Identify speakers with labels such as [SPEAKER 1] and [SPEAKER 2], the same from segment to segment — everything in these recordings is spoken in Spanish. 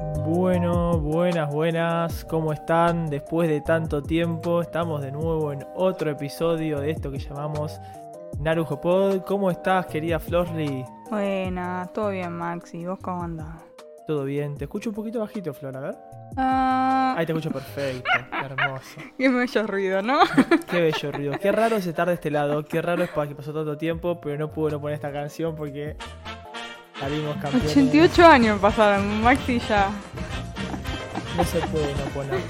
[SPEAKER 1] Bueno, buenas, buenas, ¿cómo están? Después de tanto tiempo, estamos de nuevo en otro episodio de esto que llamamos Narujo Pod. ¿Cómo estás, querida Florly?
[SPEAKER 2] Buenas, todo bien, Maxi. ¿Vos cómo andás?
[SPEAKER 1] Todo bien, te escucho un poquito bajito, Flor, a ver.
[SPEAKER 2] Ah,
[SPEAKER 1] Ahí te escucho perfecto, qué hermoso.
[SPEAKER 2] qué bello ruido, ¿no?
[SPEAKER 1] Qué bello ruido. Qué raro es estar de este lado, qué raro es para que pasó tanto tiempo, pero no pude no poner esta canción porque salimos campeones.
[SPEAKER 2] 88 años pasaron, Maxi ya.
[SPEAKER 1] No se puede no poner.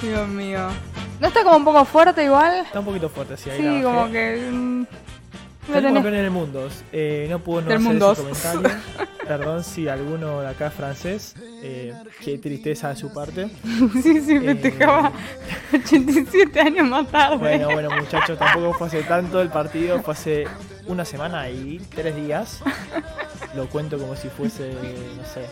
[SPEAKER 2] Dios mío. ¿No está como un poco fuerte igual?
[SPEAKER 1] Está un poquito fuerte, sí, ahí la
[SPEAKER 2] Sí,
[SPEAKER 1] bajé.
[SPEAKER 2] como que... mm, lo
[SPEAKER 1] Salimos
[SPEAKER 2] tenés-
[SPEAKER 1] campeones del mundo. Eh, no pudo no
[SPEAKER 2] Del
[SPEAKER 1] hacer
[SPEAKER 2] mundo.
[SPEAKER 1] ese comentario. Perdón si alguno de acá es francés. Eh, qué tristeza de su parte.
[SPEAKER 2] Sí, sí, festejaba 87 años más tarde.
[SPEAKER 1] Eh, Bueno, bueno, muchachos, tampoco fue hace tanto el partido. Fue hace una semana y tres días. Lo cuento como si fuese, no sé.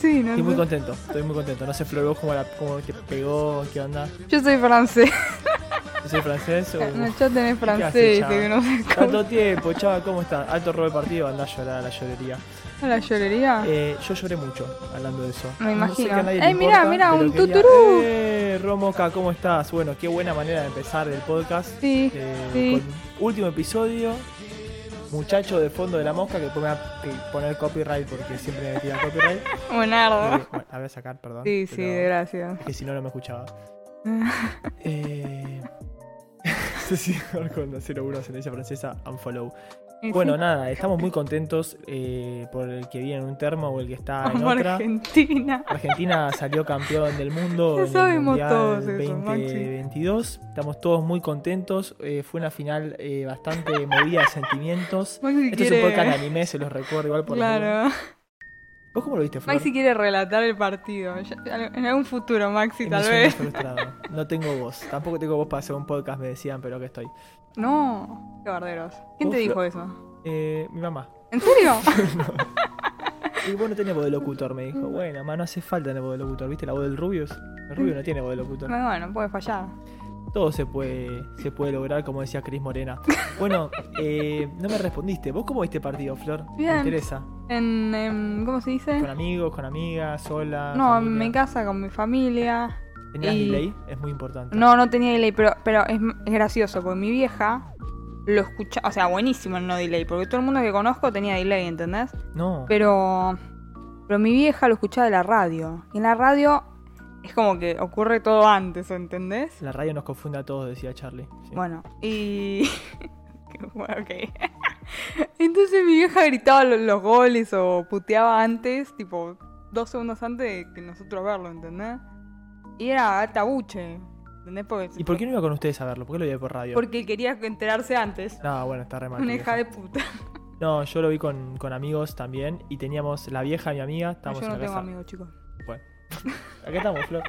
[SPEAKER 2] sí, no
[SPEAKER 1] Estoy muy
[SPEAKER 2] sé.
[SPEAKER 1] contento, estoy muy contento. No sé, Flor, vos cómo, la, cómo te pegó, qué onda.
[SPEAKER 2] Yo soy francés.
[SPEAKER 1] ¿Yo soy francés o...?
[SPEAKER 2] No, yo tenés
[SPEAKER 1] haces,
[SPEAKER 2] francés,
[SPEAKER 1] chava?
[SPEAKER 2] que no sé cómo.
[SPEAKER 1] Tanto tiempo, chava, ¿cómo está? Alto robo de partido, andá a llorar a la llorería.
[SPEAKER 2] ¿La llorería?
[SPEAKER 1] Eh, yo lloré mucho hablando de eso.
[SPEAKER 2] Me imagino.
[SPEAKER 1] a nadie
[SPEAKER 2] Ey,
[SPEAKER 1] le
[SPEAKER 2] mirá,
[SPEAKER 1] importa,
[SPEAKER 2] mirá,
[SPEAKER 1] pero
[SPEAKER 2] un
[SPEAKER 1] quería-
[SPEAKER 2] tuturú.
[SPEAKER 1] Eh, Romoca, ¿cómo estás? Bueno, qué buena manera de empezar el podcast.
[SPEAKER 2] sí,
[SPEAKER 1] Eh,
[SPEAKER 2] sí.
[SPEAKER 1] con último episodio. Muchacho de fondo de la mosca, que después me va a pe- poner copyright porque siempre me tiran copyright.
[SPEAKER 2] Buenardo.
[SPEAKER 1] Eh, bueno, la voy a sacar, perdón.
[SPEAKER 2] Sí, sí,
[SPEAKER 1] pero-
[SPEAKER 2] gracias.
[SPEAKER 1] que si no, no me escuchaba. Eh, Ceci Orconda 01, ascendencia francesa, unfollow.
[SPEAKER 2] Y
[SPEAKER 1] Bueno,
[SPEAKER 2] sí,
[SPEAKER 1] nada, estamos muy contentos eh, por el que viene en un termo o el que está en
[SPEAKER 2] como
[SPEAKER 1] otra.
[SPEAKER 2] Argentina.
[SPEAKER 1] Argentina salió campeón del mundo
[SPEAKER 2] Ya
[SPEAKER 1] en el
[SPEAKER 2] sabemos
[SPEAKER 1] Mundial
[SPEAKER 2] todos eso,
[SPEAKER 1] 2022. Estamos todos muy contentos. eh, fue una final eh, bastante movida de sentimientos.
[SPEAKER 2] Maxi
[SPEAKER 1] Esto
[SPEAKER 2] quiere...
[SPEAKER 1] es un podcast de anime, se los recuerdo igual por las dudas.
[SPEAKER 2] Claro.
[SPEAKER 1] ¿Vos cómo lo viste, Flor?
[SPEAKER 2] Maxi quiere relatar el partido. Ya- En algún futuro, Maxi,
[SPEAKER 1] Me
[SPEAKER 2] tal
[SPEAKER 1] siento
[SPEAKER 2] vez.
[SPEAKER 1] frustrado. No tengo voz. Tampoco tengo voz para hacer un podcast, me decían, pero que estoy.
[SPEAKER 2] No, qué barderos. ¿Quién te
[SPEAKER 1] Uf,
[SPEAKER 2] dijo eso?
[SPEAKER 1] Eh, mi mamá.
[SPEAKER 2] ¿En serio?
[SPEAKER 1] Y vos no tenés voz de locutor, me dijo. Bueno, mamá, no hace falta tener voz de locutor. ¿Viste la voz del Rubius? El Rubius no tiene voz de locutor.
[SPEAKER 2] Bueno, bueno, puede fallar.
[SPEAKER 1] Todo se puede, se puede lograr, como decía Cris Morena. Bueno, eh, no me respondiste. ¿Vos cómo viste el partido, Flor?
[SPEAKER 2] Bien.
[SPEAKER 1] Me interesa.
[SPEAKER 2] En, em, ¿Cómo se
[SPEAKER 1] ¿Con
[SPEAKER 2] dice?
[SPEAKER 1] amigos, con amigas, sola?
[SPEAKER 2] No, en
[SPEAKER 1] familia?
[SPEAKER 2] mi casa con mi familia.
[SPEAKER 1] ¿Tenías
[SPEAKER 2] y-
[SPEAKER 1] delay? Es muy importante.
[SPEAKER 2] No, no tenía delay, pero, pero es, es gracioso porque mi vieja lo escucha, o sea, buenísimo el no delay, porque todo el mundo que conozco tenía delay, ¿entendés?
[SPEAKER 1] No.
[SPEAKER 2] Pero, pero mi vieja lo escuchaba de la radio. Y en la radio es como que ocurre todo antes, ¿entendés?
[SPEAKER 1] La radio nos confunde a todos, decía Charlie. Sí.
[SPEAKER 2] Bueno, y. bueno, ok. Entonces mi vieja gritaba lo- los, goles o puteaba antes, tipo, dos segundos antes de que nosotros verlo, ¿entendés? Y era atabuche, ¿entendés? Porque,
[SPEAKER 1] ¿Y por qué no iba con ustedes a verlo? ¿Por qué lo vi por radio?
[SPEAKER 2] Porque quería enterarse antes.
[SPEAKER 1] No, Ah, bueno, está re mal. tu
[SPEAKER 2] Una hija
[SPEAKER 1] vieja.
[SPEAKER 2] de puta.
[SPEAKER 1] No, yo lo vi con, con amigos también y teníamos la vieja, mi amiga, estábamos
[SPEAKER 2] Yo no
[SPEAKER 1] en la
[SPEAKER 2] tengo
[SPEAKER 1] casa.
[SPEAKER 2] amigos, chicos.
[SPEAKER 1] Bueno, acá estamos, Flor.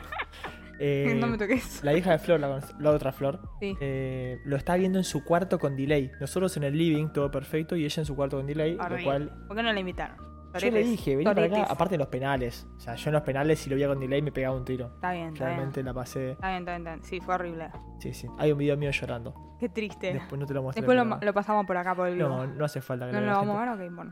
[SPEAKER 1] Eh,
[SPEAKER 2] no me toques.
[SPEAKER 1] la hija de Flor, la, la otra Flor,
[SPEAKER 2] Sí.
[SPEAKER 1] eh, lo está viendo en su cuarto con delay. Nosotros en el living, todo perfecto, y ella en su cuarto con delay, lo
[SPEAKER 2] Horrible.
[SPEAKER 1] cual...
[SPEAKER 2] ¿Por qué no la invitaron?
[SPEAKER 1] Yo le
[SPEAKER 2] Toretes.
[SPEAKER 1] dije, vení para acá,
[SPEAKER 2] Toretes.
[SPEAKER 1] aparte en los penales. O sea, yo en los penales si lo veía con delay me pegaba un tiro.
[SPEAKER 2] Está bien, está bien.
[SPEAKER 1] Realmente la pasé...
[SPEAKER 2] Está bien, está bien, está bien. Sí, fue horrible.
[SPEAKER 1] Sí, sí. Hay un video mío llorando.
[SPEAKER 2] Qué triste. Después,
[SPEAKER 1] Después no te lo mostré.
[SPEAKER 2] lo,
[SPEAKER 1] pero-
[SPEAKER 2] lo pasamos por acá, por el
[SPEAKER 1] No,
[SPEAKER 2] vivo.
[SPEAKER 1] no hace falta que
[SPEAKER 2] no
[SPEAKER 1] lo vea
[SPEAKER 2] lo
[SPEAKER 1] la
[SPEAKER 2] vamos
[SPEAKER 1] gente.
[SPEAKER 2] a ver, ok, bueno.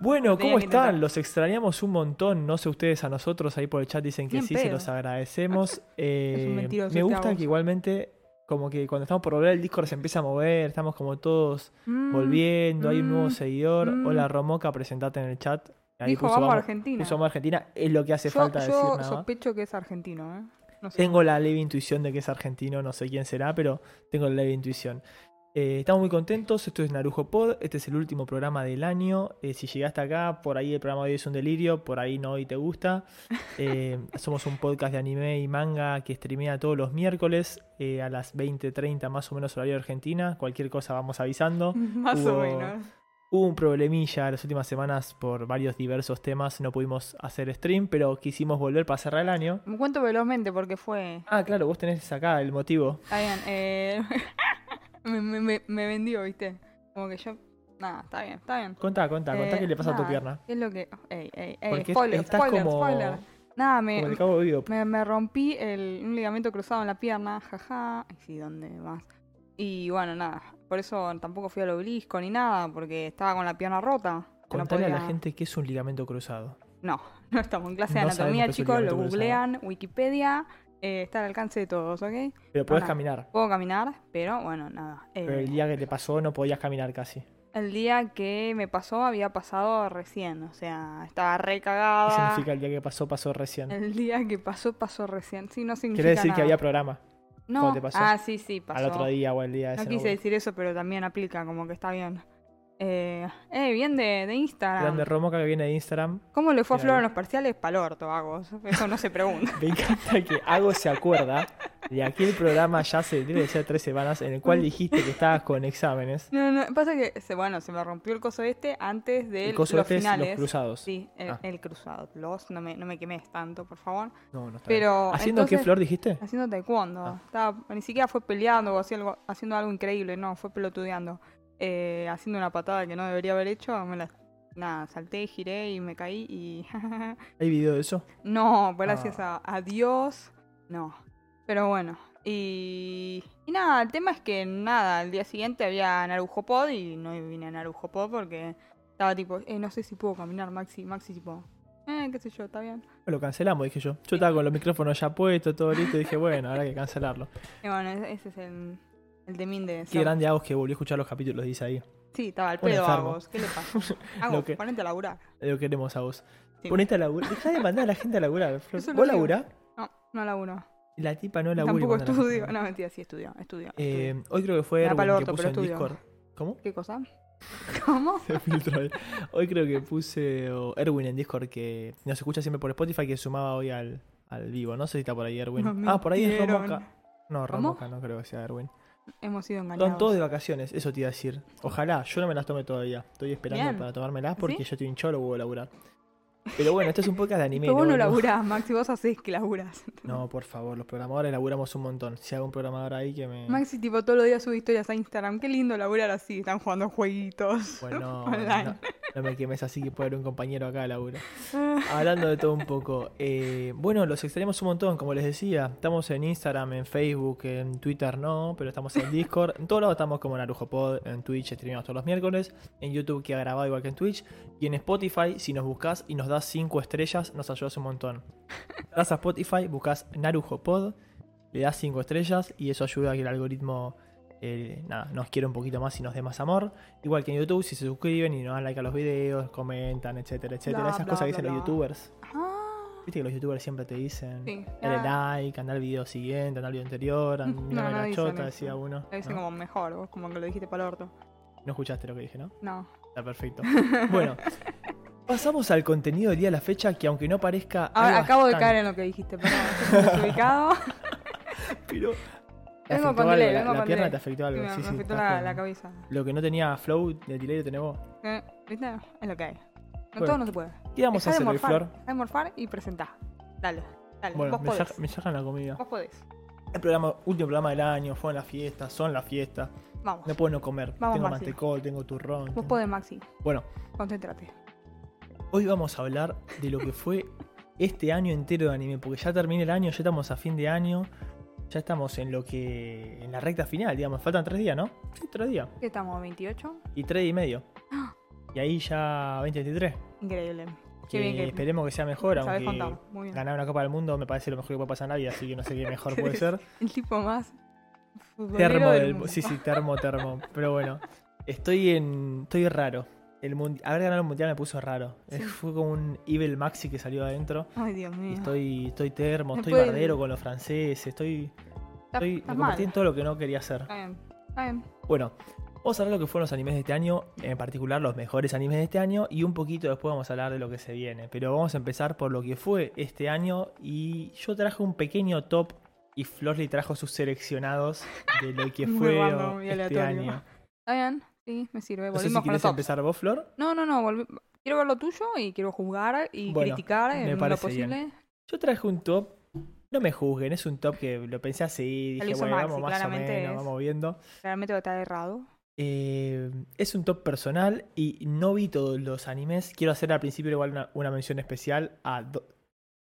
[SPEAKER 1] Bueno,
[SPEAKER 2] Tenía
[SPEAKER 1] ¿cómo
[SPEAKER 2] que intentar.
[SPEAKER 1] están? Los extrañamos un montón. No sé ustedes a nosotros, ahí por el chat dicen que
[SPEAKER 2] Ni en
[SPEAKER 1] sí, se
[SPEAKER 2] pedo.
[SPEAKER 1] los agradecemos. Eh,
[SPEAKER 2] mentiroso
[SPEAKER 1] me
[SPEAKER 2] este
[SPEAKER 1] gusta
[SPEAKER 2] Agus.
[SPEAKER 1] que igualmente, como que cuando estamos por volver, el Discord se empieza a mover, estamos como todos
[SPEAKER 2] Mm.
[SPEAKER 1] volviendo, hay un nuevo
[SPEAKER 2] mm,
[SPEAKER 1] seguidor.
[SPEAKER 2] mm.
[SPEAKER 1] Hola Romoca, presentate en el chat. Ahí
[SPEAKER 2] Dijo,
[SPEAKER 1] puso
[SPEAKER 2] vamos, a Argentina.
[SPEAKER 1] puso vamos a Argentina, es lo que hace
[SPEAKER 2] yo
[SPEAKER 1] falta decir
[SPEAKER 2] yo
[SPEAKER 1] nada.
[SPEAKER 2] sospecho que es argentino, ¿eh? No sé.
[SPEAKER 1] Tengo la leve intuición de que es argentino, no sé quién será, pero tengo la leve intuición. Eh, estamos muy contentos, esto es Narujo Pod, este es el último programa del año. Eh, si llegaste acá, por ahí el programa de hoy es un delirio, por ahí no y te gusta. Eh, somos un podcast de anime y manga que streamea todos los miércoles eh, a las 20.30 más o menos horario de Argentina. Cualquier cosa vamos avisando.
[SPEAKER 2] Más
[SPEAKER 1] Hubo-
[SPEAKER 2] o menos.
[SPEAKER 1] Hubo un problemilla las últimas semanas por varios diversos temas, no pudimos hacer stream, pero quisimos volver para cerrar el año.
[SPEAKER 2] Me cuento velozmente porque fue.
[SPEAKER 1] Ah, claro, vos tenés acá el motivo.
[SPEAKER 2] Está bien. eh, me, me- me- me vendió, ¿viste? Como que yo. Nada, está bien, está bien.
[SPEAKER 1] Contá, contá, contá
[SPEAKER 2] Eh,
[SPEAKER 1] qué le pasa a tu
[SPEAKER 2] nada,
[SPEAKER 1] pierna.
[SPEAKER 2] ¿Qué es lo que.? Ey, ey, ey,
[SPEAKER 1] Porque
[SPEAKER 2] spoiler,
[SPEAKER 1] estás
[SPEAKER 2] spoiler,
[SPEAKER 1] como-
[SPEAKER 2] spoiler. Nada, me,
[SPEAKER 1] Como el cabo vivo.
[SPEAKER 2] me, me rompí el, un ligamento cruzado en la pierna, jaja. Ay, sí, ¿dónde más? Y bueno, nada. Por eso tampoco fui al obelisco ni nada, porque estaba con la pierna rota. que no
[SPEAKER 1] Contale a la
[SPEAKER 2] podía-
[SPEAKER 1] gente qué es un ligamento cruzado.
[SPEAKER 2] No, no estamos en clase de
[SPEAKER 1] No sabemos
[SPEAKER 2] anatomía,
[SPEAKER 1] qué es el
[SPEAKER 2] chicos. Lo
[SPEAKER 1] ligamento cruzado.
[SPEAKER 2] googlean, Wikipedia. eh, está al alcance de todos, ¿ok?
[SPEAKER 1] Pero podés
[SPEAKER 2] Ahora.
[SPEAKER 1] caminar.
[SPEAKER 2] Puedo caminar, pero bueno, nada. eh,
[SPEAKER 1] Pero el día que te pasó no podías caminar casi.
[SPEAKER 2] el día que me pasó había pasado recién, o sea, estaba re
[SPEAKER 1] ¿Qué
[SPEAKER 2] cagada.
[SPEAKER 1] significa el día que pasó, pasó recién?
[SPEAKER 2] El día que pasó, pasó recién. Sí, no significa
[SPEAKER 1] Quiere decir que
[SPEAKER 2] nada.
[SPEAKER 1] había programa
[SPEAKER 2] No,
[SPEAKER 1] cuando te pasó.
[SPEAKER 2] ah, sí, sí, pasó.
[SPEAKER 1] al otro día o el día de
[SPEAKER 2] No
[SPEAKER 1] ese.
[SPEAKER 2] quise
[SPEAKER 1] bueno.
[SPEAKER 2] decir eso, pero también aplica, como que está bien. Eh, eh, bien de, de Instagram.
[SPEAKER 1] Grande Romoca que viene de Instagram.
[SPEAKER 2] ¿Cómo le fue a
[SPEAKER 1] Mira,
[SPEAKER 2] Flor en
[SPEAKER 1] bien.
[SPEAKER 2] los parciales? Palorto, vagos. Eso no se pregunta.
[SPEAKER 1] Me encanta que Hago se acuerda de aquel programa ya hace, debe de ser tres semanas, en el
[SPEAKER 2] Mm.
[SPEAKER 1] cual dijiste que estabas con exámenes.
[SPEAKER 2] No, no, pasa que, se- bueno, se me rompió el coso este antes de
[SPEAKER 1] El coso
[SPEAKER 2] los
[SPEAKER 1] este es los
[SPEAKER 2] finales.
[SPEAKER 1] cruzados.
[SPEAKER 2] Sí, el,
[SPEAKER 1] Ah.
[SPEAKER 2] el cruzado. Los, no me, no me quemes tanto, por favor.
[SPEAKER 1] No, no está bien.
[SPEAKER 2] Pero.
[SPEAKER 1] ¿Haciendo qué
[SPEAKER 2] entonces-
[SPEAKER 1] flor dijiste?
[SPEAKER 2] Haciendo taekwondo.
[SPEAKER 1] Ah.
[SPEAKER 2] Estaba- ni siquiera fue peleando o hacía algo- haciendo algo increíble, no, fue pelotudeando. Eh, haciendo una patada que no debería haber hecho, me la, nada, salté, giré y me caí y...
[SPEAKER 1] ¿Hay video de eso?
[SPEAKER 2] no, gracias
[SPEAKER 1] Ah.
[SPEAKER 2] a, a Dios, no. Pero bueno, y, y nada, el tema es que nada, al día siguiente había Narujo Pod y no vine a Narujo Pod porque estaba tipo, eh, no sé si puedo caminar, Maxi, Maxi tipo, eh, qué sé yo, está bien.
[SPEAKER 1] Lo cancelamos, dije yo. Yo estaba con los micrófonos ya puestos, todo listo, y dije, bueno, habrá que cancelarlo.
[SPEAKER 2] Y bueno, ese ese es el, el temín de...
[SPEAKER 1] Qué
[SPEAKER 2] ser-
[SPEAKER 1] grande Agos que volvió a escuchar los capítulos, dice ahí.
[SPEAKER 2] Sí, estaba al
[SPEAKER 1] Un
[SPEAKER 2] pedo,
[SPEAKER 1] enfermo.
[SPEAKER 2] Agos. ¿Qué le pasa? Agos,
[SPEAKER 1] Lo que-
[SPEAKER 2] ponete a laburar.
[SPEAKER 1] Lo queremos Agos.
[SPEAKER 2] Sí.
[SPEAKER 1] Ponete a laburar. Deja de mandar a la gente a laburar. Flor.
[SPEAKER 2] Eso no
[SPEAKER 1] ¿Vos
[SPEAKER 2] digo.
[SPEAKER 1] laburás?
[SPEAKER 2] No, no laburo.
[SPEAKER 1] La tipa no labura. y
[SPEAKER 2] Tampoco
[SPEAKER 1] manda a la gente a
[SPEAKER 2] estudio.
[SPEAKER 1] laburar.
[SPEAKER 2] No, mentira, sí estudio. Estudio. estudio.
[SPEAKER 1] Eh, hoy creo que fue
[SPEAKER 2] Me da pa'l
[SPEAKER 1] Erwin que
[SPEAKER 2] orto,
[SPEAKER 1] puso
[SPEAKER 2] pero
[SPEAKER 1] en
[SPEAKER 2] estudio.
[SPEAKER 1] Discord. ¿Cómo?
[SPEAKER 2] ¿Qué cosa? ¿Cómo?
[SPEAKER 1] Se filtró ahí. Hoy creo que puse o, Erwin en Discord que nos escucha siempre por Spotify que sumaba hoy al, al vivo. No sé si está por ahí Erwin.
[SPEAKER 2] Nos
[SPEAKER 1] ah, por ahí es
[SPEAKER 2] mintieron.
[SPEAKER 1] Romoca. No,
[SPEAKER 2] ¿Cómo?
[SPEAKER 1] Romoca no creo que sea Erwin.
[SPEAKER 2] Hemos sido engañados.
[SPEAKER 1] Están todos de vacaciones, eso te iba a decir. Ojalá, yo no me las tome todavía. Estoy esperando
[SPEAKER 2] Bien.
[SPEAKER 1] para tomármelas porque
[SPEAKER 2] ¿Sí?
[SPEAKER 1] yo estoy hinchado, lo voy a laburar. Pero bueno, esto es un podcast de anime.
[SPEAKER 2] Pero vos no
[SPEAKER 1] boludo?
[SPEAKER 2] laburás, Maxi. Vos hacés que laburás.
[SPEAKER 1] No, por favor, los programadores laburamos un montón. Si hago un programador ahí que me.
[SPEAKER 2] Maxi, tipo, todos los días sube historias a Instagram. Qué lindo laburar así. Están jugando jueguitos.
[SPEAKER 1] Bueno,
[SPEAKER 2] online.
[SPEAKER 1] no, no me quemes así que puede haber un compañero acá, Laura. Hablando de todo un poco. eh, bueno, los extrañamos un montón, como les decía. Estamos en Instagram, en Facebook, en Twitter no, pero estamos en Discord. En todos lados estamos como Narujo Pod, en Twitch streamamos todos los miércoles, en YouTube que ha grabado igual que en Twitch, y en Spotify, si nos buscas y nos das 5 estrellas, nos ayudas un montón. Vas a Spotify, buscas Narujo Pod, le das 5 estrellas y eso ayuda a que el algoritmo eh, nada, nos quiera un poquito más y nos dé más amor. Igual que en YouTube, si se suscriben y nos dan like a los videos, comentan, etcétera, etcétera.
[SPEAKER 2] Bla,
[SPEAKER 1] Esas
[SPEAKER 2] bla,
[SPEAKER 1] cosas que
[SPEAKER 2] bla,
[SPEAKER 1] dicen los
[SPEAKER 2] bla.
[SPEAKER 1] youtubers.
[SPEAKER 2] Ah,
[SPEAKER 1] Viste que los youtubers siempre te dicen
[SPEAKER 2] Sí.
[SPEAKER 1] dale
[SPEAKER 2] Ah.
[SPEAKER 1] like, andá al video siguiente, andá al video anterior, andá
[SPEAKER 2] no
[SPEAKER 1] la
[SPEAKER 2] dicen
[SPEAKER 1] chota,
[SPEAKER 2] eso.
[SPEAKER 1] decía uno.
[SPEAKER 2] lo dicen
[SPEAKER 1] No,
[SPEAKER 2] como mejor. Vos como que lo dijiste para el orto.
[SPEAKER 1] no escuchaste lo que dije, ¿no?
[SPEAKER 2] No.
[SPEAKER 1] Está perfecto. Bueno, pasamos al contenido del día de la fecha que aunque no parezca.
[SPEAKER 2] Ahora,
[SPEAKER 1] algo
[SPEAKER 2] acabo de
[SPEAKER 1] tan-
[SPEAKER 2] caer en lo que dijiste. Perdón. Estoy desubicado.
[SPEAKER 1] Pero. te
[SPEAKER 2] Vengo
[SPEAKER 1] afectó
[SPEAKER 2] con
[SPEAKER 1] algo,
[SPEAKER 2] delay,
[SPEAKER 1] la-
[SPEAKER 2] vengo
[SPEAKER 1] la,
[SPEAKER 2] con
[SPEAKER 1] pierna
[SPEAKER 2] delay.
[SPEAKER 1] te afectó
[SPEAKER 2] Sí,
[SPEAKER 1] algo.
[SPEAKER 2] me
[SPEAKER 1] sí,
[SPEAKER 2] me
[SPEAKER 1] sí,
[SPEAKER 2] afectó
[SPEAKER 1] estás
[SPEAKER 2] la-
[SPEAKER 1] con-
[SPEAKER 2] la cabeza.
[SPEAKER 1] Lo que no tenía flow del delay lo tenés vos.
[SPEAKER 2] Eh, ¿Viste? Es lo que hay. No
[SPEAKER 1] Bueno,
[SPEAKER 2] todo no se puede.
[SPEAKER 1] ¿Qué vamos
[SPEAKER 2] Dejá
[SPEAKER 1] a
[SPEAKER 2] de
[SPEAKER 1] hacer hoy,
[SPEAKER 2] morfar,
[SPEAKER 1] Flor?
[SPEAKER 2] dejá de morfar y presentá. Dale, dale.
[SPEAKER 1] Bueno,
[SPEAKER 2] vos
[SPEAKER 1] me,
[SPEAKER 2] podés.
[SPEAKER 1] sac- me sacan la comida.
[SPEAKER 2] Vos podés.
[SPEAKER 1] El programa, último programa del año, fueron las fiestas, son las fiestas.
[SPEAKER 2] Vamos.
[SPEAKER 1] No puedo no comer.
[SPEAKER 2] Vamos,
[SPEAKER 1] tengo
[SPEAKER 2] Maxi.
[SPEAKER 1] mantecol, tengo turrón.
[SPEAKER 2] Vos
[SPEAKER 1] tengo-
[SPEAKER 2] podés, Maxi.
[SPEAKER 1] Bueno,
[SPEAKER 2] Concéntrate.
[SPEAKER 1] Hoy vamos a hablar de lo que fue este año entero de anime, porque ya termina el año, ya estamos a fin de año, ya estamos en lo que. en la recta final, digamos, faltan tres días, ¿no? Sí, tres días.
[SPEAKER 2] ¿Qué estamos? ¿28?
[SPEAKER 1] Y tres y medio. Y ahí ya 2023.
[SPEAKER 2] Increíble. Qué
[SPEAKER 1] Que
[SPEAKER 2] bien que-
[SPEAKER 1] esperemos que sea mejor,
[SPEAKER 2] Sabés
[SPEAKER 1] aunque
[SPEAKER 2] contar. Muy bien.
[SPEAKER 1] ganar una Copa del Mundo me parece lo mejor que puede pasar en la vida, así que no sé qué mejor puede ser.
[SPEAKER 2] El tipo más. futbolero
[SPEAKER 1] Termo
[SPEAKER 2] del
[SPEAKER 1] del-
[SPEAKER 2] mundo.
[SPEAKER 1] Sí, sí, termo, termo. Pero bueno, estoy en. Estoy raro. El mun- haber ganado el mundial me puso raro.
[SPEAKER 2] Sí.
[SPEAKER 1] Fue como un Evil Maxi que salió adentro.
[SPEAKER 2] Ay, Dios mío.
[SPEAKER 1] Estoy, estoy termo, estoy
[SPEAKER 2] Después-
[SPEAKER 1] bardero con los franceses, estoy,
[SPEAKER 2] Estás-
[SPEAKER 1] estoy me
[SPEAKER 2] estás mal. Ah.
[SPEAKER 1] convertí en todo lo que no quería hacer.
[SPEAKER 2] Está bien. Está bien.
[SPEAKER 1] Bueno, vamos a hablar de lo que fueron los animes de este año, en particular los mejores animes de este año, y un poquito después vamos a hablar de lo que se viene. Pero vamos a empezar por lo que fue este año, y yo traje un pequeño top, y Florly trajo sus seleccionados de lo que
[SPEAKER 2] Muy
[SPEAKER 1] fue
[SPEAKER 2] random y
[SPEAKER 1] este
[SPEAKER 2] aleatorio.
[SPEAKER 1] año.
[SPEAKER 2] Está bien. Sí, me sirve.
[SPEAKER 1] No sé
[SPEAKER 2] Volvimos
[SPEAKER 1] si
[SPEAKER 2] con los
[SPEAKER 1] quieres
[SPEAKER 2] tops.
[SPEAKER 1] empezar vos, Flor.
[SPEAKER 2] No, no, no. volvi- Quiero ver lo tuyo y quiero jugar y
[SPEAKER 1] Bueno,
[SPEAKER 2] criticar
[SPEAKER 1] me
[SPEAKER 2] en lo
[SPEAKER 1] parece
[SPEAKER 2] posible.
[SPEAKER 1] Yo traje un top, no me juzguen, es un top que lo pensé así,
[SPEAKER 2] Lo
[SPEAKER 1] dije,
[SPEAKER 2] hizo
[SPEAKER 1] bueno,
[SPEAKER 2] Maxi,
[SPEAKER 1] vamos más o
[SPEAKER 2] claramente
[SPEAKER 1] menos,
[SPEAKER 2] es.
[SPEAKER 1] vamos viendo.
[SPEAKER 2] Realmente está errado.
[SPEAKER 1] Eh, es un top personal y no vi todos los animes. Quiero hacer al principio igual una, una mención especial a do-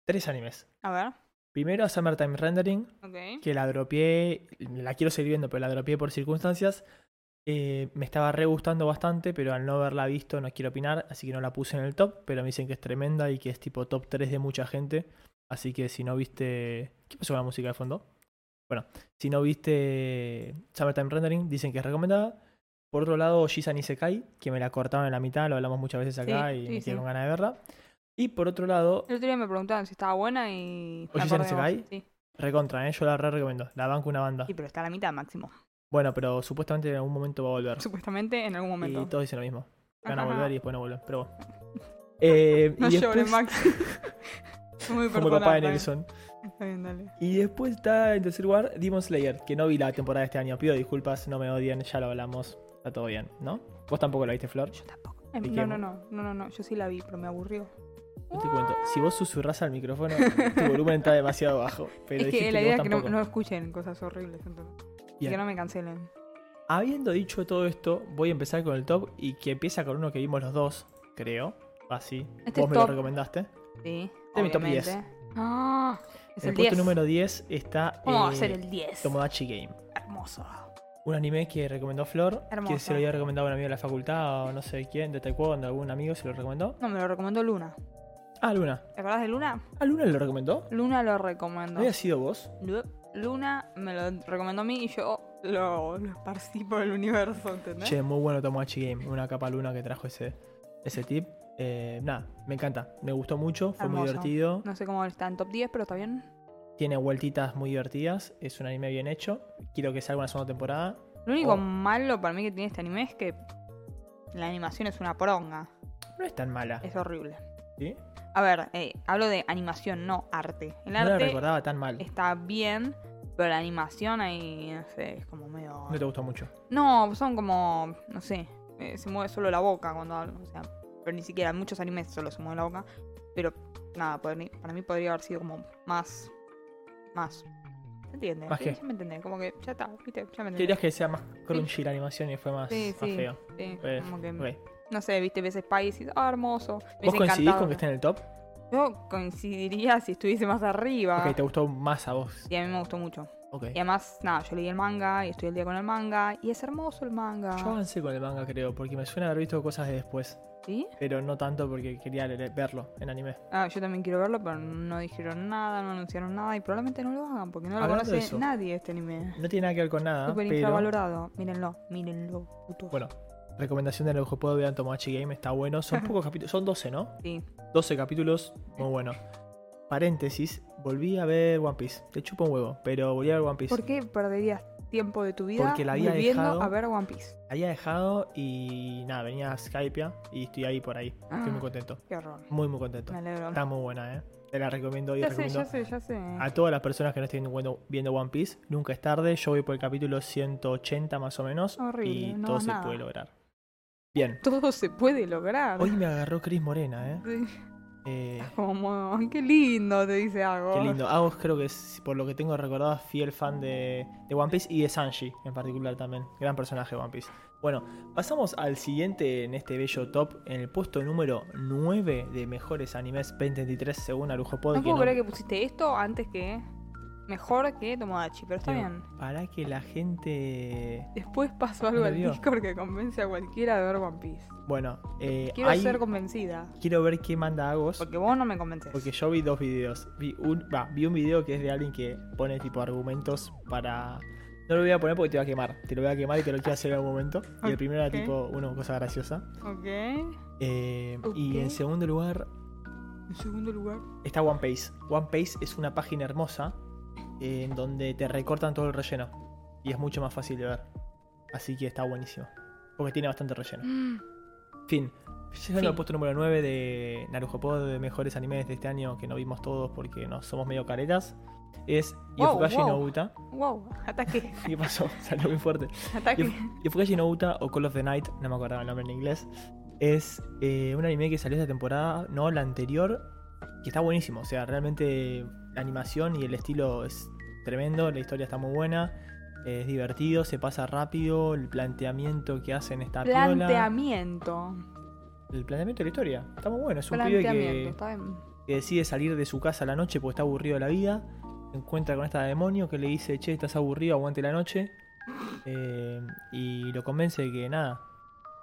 [SPEAKER 1] tres animes.
[SPEAKER 2] A ver.
[SPEAKER 1] Primero a Summertime Rendering,
[SPEAKER 2] Ok.
[SPEAKER 1] que la dropié, la quiero seguir viendo, pero la dropié por circunstancias. Eh, me estaba re gustando bastante, pero al no haberla visto no quiero opinar, así que no la puse en el top, pero me dicen que es tremenda y que es tipo top 3 de mucha gente. Así que si no viste... ¿Qué pasó con la música de fondo? Bueno, si no viste Summertime Rendering, dicen que es recomendada. Por otro lado, Shisan Isekai, que me la cortaron en la mitad, lo hablamos muchas veces acá
[SPEAKER 2] Sí,
[SPEAKER 1] y
[SPEAKER 2] sí,
[SPEAKER 1] me
[SPEAKER 2] sí.
[SPEAKER 1] dieron ganas de verla. Y por otro lado,
[SPEAKER 2] El otro día me preguntaban si estaba buena y.
[SPEAKER 1] Oye,
[SPEAKER 2] me
[SPEAKER 1] ¿se
[SPEAKER 2] acordé
[SPEAKER 1] se
[SPEAKER 2] de
[SPEAKER 1] cae?
[SPEAKER 2] vos. Sí.
[SPEAKER 1] recontra, ¿eh? yo la re recomiendo. La banco una banda.
[SPEAKER 2] Sí, pero está a la mitad máximo.
[SPEAKER 1] Bueno, pero supuestamente en algún momento va a volver.
[SPEAKER 2] Supuestamente en algún
[SPEAKER 1] Y
[SPEAKER 2] momento.
[SPEAKER 1] todos dicen lo mismo. Van a
[SPEAKER 2] Ajá.
[SPEAKER 1] volver y después no vuelven. Pero bueno. Eh,
[SPEAKER 2] No
[SPEAKER 1] y
[SPEAKER 2] llores,
[SPEAKER 1] después,
[SPEAKER 2] Max. Muy
[SPEAKER 1] como
[SPEAKER 2] personal.
[SPEAKER 1] papá
[SPEAKER 2] ¿eh?
[SPEAKER 1] de
[SPEAKER 2] está bien.
[SPEAKER 1] Nelson.
[SPEAKER 2] Está bien, dale.
[SPEAKER 1] Y después está en tercer lugar Demon Slayer, que no vi la temporada de este año. Pido disculpas, no me odien, ya lo hablamos. Está todo bien, ¿no? Vos tampoco lo viste, Flor.
[SPEAKER 2] Yo tampoco. Eh,
[SPEAKER 1] ¿Y
[SPEAKER 2] no,
[SPEAKER 1] qué?
[SPEAKER 2] no, no, no, no, no. Yo sí la vi, pero me aburrió.
[SPEAKER 1] Yo te cuento. Si vos susurras al micrófono, tu volumen está demasiado bajo. Pero
[SPEAKER 2] es que
[SPEAKER 1] dijiste
[SPEAKER 2] la
[SPEAKER 1] que vos
[SPEAKER 2] idea es que no,
[SPEAKER 1] tampoco.
[SPEAKER 2] no escuchen cosas horribles, entonces. Y
[SPEAKER 1] Bien.
[SPEAKER 2] que no me cancelen.
[SPEAKER 1] Habiendo dicho todo esto, voy a empezar con el top y que empieza con uno que vimos los dos, creo. Así.
[SPEAKER 2] Este
[SPEAKER 1] vos
[SPEAKER 2] es
[SPEAKER 1] me lo
[SPEAKER 2] top.
[SPEAKER 1] recomendaste.
[SPEAKER 2] Sí.
[SPEAKER 1] Este es mi top
[SPEAKER 2] obviamente.
[SPEAKER 1] 10.
[SPEAKER 2] Ah, es
[SPEAKER 1] en
[SPEAKER 2] el
[SPEAKER 1] el puesto
[SPEAKER 2] 10.
[SPEAKER 1] número 10 está
[SPEAKER 2] ¿Cómo va a
[SPEAKER 1] eh,
[SPEAKER 2] ser el 10?
[SPEAKER 1] Tomodachi Game.
[SPEAKER 2] Hermoso.
[SPEAKER 1] Un anime que recomendó Flor, que
[SPEAKER 2] Hermoso.
[SPEAKER 1] se lo había recomendado a un amigo de la facultad o no sé quién, de Taekwondo, algún amigo se lo recomendó.
[SPEAKER 2] No, me lo recomendó Luna.
[SPEAKER 1] Ah, Luna.
[SPEAKER 2] ¿Te acordás de Luna?
[SPEAKER 1] ¿Ah, Luna le lo recomendó?
[SPEAKER 2] Luna lo
[SPEAKER 1] ¿No,
[SPEAKER 2] recomendó.
[SPEAKER 1] había sido vos?
[SPEAKER 2] Lu- Luna me lo recomendó a mí y yo lo, lo esparcí por el universo, ¿entendés?
[SPEAKER 1] Che, muy bueno Tomodachi Game, una capa Luna que trajo ese, ese tip. Eh, nada, me encanta, me gustó mucho, fue muy
[SPEAKER 2] Hermoso.
[SPEAKER 1] divertido,
[SPEAKER 2] No sé cómo está en top 10, pero está bien.
[SPEAKER 1] tiene vueltitas muy divertidas, es un anime bien hecho. Quiero que salga una segunda temporada.
[SPEAKER 2] Lo único
[SPEAKER 1] Oh.
[SPEAKER 2] malo para mí que tiene este anime es que la animación es una poronga.
[SPEAKER 1] No es tan mala,
[SPEAKER 2] Es horrible.
[SPEAKER 1] ¿sí?
[SPEAKER 2] A ver, eh, hablo de animación, no arte. El
[SPEAKER 1] No la
[SPEAKER 2] arte
[SPEAKER 1] recordaba tan mal,
[SPEAKER 2] está bien, pero la animación ahí, no sé, es como medio...
[SPEAKER 1] no te gustó mucho.
[SPEAKER 2] No, son como, no sé, eh, se mueve solo la boca cuando hablan, o sea, pero ni siquiera, muchos animes solo se mueve la boca, pero nada, podri- para mí podría haber sido como más, más, ¿se entiende?
[SPEAKER 1] ¿Más
[SPEAKER 2] Sí,
[SPEAKER 1] qué?
[SPEAKER 2] Ya me entendés, como que ya está, viste, ya me entendés.
[SPEAKER 1] Querías que sea más crunchy la animación y fue más,
[SPEAKER 2] Sí,
[SPEAKER 1] más
[SPEAKER 2] sí,
[SPEAKER 1] feo.
[SPEAKER 2] sí,
[SPEAKER 1] Eh,
[SPEAKER 2] como que,
[SPEAKER 1] ok.
[SPEAKER 2] no sé, viste, ves Spy y dices, ah, hermoso. me
[SPEAKER 1] ¿Vos
[SPEAKER 2] hubiese
[SPEAKER 1] coincidís
[SPEAKER 2] encantado
[SPEAKER 1] con que esté en el top?
[SPEAKER 2] Yo coincidiría si estuviese más arriba,
[SPEAKER 1] Ok, te gustó más a vos.
[SPEAKER 2] y a mí me gustó mucho.
[SPEAKER 1] Ok.
[SPEAKER 2] Ah. Y además, nada, yo leí el manga y estoy al día con el manga, y es hermoso el manga,
[SPEAKER 1] Yo avancé con el manga, creo, porque me suena haber visto cosas de después,
[SPEAKER 2] ¿sí?
[SPEAKER 1] pero no tanto porque quería leer- verlo en anime.
[SPEAKER 2] Ah, yo también quiero verlo, pero no dijeron nada, no anunciaron nada y probablemente no lo hagan porque no lo
[SPEAKER 1] Hablando de
[SPEAKER 2] conoce
[SPEAKER 1] eso.
[SPEAKER 2] nadie este anime.
[SPEAKER 1] No tiene nada que ver con nada,
[SPEAKER 2] Súper
[SPEAKER 1] pero...
[SPEAKER 2] infravalorado. Mírenlo, mírenlo, putos.
[SPEAKER 1] Bueno, recomendación del ojo puedo vean Tomodachi Game, está bueno. Son pocos capítulos, son 12, ¿no?
[SPEAKER 2] Sí.
[SPEAKER 1] 12 capítulos, muy bueno. Paréntesis, volví a ver One Piece. Te chupo un huevo, pero volví a ver One Piece.
[SPEAKER 2] ¿Por qué perderías tiempo de tu vida
[SPEAKER 1] Porque la había
[SPEAKER 2] volviendo
[SPEAKER 1] dejado-
[SPEAKER 2] a ver One Piece?
[SPEAKER 1] Había dejado y nada, venía a Skypea y estoy ahí por ahí.
[SPEAKER 2] Ah.
[SPEAKER 1] Estoy muy contento,
[SPEAKER 2] Qué horror.
[SPEAKER 1] muy muy contento.
[SPEAKER 2] Me alegro.
[SPEAKER 1] Está muy buena, ¿eh? Te la recomiendo y
[SPEAKER 2] Ya sé,
[SPEAKER 1] recomiendo
[SPEAKER 2] ya sé, ya sé.
[SPEAKER 1] A todas las personas que no estén viendo, viendo One Piece, nunca es tarde. Yo voy por el capítulo 180 más o menos.
[SPEAKER 2] Horrible,
[SPEAKER 1] y
[SPEAKER 2] no
[SPEAKER 1] todo
[SPEAKER 2] hagas
[SPEAKER 1] se
[SPEAKER 2] nada.
[SPEAKER 1] puede lograr. Bien.
[SPEAKER 2] Todo se puede lograr.
[SPEAKER 1] Hoy me agarró Cris Morena, ¿eh?
[SPEAKER 2] Sí,
[SPEAKER 1] Eh,
[SPEAKER 2] Como, qué lindo te dice algo.
[SPEAKER 1] Qué lindo. Agos creo que es, por lo que tengo recordado, es fiel fan de, de One Piece y de Sanji en particular también. Gran personaje de One Piece. Bueno, pasamos al siguiente en este bello top, en el puesto número 9 de mejores animes 2023 según Arujo Pod.
[SPEAKER 2] No
[SPEAKER 1] que
[SPEAKER 2] puedo
[SPEAKER 1] no-
[SPEAKER 2] creer que pusiste esto antes que. Mejor que Tomodachi, pero está
[SPEAKER 1] Digo,
[SPEAKER 2] bien.
[SPEAKER 1] Para que la gente...
[SPEAKER 2] Después pasó algo
[SPEAKER 1] Me
[SPEAKER 2] al
[SPEAKER 1] dio.
[SPEAKER 2] Discord que convence a cualquiera de ver One Piece.
[SPEAKER 1] Bueno, eh,
[SPEAKER 2] Quiero
[SPEAKER 1] hay-
[SPEAKER 2] ser convencida.
[SPEAKER 1] quiero ver qué manda Agos.
[SPEAKER 2] Porque vos no me convences.
[SPEAKER 1] Porque yo vi dos videos. Vi un, va, vi un video que es de alguien que pone tipo argumentos para. No lo voy a poner porque te va a quemar. Te lo voy a quemar y te lo quiero hacer en algún momento. Y el primero era
[SPEAKER 2] Ok.
[SPEAKER 1] tipo una cosa graciosa.
[SPEAKER 2] Ok. En
[SPEAKER 1] Eh, Y en
[SPEAKER 2] Ok.
[SPEAKER 1] segundo lugar
[SPEAKER 2] segundo lugar.
[SPEAKER 1] está One Piece. One Piece es una página hermosa eh, en donde te recortan todo el relleno. Y es mucho más fácil de ver. Así que está buenísimo. Porque tiene bastante relleno. Fin. Llegando
[SPEAKER 2] Fin.
[SPEAKER 1] al puesto número 9 de Narujo Pod, de mejores animes de este año que no vimos todos porque no somos medio caretas, es
[SPEAKER 2] Wow,
[SPEAKER 1] Yofukashi
[SPEAKER 2] wow.
[SPEAKER 1] no Uta.
[SPEAKER 2] Wow, ataque.
[SPEAKER 1] ¿Qué pasó? Salió muy fuerte.
[SPEAKER 2] ataque.
[SPEAKER 1] Yofukashi no Uta o Call of the Night, no me acordaba el nombre en inglés, es eh, un anime que salió esta temporada, no la anterior, que está buenísimo. O sea, realmente la animación y el estilo es tremendo, la historia está muy buena. Es divertido, se pasa rápido, el planteamiento que hacen está piola.
[SPEAKER 2] Planteamiento.
[SPEAKER 1] El planteamiento de la historia. Está muy bueno. Es un pibe
[SPEAKER 2] Planteamiento,
[SPEAKER 1] que,
[SPEAKER 2] está bien.
[SPEAKER 1] que decide salir de su casa a la noche porque está aburrido de la vida. Se encuentra con esta demonio que le dice, che, estás aburrido, aguante la noche. Eh, y lo convence de que nada,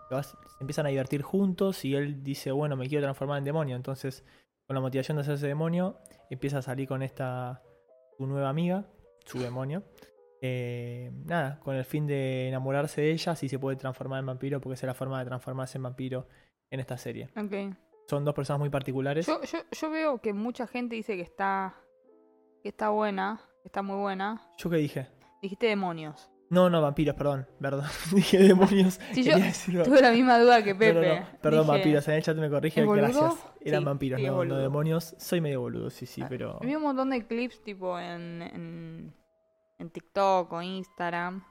[SPEAKER 1] lo hace- se empiezan a divertir juntos y él dice, bueno, me quiero transformar en demonio. Entonces, con la motivación de hacerse demonio, empieza a salir con esta, su nueva amiga, su demonio. Eh, nada, con el fin de enamorarse de ella, si se puede transformar en vampiro, porque esa es la forma de transformarse en vampiro en esta serie.
[SPEAKER 2] Ok.
[SPEAKER 1] Son dos personas muy particulares.
[SPEAKER 2] Yo, yo, yo veo que mucha gente dice que está, que está buena, que está muy buena.
[SPEAKER 1] ¿Yo qué dije?
[SPEAKER 2] Dijiste demonios.
[SPEAKER 1] No, no, vampiros, perdón, perdón. dije demonios.
[SPEAKER 2] Sí, yo
[SPEAKER 1] quería decir-
[SPEAKER 2] Tuve la misma duda que
[SPEAKER 1] No,
[SPEAKER 2] Pepe.
[SPEAKER 1] no, no, Perdón,
[SPEAKER 2] Dije,
[SPEAKER 1] vampiros. En el chat me corrige.
[SPEAKER 2] ¿es boludo?
[SPEAKER 1] Gracias. Eran
[SPEAKER 2] Sí,
[SPEAKER 1] vampiros,
[SPEAKER 2] sí, es
[SPEAKER 1] no, no
[SPEAKER 2] boludo.
[SPEAKER 1] demonios. Soy medio boludo, sí, sí,
[SPEAKER 2] Ah,
[SPEAKER 1] pero.
[SPEAKER 2] Vi un montón de clips tipo en, en, en TikTok o Instagram.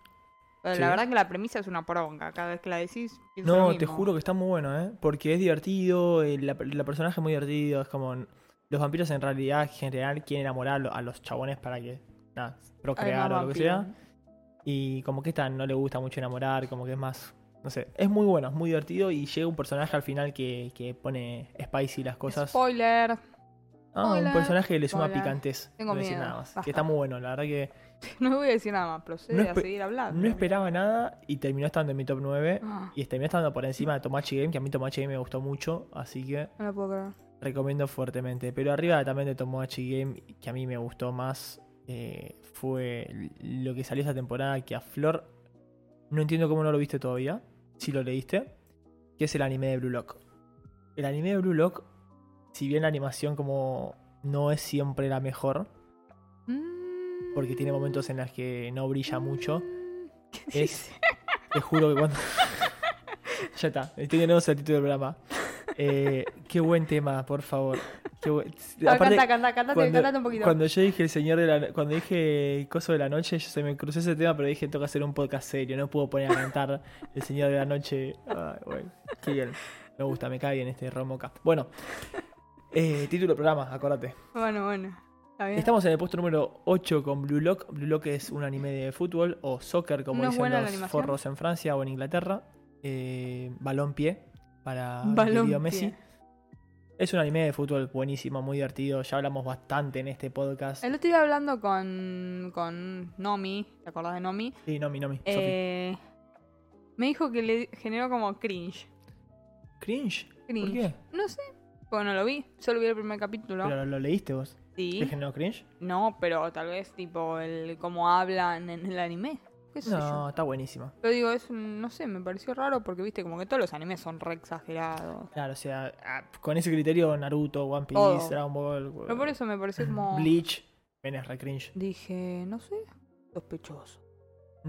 [SPEAKER 2] Pero
[SPEAKER 1] Sí.
[SPEAKER 2] la verdad que la premisa es una poronga. Cada vez que la decís, pienso lo
[SPEAKER 1] No, te
[SPEAKER 2] mismo.
[SPEAKER 1] juro que está muy bueno, ¿eh? Porque es divertido, eh, la, la personaje es muy divertido. Es como. Los vampiros en realidad, en general, quieren enamorar a los chabones para que. Nada,
[SPEAKER 2] Hay
[SPEAKER 1] procrear
[SPEAKER 2] más
[SPEAKER 1] o lo que
[SPEAKER 2] vampiros.
[SPEAKER 1] sea. Y como que esta no le gusta mucho enamorar, como que es más. No sé, es muy bueno, es muy divertido y llega un personaje al final que, que pone spicy las cosas.
[SPEAKER 2] Spoiler.
[SPEAKER 1] Ah, un
[SPEAKER 2] Hola.
[SPEAKER 1] personaje que le suma
[SPEAKER 2] Hola.
[SPEAKER 1] picantes.
[SPEAKER 2] Tengo
[SPEAKER 1] no voy a decir
[SPEAKER 2] miedo.
[SPEAKER 1] nada más. Que
[SPEAKER 2] Basta.
[SPEAKER 1] está muy bueno, la verdad que
[SPEAKER 2] No voy a decir nada más, procede
[SPEAKER 1] No
[SPEAKER 2] a
[SPEAKER 1] espe-
[SPEAKER 2] seguir hablando.
[SPEAKER 1] no esperaba nada y terminó estando en mi top 9.
[SPEAKER 2] Ah,
[SPEAKER 1] Y terminó estando por encima de Tomachi Game, que a mí Tomachi Game me gustó mucho, así que
[SPEAKER 2] no lo puedo creer.
[SPEAKER 1] recomiendo fuertemente. Pero arriba también de Tomachi Game, que a mí me gustó más, eh, fue lo que salió esta temporada, que a Flor, no entiendo cómo no lo viste todavía, si lo leíste, que es el anime de Blue Lock. El anime de Blue Lock, si bien la animación como no es siempre la mejor,
[SPEAKER 2] Mm.
[SPEAKER 1] porque tiene momentos en los que no brilla mucho,
[SPEAKER 2] ¿Qué
[SPEAKER 1] es- Te juro que cuando. ya está, estoy de nuevo el título del programa. Eh, qué buen tema, por favor. Qué buen-
[SPEAKER 2] A ver,
[SPEAKER 1] Aparte,
[SPEAKER 2] Ah, canta, canta, canta,
[SPEAKER 1] cuando-
[SPEAKER 2] un poquito.
[SPEAKER 1] cuando yo dije el señor de la cuando dije el coso de la noche, yo se me cruzó ese tema, pero dije toca hacer un podcast serio, no puedo poner a cantar el señor de la noche. Ay, bueno, qué bien. Me gusta, me cae bien este romoca. Bueno, eh, título del programa, acordate.
[SPEAKER 2] Bueno, bueno. Está bien.
[SPEAKER 1] Estamos en el puesto número 8 con Blue Lock. Blue Lock es un anime de fútbol o soccer, como
[SPEAKER 2] ¿No es
[SPEAKER 1] dicen
[SPEAKER 2] buena la
[SPEAKER 1] los
[SPEAKER 2] animación?
[SPEAKER 1] forros en Francia o en Inglaterra. Eh, balón pie para mi
[SPEAKER 2] Balón
[SPEAKER 1] querido
[SPEAKER 2] pie.
[SPEAKER 1] Messi. Es un anime de fútbol buenísimo, muy divertido. Ya hablamos bastante en este podcast.
[SPEAKER 2] El otro día hablando con, con Nomi, ¿te acordás de Nomi?
[SPEAKER 1] Sí, Nomi, Nomi. Sofi.
[SPEAKER 2] Eh, me dijo que le generó como cringe.
[SPEAKER 1] Cringe. ¿Por
[SPEAKER 2] Cringe.
[SPEAKER 1] qué?
[SPEAKER 2] No sé, porque no lo vi, solo vi el primer capítulo.
[SPEAKER 1] Pero lo leíste vos.
[SPEAKER 2] sí,
[SPEAKER 1] ¿Te generó cringe?
[SPEAKER 2] no, pero tal vez tipo el cómo hablan en el anime. ¿Qué sé
[SPEAKER 1] No,
[SPEAKER 2] yo?
[SPEAKER 1] está buenísimo.
[SPEAKER 2] Pero digo, es, un- no sé, me pareció raro porque viste como que todos los animes son re exagerados.
[SPEAKER 1] Claro, o sea, ah, con ese criterio Naruto, One Piece,
[SPEAKER 2] Todo.
[SPEAKER 1] Dragon Ball,
[SPEAKER 2] Oh. Pero por eso me pareció como...
[SPEAKER 1] Bleach, ven es re cringe.
[SPEAKER 2] Dije, no sé, sospechoso.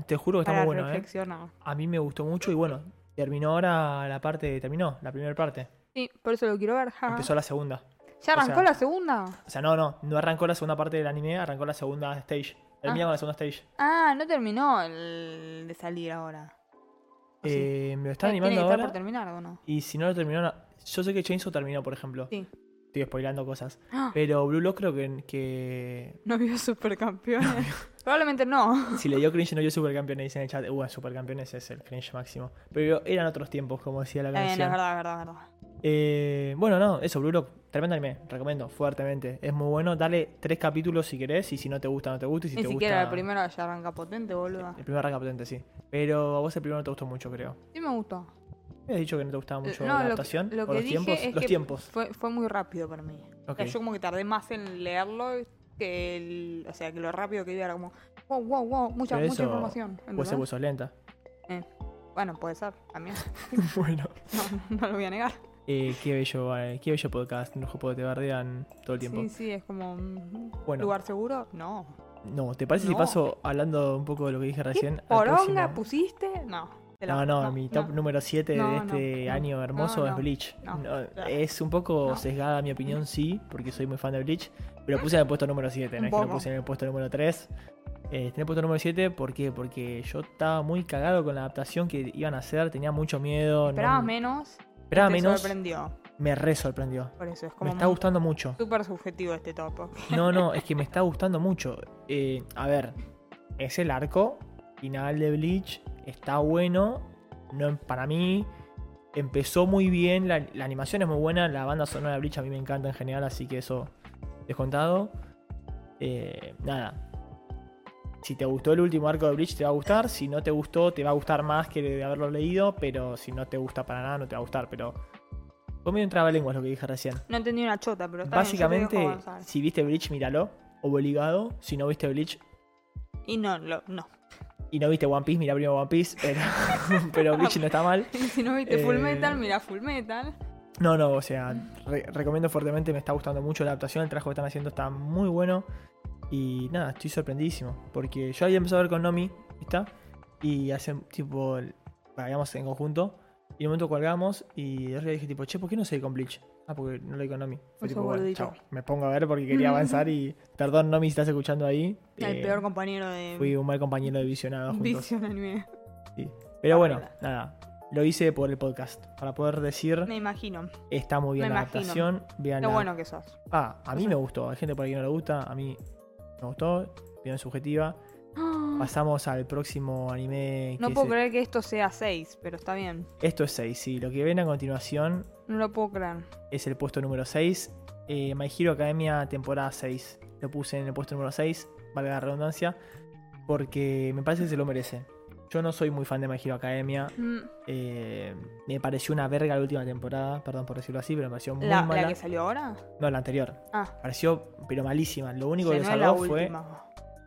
[SPEAKER 1] Te juro que está
[SPEAKER 2] Para
[SPEAKER 1] muy bueno, ¿eh?
[SPEAKER 2] reflexionar.
[SPEAKER 1] a mí me gustó mucho y bueno, terminó ahora la parte, terminó la primera parte.
[SPEAKER 2] Sí, por eso lo quiero ver. ja.
[SPEAKER 1] Empezó la segunda.
[SPEAKER 2] ¿Ya arrancó
[SPEAKER 1] sea-
[SPEAKER 2] la segunda?
[SPEAKER 1] O sea, no, no, no arrancó la segunda parte del anime, arrancó la segunda stage. Termina
[SPEAKER 2] Ah.
[SPEAKER 1] con la segunda stage.
[SPEAKER 2] Ah, no terminó el de salir ahora. Ah, sí.
[SPEAKER 1] Eh, me lo están
[SPEAKER 2] Eh,
[SPEAKER 1] animando
[SPEAKER 2] Tiene que estar por
[SPEAKER 1] ahora.
[SPEAKER 2] terminar o no.
[SPEAKER 1] Y si no lo terminó, no- yo sé que Chainsaw terminó, por ejemplo.
[SPEAKER 2] Sí.
[SPEAKER 1] Estoy spoilando cosas.
[SPEAKER 2] ¡Ah!
[SPEAKER 1] Pero Blue Lock creo que, que
[SPEAKER 2] No vio supercampeones. Probablemente no.
[SPEAKER 1] si le dio cringe no vio Supercampeones, dicen en el chat. Uy, Supercampeones es el cringe máximo. Pero eran otros tiempos, como decía la
[SPEAKER 2] Está bien, Eh, es
[SPEAKER 1] canción.
[SPEAKER 2] verdad, es verdad, es verdad.
[SPEAKER 1] Eh, bueno, no, eso, Blue Lock, tremendo anime, recomiendo fuertemente. Es muy bueno, dale tres capítulos si querés, y si no te gusta, no te gusta, y si
[SPEAKER 2] Ni
[SPEAKER 1] te
[SPEAKER 2] siquiera
[SPEAKER 1] gusta.
[SPEAKER 2] la primera ya arranca potente, boluda.
[SPEAKER 1] El primer arranca potente, sí. Pero a vos el primero no te gustó mucho, creo.
[SPEAKER 2] Sí me gustó.
[SPEAKER 1] Me has dicho que no te gustaba mucho
[SPEAKER 2] Eh,
[SPEAKER 1] la
[SPEAKER 2] lo,
[SPEAKER 1] adaptación.
[SPEAKER 2] lo
[SPEAKER 1] o
[SPEAKER 2] que
[SPEAKER 1] los
[SPEAKER 2] dije
[SPEAKER 1] tiempos.
[SPEAKER 2] es
[SPEAKER 1] los
[SPEAKER 2] que
[SPEAKER 1] tiempos.
[SPEAKER 2] Fue, fue muy rápido para mí. O
[SPEAKER 1] Ok.
[SPEAKER 2] sea, yo como que tardé más en leerlo que el, o sea, que lo rápido que iba era como wow, wow, wow, mucha,
[SPEAKER 1] Pero eso
[SPEAKER 2] mucha información.
[SPEAKER 1] Puede
[SPEAKER 2] ¿entendés?
[SPEAKER 1] ser vos sos lenta.
[SPEAKER 2] Bueno, puede ser, también.
[SPEAKER 1] bueno.
[SPEAKER 2] No, no lo voy a negar.
[SPEAKER 1] Eh, qué bello, eh, qué bello podcast. No juego te bardean todo el tiempo.
[SPEAKER 2] Sí, sí, es como un
[SPEAKER 1] Bueno.
[SPEAKER 2] lugar seguro. No.
[SPEAKER 1] No, ¿te parece si
[SPEAKER 2] No.
[SPEAKER 1] paso hablando un poco de lo que dije recién?
[SPEAKER 2] ¿Qué
[SPEAKER 1] al
[SPEAKER 2] poronga
[SPEAKER 1] próximo?
[SPEAKER 2] pusiste? No. te la-
[SPEAKER 1] No, no, mi top número 7
[SPEAKER 2] No,
[SPEAKER 1] de
[SPEAKER 2] no,
[SPEAKER 1] este
[SPEAKER 2] no,
[SPEAKER 1] año hermoso
[SPEAKER 2] no,
[SPEAKER 1] es
[SPEAKER 2] no,
[SPEAKER 1] Bleach.
[SPEAKER 2] no,
[SPEAKER 1] No,
[SPEAKER 2] no.
[SPEAKER 1] es un poco
[SPEAKER 2] No.
[SPEAKER 1] sesgada mi opinión, sí, porque soy muy fan de Bleach, pero puse en el puesto número 7, no
[SPEAKER 2] Un
[SPEAKER 1] es que lo
[SPEAKER 2] poco.
[SPEAKER 1] puse en el puesto número 3. Eh, en el puesto número 7, ¿por qué? Porque yo estaba muy cagado con la adaptación que iban a hacer, tenía mucho miedo.
[SPEAKER 2] Esperaba
[SPEAKER 1] no,
[SPEAKER 2] menos.
[SPEAKER 1] esperaba
[SPEAKER 2] te
[SPEAKER 1] menos,
[SPEAKER 2] sorprendió.
[SPEAKER 1] me re sorprendió.
[SPEAKER 2] Por eso es
[SPEAKER 1] Me
[SPEAKER 2] como
[SPEAKER 1] está gustando mucho.
[SPEAKER 2] súper subjetivo este topo.
[SPEAKER 1] No, no, es que me está gustando mucho. Eh, a ver, es el arco final de Bleach, está bueno. No, para mí empezó muy bien, la, la animación es muy buena, la banda sonora de Bleach a mí me encanta en general, así que eso descontado. Eh, nada. si te gustó el último arco de Bleach, te va a gustar. Si no te gustó, te va a gustar más que de haberlo leído. Pero si no te gusta para nada, no te va a gustar. Pero fue medio un trabalenguas lo que dije recién.
[SPEAKER 2] No entendí una chota, pero está bien, yo te dejo
[SPEAKER 1] Básicamente,
[SPEAKER 2] avanzar.
[SPEAKER 1] si viste Bleach, míralo. Obligado. Si no viste Bleach
[SPEAKER 2] Y no, lo- no.
[SPEAKER 1] y no viste One Piece, mira primero One Piece. Pero, pero Bleach no está mal.
[SPEAKER 2] si no viste
[SPEAKER 1] Eh,
[SPEAKER 2] Full Metal, mira Full Metal.
[SPEAKER 1] No, no, o sea, re- recomiendo fuertemente, me está gustando mucho la adaptación, el trabajo que están haciendo está muy bueno. Y nada, estoy sorprendidísimo, porque yo había empezado a ver con Nomi, ¿está? Y hace tipo, el- pagamos en conjunto, y en un momento colgamos, y yo dije tipo, che, ¿por qué no seguí con Bleach? Ah, porque no leí con Nomi. Fue
[SPEAKER 2] Sos
[SPEAKER 1] tipo, bueno,
[SPEAKER 2] boludito.
[SPEAKER 1] chao, me pongo a ver porque quería avanzar y, perdón Nomi si estás escuchando ahí.
[SPEAKER 2] el
[SPEAKER 1] eh,
[SPEAKER 2] peor compañero de
[SPEAKER 1] Fui un mal compañero de visionado juntos.
[SPEAKER 2] Vision Anime.
[SPEAKER 1] Pero bueno, nada, lo hice por el podcast, para poder decir,
[SPEAKER 2] Me imagino.
[SPEAKER 1] está muy bien
[SPEAKER 2] me
[SPEAKER 1] la
[SPEAKER 2] imagino.
[SPEAKER 1] adaptación, vean
[SPEAKER 2] Lo bueno que sos.
[SPEAKER 1] Ah, a mí me gustó. Hay gente por ahí que no le gusta. A mí me gustó. Opinión subjetiva. Pasamos al próximo anime.
[SPEAKER 2] No
[SPEAKER 1] Ah, que
[SPEAKER 2] puedo
[SPEAKER 1] es-
[SPEAKER 2] creer que esto sea 6, pero está bien.
[SPEAKER 1] Esto es 6, sí. Lo que ven a continuación
[SPEAKER 2] No lo puedo creer.
[SPEAKER 1] es el puesto número 6. Eh, My Hero Academia, temporada 6. Lo puse en el puesto número 6, valga la redundancia, porque me parece que se lo merece. Yo no soy muy fan de My Hero Academia.
[SPEAKER 2] Mm,
[SPEAKER 1] eh, me pareció una verga la última temporada, perdón por decirlo así, pero me pareció muy
[SPEAKER 2] ¿La, la
[SPEAKER 1] mala.
[SPEAKER 2] que salió ahora?
[SPEAKER 1] No, la anterior.
[SPEAKER 2] Ah,
[SPEAKER 1] Pareció, pero malísima. Lo único que
[SPEAKER 2] se
[SPEAKER 1] lo
[SPEAKER 2] no es la
[SPEAKER 1] salvó fue.
[SPEAKER 2] última.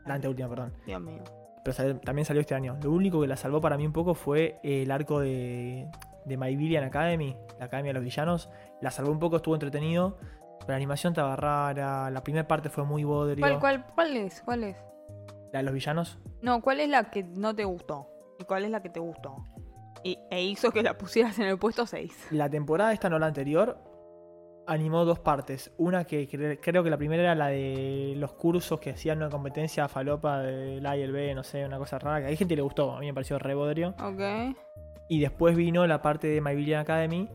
[SPEAKER 1] La anteúltima, perdón.
[SPEAKER 2] Dios mío.
[SPEAKER 1] pero sal- también salió este año. Lo único que la salvó para mí un poco fue eh, el arco de, de My Villain Academy, la Academia de los Villanos. La salvó un poco, estuvo entretenido, pero la animación estaba rara, la primera parte fue muy bodrio.
[SPEAKER 2] ¿Cuál, cuál, ¿Cuál es? ¿Cuál es?
[SPEAKER 1] La de los villanos.
[SPEAKER 2] No, ¿cuál es la que no te gustó? ¿Y cuál es la que te gustó? Y, e hizo que la pusieras en el puesto 6.
[SPEAKER 1] La temporada esta, no la anterior, animó dos partes. Una que cre- creo que la primera era la de los cursos que hacían una competencia falopa del A y el B, no sé, una cosa rara, que a gente le gustó, a mí me pareció re bodrio.
[SPEAKER 2] Ok.
[SPEAKER 1] Y después vino la parte de My Villain Academy,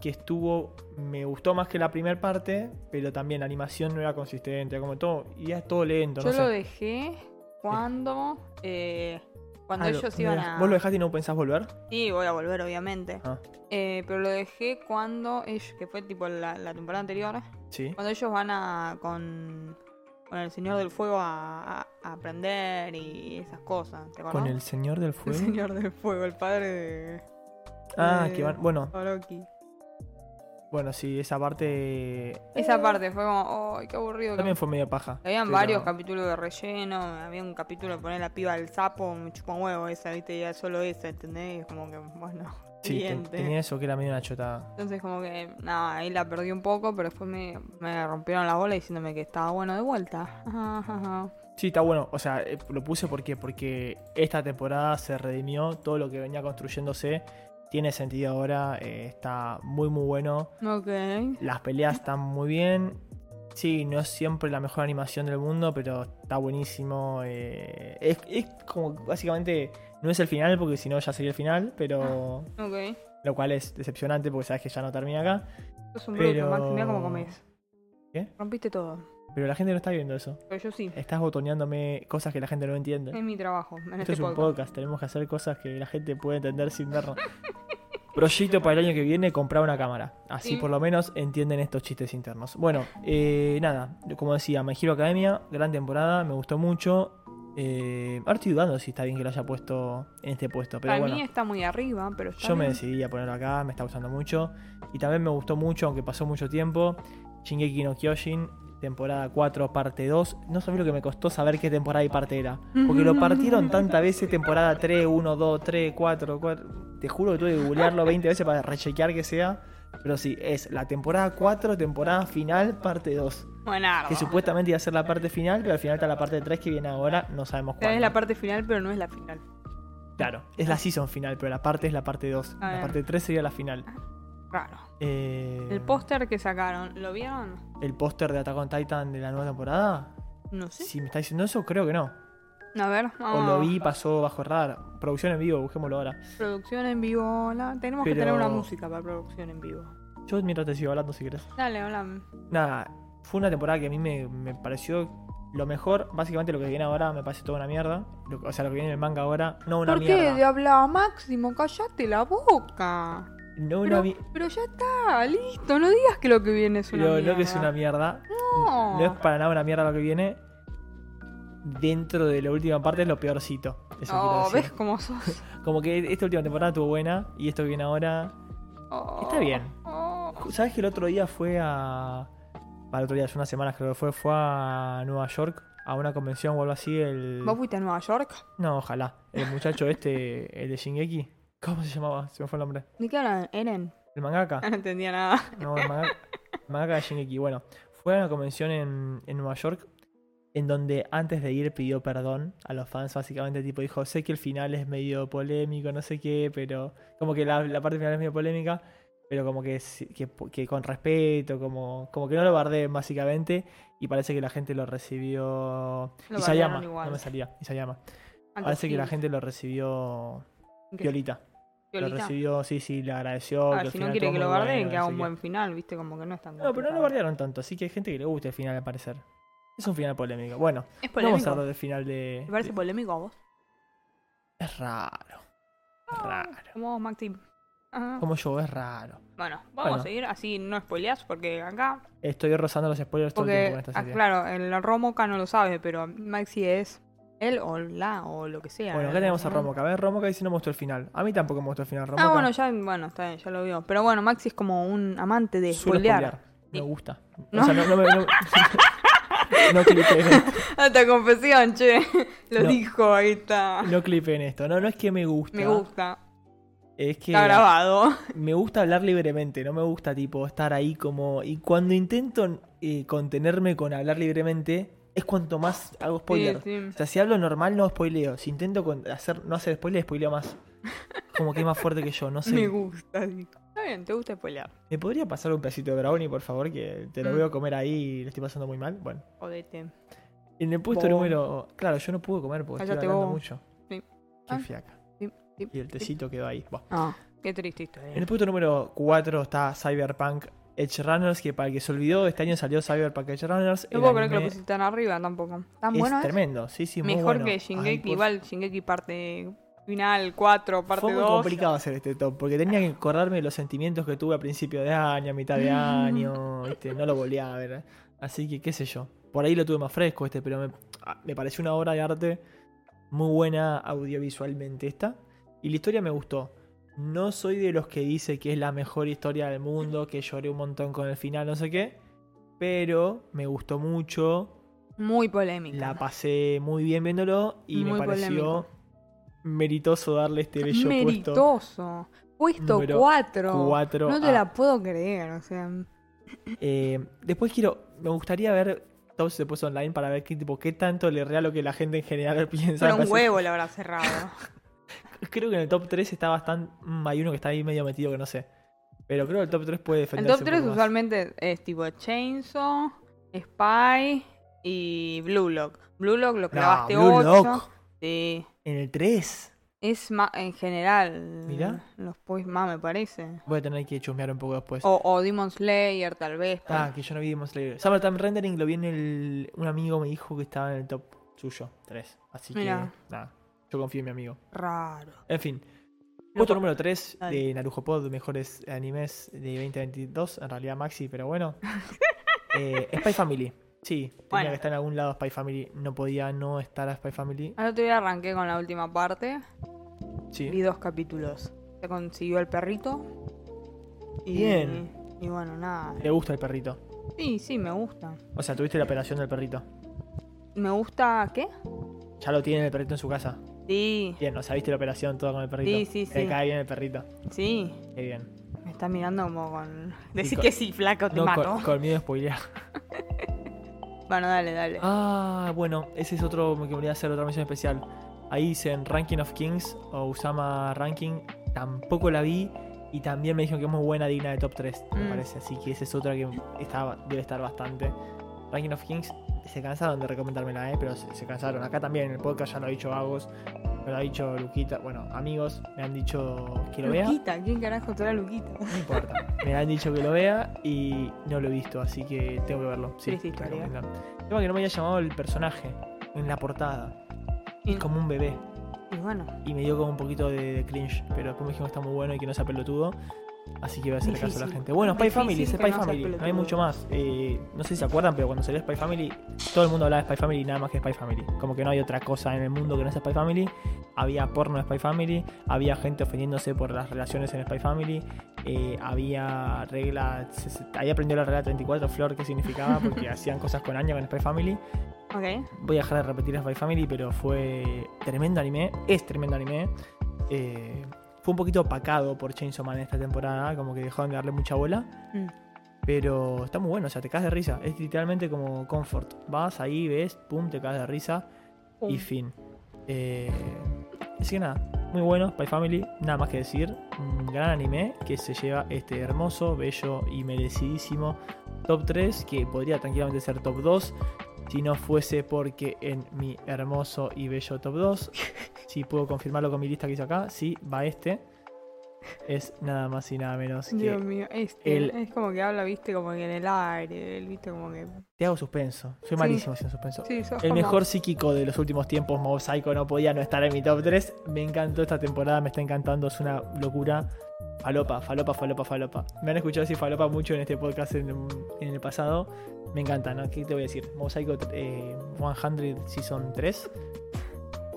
[SPEAKER 1] que estuvo, me gustó más que la primera parte, pero también la animación no era consistente, como todo, y es todo lento.
[SPEAKER 2] Yo
[SPEAKER 1] no
[SPEAKER 2] lo
[SPEAKER 1] sé.
[SPEAKER 2] dejé cuando. eh, cuando
[SPEAKER 1] Ah, lo-
[SPEAKER 2] ellos
[SPEAKER 1] no
[SPEAKER 2] iban
[SPEAKER 1] lo dej-
[SPEAKER 2] a.
[SPEAKER 1] ¿Vos lo dejaste y no pensás volver?
[SPEAKER 2] Sí, voy a volver, obviamente.
[SPEAKER 1] Ah.
[SPEAKER 2] Eh, pero lo dejé cuando ellos. que fue tipo la, la temporada anterior.
[SPEAKER 1] Sí.
[SPEAKER 2] Cuando ellos van a. con. con el Señor del Fuego a, a- a aprender y esas cosas. ¿Te acuerdas?
[SPEAKER 1] Con el Señor del Fuego.
[SPEAKER 2] Señor del Fuego, el padre de.
[SPEAKER 1] Ah,
[SPEAKER 2] de
[SPEAKER 1] que van. Bueno,
[SPEAKER 2] Orochi.
[SPEAKER 1] bueno, sí, esa parte
[SPEAKER 2] Esa parte fue como. ¡Ay, qué aburrido! que
[SPEAKER 1] también fue medio paja.
[SPEAKER 2] Habían
[SPEAKER 1] pero-
[SPEAKER 2] varios capítulos de relleno, había un capítulo de poner la piba al sapo, me chupa un huevo esa, viste, ya solo esa, ¿entendés? Y es como que, bueno,
[SPEAKER 1] Sí, te-
[SPEAKER 2] siguiente.
[SPEAKER 1] tenía eso que era medio una chotada.
[SPEAKER 2] Entonces como que, nada, ahí la perdí un poco, pero después me, me rompieron la bola diciéndome que estaba bueno de vuelta. Ajá, ajá, ajá.
[SPEAKER 1] Sí, está bueno. O sea, eh, lo puse porque, porque esta temporada se redimió todo lo que venía construyéndose. Tiene sentido ahora. eh, está muy, muy bueno.
[SPEAKER 2] Ok.
[SPEAKER 1] Las peleas están muy bien. Sí, no es siempre la mejor animación del mundo, pero está buenísimo. eh, es, es como, básicamente, no es el final, porque si no ya sería el final, pero...
[SPEAKER 2] Ok.
[SPEAKER 1] Lo cual es decepcionante, porque sabes que ya no termina acá.
[SPEAKER 2] Sos un
[SPEAKER 1] Pero-
[SPEAKER 2] bruto, Max, mirá cómo comes.
[SPEAKER 1] ¿Qué?
[SPEAKER 2] Rompiste todo.
[SPEAKER 1] Pero la gente no está viendo eso.
[SPEAKER 2] Pero yo sí.
[SPEAKER 1] Estás botoneándome cosas que la gente no entiende.
[SPEAKER 2] Es mi trabajo, en
[SPEAKER 1] Esto
[SPEAKER 2] este
[SPEAKER 1] es un
[SPEAKER 2] podcast.
[SPEAKER 1] podcast, tenemos que hacer cosas que la gente puede entender sin vernos. Proyecto para el año que viene, comprar una cámara. Así
[SPEAKER 2] Sí.
[SPEAKER 1] por lo menos entienden estos chistes internos. Bueno, eh, nada, como decía, Me Giro Academia, gran temporada, me gustó mucho. Eh, ahora estoy dudando si está bien que lo haya puesto en este puesto, pero
[SPEAKER 2] Para
[SPEAKER 1] bueno.
[SPEAKER 2] mí está muy arriba, pero está
[SPEAKER 1] Yo me
[SPEAKER 2] bien.
[SPEAKER 1] decidí a ponerlo acá, me está gustando mucho. Y también me gustó mucho, aunque pasó mucho tiempo, Shingeki no Kyojin, temporada 4, parte 2. No sabía lo que me costó saber qué temporada y parte era. Porque lo partieron tantas veces, temporada 3, 1, 2, 3, 4, 4. Te juro que tuve que googlearlo 20 veces para rechequear que sea. Pero sí, es la temporada 4, temporada final, parte 2.
[SPEAKER 2] Buenardo.
[SPEAKER 1] Que supuestamente iba a ser la parte final, pero al final está la parte 3 que viene ahora, no sabemos
[SPEAKER 2] O sea,
[SPEAKER 1] cuándo.
[SPEAKER 2] Es la parte final, pero no es la final.
[SPEAKER 1] Claro, es la season final, pero la parte es la parte 2.
[SPEAKER 2] Ah,
[SPEAKER 1] La
[SPEAKER 2] bien.
[SPEAKER 1] parte 3 sería la final.
[SPEAKER 2] Raro.
[SPEAKER 1] Eh,
[SPEAKER 2] El póster que sacaron, ¿lo vieron?
[SPEAKER 1] ¿El póster de Attack on Titan de la nueva temporada?
[SPEAKER 2] No sé.
[SPEAKER 1] Si me está diciendo eso, creo que no.
[SPEAKER 2] A ver,
[SPEAKER 1] O
[SPEAKER 2] vamos.
[SPEAKER 1] lo vi, pasó bajo radar. Producción en vivo, busquémoslo ahora.
[SPEAKER 2] Producción en vivo. la- Tenemos que
[SPEAKER 1] Pero-
[SPEAKER 2] tener una música para producción en vivo.
[SPEAKER 1] Yo mientras te sigo hablando si querés.
[SPEAKER 2] Dale, hola.
[SPEAKER 1] Nada, fue una temporada que a mí me, me pareció lo mejor. Básicamente lo que viene ahora me parece toda una mierda. Lo- o sea, lo que viene en el manga ahora, no una
[SPEAKER 2] ¿Por qué?
[SPEAKER 1] mierda.
[SPEAKER 2] De hablaba Máximo, callate la boca.
[SPEAKER 1] No una
[SPEAKER 2] Pero,
[SPEAKER 1] mi-
[SPEAKER 2] pero ya está, listo. No digas que lo que viene es una
[SPEAKER 1] Lo,
[SPEAKER 2] mierda.
[SPEAKER 1] lo que es una mierda.
[SPEAKER 2] No.
[SPEAKER 1] No es para nada una mierda lo que viene. dentro de la última parte es lo peorcito. Eso
[SPEAKER 2] Oh,
[SPEAKER 1] quiero decir.
[SPEAKER 2] ¿ves cómo sos?
[SPEAKER 1] Como que esta última temporada estuvo buena y esto que viene ahora.
[SPEAKER 2] Oh,
[SPEAKER 1] Está bien.
[SPEAKER 2] oh.
[SPEAKER 1] ¿Sabes que el otro día fue a. Para el otro día, hace unas semanas creo que fue, fue a Nueva York a una convención o algo así. El...
[SPEAKER 2] ¿Vos fuiste a Nueva York?
[SPEAKER 1] No, ojalá. El muchacho este, el de Shingeki. ¿Cómo se llamaba? Se me fue el nombre.
[SPEAKER 2] ¿De qué hablan? ¿Eren?
[SPEAKER 1] El mangaka.
[SPEAKER 2] Ah, No entendía nada.
[SPEAKER 1] No, el manga, el mangaka de Shingeki. Bueno, fue a una convención en, en Nueva York en donde antes de ir pidió perdón a los fans, básicamente, tipo, dijo, sé que el final es medio polémico, no sé qué, pero como que la, la parte final es medio polémica, pero como que, si- que, que con respeto, como, como que no lo bardeen, básicamente, y parece que la gente lo recibió...
[SPEAKER 2] Lo
[SPEAKER 1] Isayama,
[SPEAKER 2] bardearon igual.
[SPEAKER 1] no me salía, Isayama.
[SPEAKER 2] Antes
[SPEAKER 1] Parece que la
[SPEAKER 2] sí.
[SPEAKER 1] gente lo recibió...
[SPEAKER 2] ¿Qué?
[SPEAKER 1] Violita. Lo
[SPEAKER 2] Violita.
[SPEAKER 1] recibió, sí, sí, le agradeció.
[SPEAKER 2] Ah,
[SPEAKER 1] que al
[SPEAKER 2] si
[SPEAKER 1] final
[SPEAKER 2] no quiere
[SPEAKER 1] estuvo
[SPEAKER 2] que
[SPEAKER 1] muy
[SPEAKER 2] lo
[SPEAKER 1] bueno,
[SPEAKER 2] guarden,
[SPEAKER 1] no
[SPEAKER 2] que haga
[SPEAKER 1] sé
[SPEAKER 2] un
[SPEAKER 1] qué.
[SPEAKER 2] buen final, viste, como que no es
[SPEAKER 1] No,
[SPEAKER 2] tan
[SPEAKER 1] pero no lo
[SPEAKER 2] complicado.
[SPEAKER 1] bardearon tanto, así que hay gente que le gusta el final al parecer. Es un final polémico. Bueno,
[SPEAKER 2] Es
[SPEAKER 1] no vamos a
[SPEAKER 2] polémico.
[SPEAKER 1] hablar del final de. este.
[SPEAKER 2] ¿Te parece
[SPEAKER 1] de-
[SPEAKER 2] polémico a vos?
[SPEAKER 1] Es raro. Es
[SPEAKER 2] Ah.
[SPEAKER 1] raro.
[SPEAKER 2] Como vos, Maxi. Ajá.
[SPEAKER 1] Como yo, es raro.
[SPEAKER 2] Bueno, vamos
[SPEAKER 1] Bueno.
[SPEAKER 2] a seguir, así no spoileas, porque acá.
[SPEAKER 1] Estoy rozando los spoilers todo el tiempo
[SPEAKER 2] Porque,
[SPEAKER 1] con esta
[SPEAKER 2] ah,
[SPEAKER 1] serie.
[SPEAKER 2] claro, el Romoca no lo sabe, pero Maxi es él o la o lo que sea. eh,
[SPEAKER 1] Bueno, acá tenemos a Romoca. A ver, Romoca dice no mostró el final. A mí tampoco me mostró el final. Romoca
[SPEAKER 2] Ah, bueno, ya, bueno, está bien, ya lo vio. Pero bueno, Maxi es como un amante de
[SPEAKER 1] suelo
[SPEAKER 2] spoilear.
[SPEAKER 1] Me
[SPEAKER 2] Sí.
[SPEAKER 1] gusta.
[SPEAKER 2] No.
[SPEAKER 1] O sea, no, no me. No, no clipeen esto.
[SPEAKER 2] Hasta confesión, che. Lo
[SPEAKER 1] No.
[SPEAKER 2] dijo, ahí está.
[SPEAKER 1] No clipeen esto. No, no es que me gusta.
[SPEAKER 2] Me gusta.
[SPEAKER 1] Es que.
[SPEAKER 2] Está grabado.
[SPEAKER 1] me gusta hablar libremente, no me gusta tipo estar ahí como... Y cuando intento eh, contenerme con hablar libremente, es cuanto más hago spoiler.
[SPEAKER 2] Sí,
[SPEAKER 1] O
[SPEAKER 2] sí.
[SPEAKER 1] sea, si hablo normal no spoileo, si intento con- hacer, no hacer spoiler, spoileo más. Como que es más fuerte que yo, no sé.
[SPEAKER 2] Me
[SPEAKER 1] Me,
[SPEAKER 2] gusta. sí. Está bien, te gusta spoilear.
[SPEAKER 1] podría pasar un pedacito de brownie, por favor? Que te lo
[SPEAKER 2] Mm.
[SPEAKER 1] veo comer ahí y lo estoy pasando muy mal. Bueno.
[SPEAKER 2] Jodete.
[SPEAKER 1] En el puesto
[SPEAKER 2] Bo.
[SPEAKER 1] número... Claro, yo no pude comer porque
[SPEAKER 2] Cállate
[SPEAKER 1] estoy hablando
[SPEAKER 2] vos.
[SPEAKER 1] mucho.
[SPEAKER 2] Sí.
[SPEAKER 1] Qué
[SPEAKER 2] Ah.
[SPEAKER 1] fiaca.
[SPEAKER 2] Sí, sí,
[SPEAKER 1] Y el
[SPEAKER 2] sí.
[SPEAKER 1] tecito quedó ahí. Buah.
[SPEAKER 2] Ah, qué triste historia.
[SPEAKER 1] En el puesto número 4 está Cyberpunk Edge Runners, que para el que se olvidó, este año salió Cyberpunk Edge Runners.
[SPEAKER 2] No
[SPEAKER 1] El
[SPEAKER 2] puedo creer que lo
[SPEAKER 1] anime
[SPEAKER 2] pusiste tan arriba tampoco. Tan
[SPEAKER 1] es
[SPEAKER 2] bueno ¿eh? es.
[SPEAKER 1] tremendo, sí, sí, muy
[SPEAKER 2] Mejor
[SPEAKER 1] bueno.
[SPEAKER 2] que
[SPEAKER 1] Ay,
[SPEAKER 2] Shingeki.
[SPEAKER 1] por-
[SPEAKER 2] Igual Shingeki parte final 4, parte
[SPEAKER 1] Fue muy
[SPEAKER 2] 2.
[SPEAKER 1] complicado hacer este top, porque tenía que acordarme de los sentimientos que tuve a principio de año, a mitad de
[SPEAKER 2] Mm.
[SPEAKER 1] año, este, no lo volví a ver. Así que, qué sé yo. Por ahí lo tuve más fresco este, pero me, ah, me pareció una obra de arte muy buena audiovisualmente esta. Y la historia me gustó. No soy de los que dice que es la mejor historia del mundo, que lloré un montón con el final, no sé qué. Pero me gustó mucho,
[SPEAKER 2] Muy polémica.
[SPEAKER 1] la pasé muy bien viéndolo y me
[SPEAKER 2] Muy
[SPEAKER 1] pareció
[SPEAKER 2] polémico.
[SPEAKER 1] meritoso darle este bello puesto.
[SPEAKER 2] Meritoso. Puesto
[SPEAKER 1] Número
[SPEAKER 2] 4.
[SPEAKER 1] cuatro
[SPEAKER 2] No te
[SPEAKER 1] a-
[SPEAKER 2] la puedo creer, o sea.
[SPEAKER 1] Eh, después quiero, me gustaría ver todos se puso online para ver qué tipo qué tanto le rea lo que la gente en general piensa.
[SPEAKER 2] Pero un
[SPEAKER 1] Parece-
[SPEAKER 2] huevo le habrá cerrado.
[SPEAKER 1] Creo que en el top 3 está bastante. mm, hay uno que está ahí medio metido que no sé. Pero creo que el top 3 puede
[SPEAKER 2] El
[SPEAKER 1] defenderse.
[SPEAKER 2] top
[SPEAKER 1] un
[SPEAKER 2] 3
[SPEAKER 1] poco más.
[SPEAKER 2] usualmente es tipo Chainsaw, Spy y Blue Lock. Blue Lock lo clavaste
[SPEAKER 1] Blue
[SPEAKER 2] 8.
[SPEAKER 1] Lock.
[SPEAKER 2] Sí.
[SPEAKER 1] En el 3
[SPEAKER 2] Es más, en general.
[SPEAKER 1] Mirá.
[SPEAKER 2] Los pues más me parece.
[SPEAKER 1] voy a tener que chusmear un poco después.
[SPEAKER 2] O, o Demon Slayer, tal vez.
[SPEAKER 1] Ah, que yo no vi Demon Slayer. Summertime Rendering lo vi en el. Un amigo me dijo que estaba en el top suyo, 3. Así
[SPEAKER 2] Mirá.
[SPEAKER 1] que, nada. Yo confío en mi amigo.
[SPEAKER 2] Raro.
[SPEAKER 1] En fin.
[SPEAKER 2] Loco.
[SPEAKER 1] Puesto número 3
[SPEAKER 2] Dale.
[SPEAKER 1] de Narujo Pod, mejores animes de 2022. En realidad Maxi, pero bueno. Eh, Spy Family. Sí, tenía
[SPEAKER 2] Bueno.
[SPEAKER 1] que estar en algún lado Spy Family. No podía no estar a Spy Family.
[SPEAKER 2] Ahora te voy arranqué con la última parte. Vi
[SPEAKER 1] Sí.
[SPEAKER 2] dos capítulos. Se consiguió el perrito. Y,
[SPEAKER 1] Bien.
[SPEAKER 2] Y bueno, nada.
[SPEAKER 1] Le gusta el perrito.
[SPEAKER 2] Sí, sí, me gusta.
[SPEAKER 1] O sea, tuviste la operación del perrito.
[SPEAKER 2] ¿Me gusta qué?
[SPEAKER 1] Ya lo tiene el perrito en su casa.
[SPEAKER 2] Sí,
[SPEAKER 1] Bien, o sea, viste la operación toda con el perrito.
[SPEAKER 2] Sí, sí,
[SPEAKER 1] Le
[SPEAKER 2] sí.
[SPEAKER 1] cae bien el perrito.
[SPEAKER 2] sí.
[SPEAKER 1] Qué bien.
[SPEAKER 2] Me está mirando como con. Decir
[SPEAKER 1] con-
[SPEAKER 2] que sí, flaco, te
[SPEAKER 1] No,
[SPEAKER 2] mato.
[SPEAKER 1] con, con miedo de spoilear.
[SPEAKER 2] Bueno, dale, dale.
[SPEAKER 1] Ah, bueno, ese es otro que quería hacer otra misión especial. Ahí dicen Ranking of Kings o Usama Ranking. Tampoco la vi. Y también me dijeron que es muy buena, digna de top 3, me
[SPEAKER 2] Mm.
[SPEAKER 1] parece. Así que esa es otra que está, debe estar bastante. Ranking of Kings se cansaron de recomendármela, ¿eh? pero se, se cansaron. Acá también en el podcast ya lo ha dicho Agos, me lo ha dicho Luquita. Bueno, amigos me han dicho que lo vea.
[SPEAKER 2] Luquita, ¿quién carajo te era Luquita?
[SPEAKER 1] No importa. Me han dicho que lo vea y no lo he visto, así que tengo que verlo. Sí,
[SPEAKER 2] Triste historia.
[SPEAKER 1] recomiendo. Tema que no me había llamado el personaje en la portada. Es como un bebé.
[SPEAKER 2] Y bueno,
[SPEAKER 1] Y me dio como un poquito de, de cringe. Pero después me dijeron que está muy bueno y que no sea pelotudo. Así que voy a hacer caso a la
[SPEAKER 2] Difícil.
[SPEAKER 1] gente. Bueno, Spy
[SPEAKER 2] Difícil
[SPEAKER 1] Family,
[SPEAKER 2] que
[SPEAKER 1] Spy
[SPEAKER 2] no seas
[SPEAKER 1] Family, no hay
[SPEAKER 2] pelotudo.
[SPEAKER 1] mucho más. Eh, no sé si se acuerdan, pero cuando salió Spy Family, todo el mundo hablaba de Spy Family y nada más que Spy Family. Como que no hay otra cosa en el mundo que no sea Spy Family. Había porno de Spy Family, había gente ofendiéndose por las relaciones en Spy Family, eh, había regla. se- se- Ahí aprendió la regla 34 Flor, qué significaba, porque hacían cosas con Anya con Spy Family.
[SPEAKER 2] Ok.
[SPEAKER 1] Voy a dejar de repetir Spy Family, pero fue tremendo anime, es tremendo anime. Eh, fue un poquito opacado por Chainsaw Man esta temporada, como que dejaron de darle mucha bola.
[SPEAKER 2] Mm.
[SPEAKER 1] Pero está muy bueno, o sea, te caes de risa. Es literalmente como Comfort. Vas ahí, ves, pum, te caes de risa y fin. Eh, así que nada, muy bueno, Spy Family, nada más que decir. Un gran anime que se lleva este hermoso, bello y merecidísimo top 3, que podría tranquilamente ser top 2, si no fuese porque en mi hermoso y bello top 2, si puedo confirmarlo con mi lista que hice acá, sí, va este. Es nada más y nada menos que
[SPEAKER 2] Dios mío, este
[SPEAKER 1] el-
[SPEAKER 2] es como que habla, viste, como que en el aire, el- viste, como que...
[SPEAKER 1] te hago suspenso. Soy malísimo haciendo suspenso.
[SPEAKER 2] Sí, sos
[SPEAKER 1] El
[SPEAKER 2] como-
[SPEAKER 1] mejor psíquico de los últimos tiempos, Mob Psycho, no podía no estar en mi top 3. Me encantó esta temporada, me está encantando, es una locura. Falopa, falopa, falopa, falopa. Me han escuchado decir falopa mucho en este podcast en, en el pasado. Me encanta, ¿no? ¿Qué te voy a decir? Mob Psycho eh, 100 Season 3.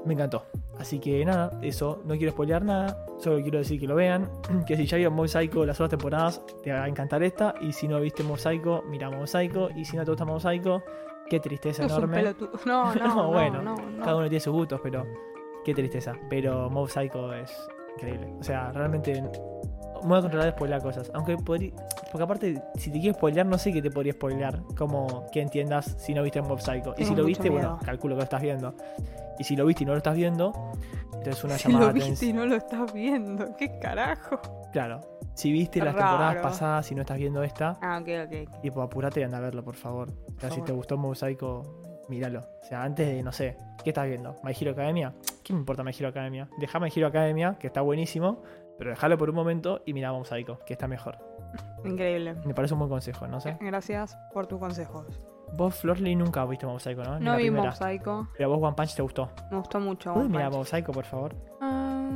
[SPEAKER 1] Me encantó. Así que nada, eso. No quiero spoilear nada. Solo quiero decir que lo vean. Que si ya vieron Mob Psycho las otras temporadas, te va a encantar esta. Y si no viste Mob Psycho, mira Mob Psycho. Y si no te gusta Mob Psycho, qué tristeza
[SPEAKER 2] sos un
[SPEAKER 1] enorme.
[SPEAKER 2] pelotudo. No, no,
[SPEAKER 1] No,
[SPEAKER 2] no,
[SPEAKER 1] bueno,
[SPEAKER 2] no,
[SPEAKER 1] Cada
[SPEAKER 2] no.
[SPEAKER 1] uno tiene sus gustos, pero qué tristeza. Pero Mob Psycho es increíble. O sea, realmente me voy a controlar de spoilear cosas. Aunque podría. Porque aparte, si te quiero spoilear, no sé qué te podría spoilear. Como que entiendas si no viste Mob Psycho. Y
[SPEAKER 2] Tengo
[SPEAKER 1] si lo
[SPEAKER 2] mucho
[SPEAKER 1] viste, bueno,
[SPEAKER 2] miedo.
[SPEAKER 1] calculo que lo estás viendo. Y si lo viste y no lo estás viendo, entonces una
[SPEAKER 2] Si
[SPEAKER 1] llamada
[SPEAKER 2] lo
[SPEAKER 1] de
[SPEAKER 2] viste y
[SPEAKER 1] atención.
[SPEAKER 2] no lo estás viendo, qué carajo.
[SPEAKER 1] Claro. Si viste las
[SPEAKER 2] Raro.
[SPEAKER 1] temporadas pasadas y no estás viendo esta,
[SPEAKER 2] Ah, ok, ok, ok.
[SPEAKER 1] tipo, apurate y anda a verlo, por favor. O sea, si
[SPEAKER 2] favor.
[SPEAKER 1] te gustó Mob Psycho, míralo. O sea, antes de, no sé, ¿qué estás viendo? ¿My Hero Academia? ¿Qué me importa My Hero Academia? Dejá My Hero Academia, que está buenísimo, pero dejalo por un momento y mirá Mob Psycho, que está mejor.
[SPEAKER 2] Increíble.
[SPEAKER 1] Me parece un buen consejo, no sé.
[SPEAKER 2] Gracias por tus consejos.
[SPEAKER 1] Vos, Florly, nunca viste Mob Psycho, ¿no? Ni
[SPEAKER 2] No
[SPEAKER 1] la
[SPEAKER 2] vi
[SPEAKER 1] primera.
[SPEAKER 2] Mob Psycho,
[SPEAKER 1] Pero a vos One Punch te gustó.
[SPEAKER 2] me gustó mucho.
[SPEAKER 1] Uy,
[SPEAKER 2] One
[SPEAKER 1] mira
[SPEAKER 2] Punch.
[SPEAKER 1] Mob Psycho, por favor.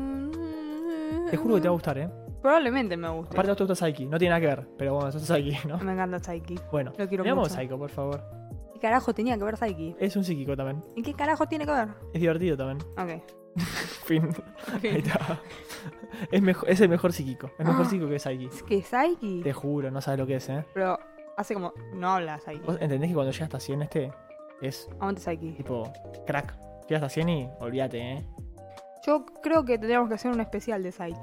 [SPEAKER 2] Ah,
[SPEAKER 1] Te juro que te va a gustar, ¿eh?
[SPEAKER 2] Probablemente me guste.
[SPEAKER 1] Aparte, vos te gusta Psyche. No tiene nada que ver, pero bueno, sos Psyche, ¿no?
[SPEAKER 2] Me encanta Psyche.
[SPEAKER 1] Bueno,
[SPEAKER 2] Lo quiero
[SPEAKER 1] mirá Mob
[SPEAKER 2] mucho.
[SPEAKER 1] Psycho, por favor.
[SPEAKER 2] ¿Qué carajo tenía que ver Psyche?
[SPEAKER 1] Es un psíquico también.
[SPEAKER 2] ¿Y qué carajo tiene que ver?
[SPEAKER 1] Es divertido también.
[SPEAKER 2] Ok.
[SPEAKER 1] Fin. Ahí está. Es, mejo- es el mejor psíquico. Es mejor
[SPEAKER 2] Ah.
[SPEAKER 1] psíquico que Psyche.
[SPEAKER 2] Es que Psyche.
[SPEAKER 1] Te juro, no sabes lo que es, ¿eh?
[SPEAKER 2] Pero hace como. No habla Psyche.
[SPEAKER 1] ¿Vos entendés que cuando llega hasta 100 este es
[SPEAKER 2] Aguante Psyche.
[SPEAKER 1] tipo crack? Llegas hasta 100 y olvídate, ¿eh?
[SPEAKER 2] Yo creo que tendríamos que hacer un especial de Psyche.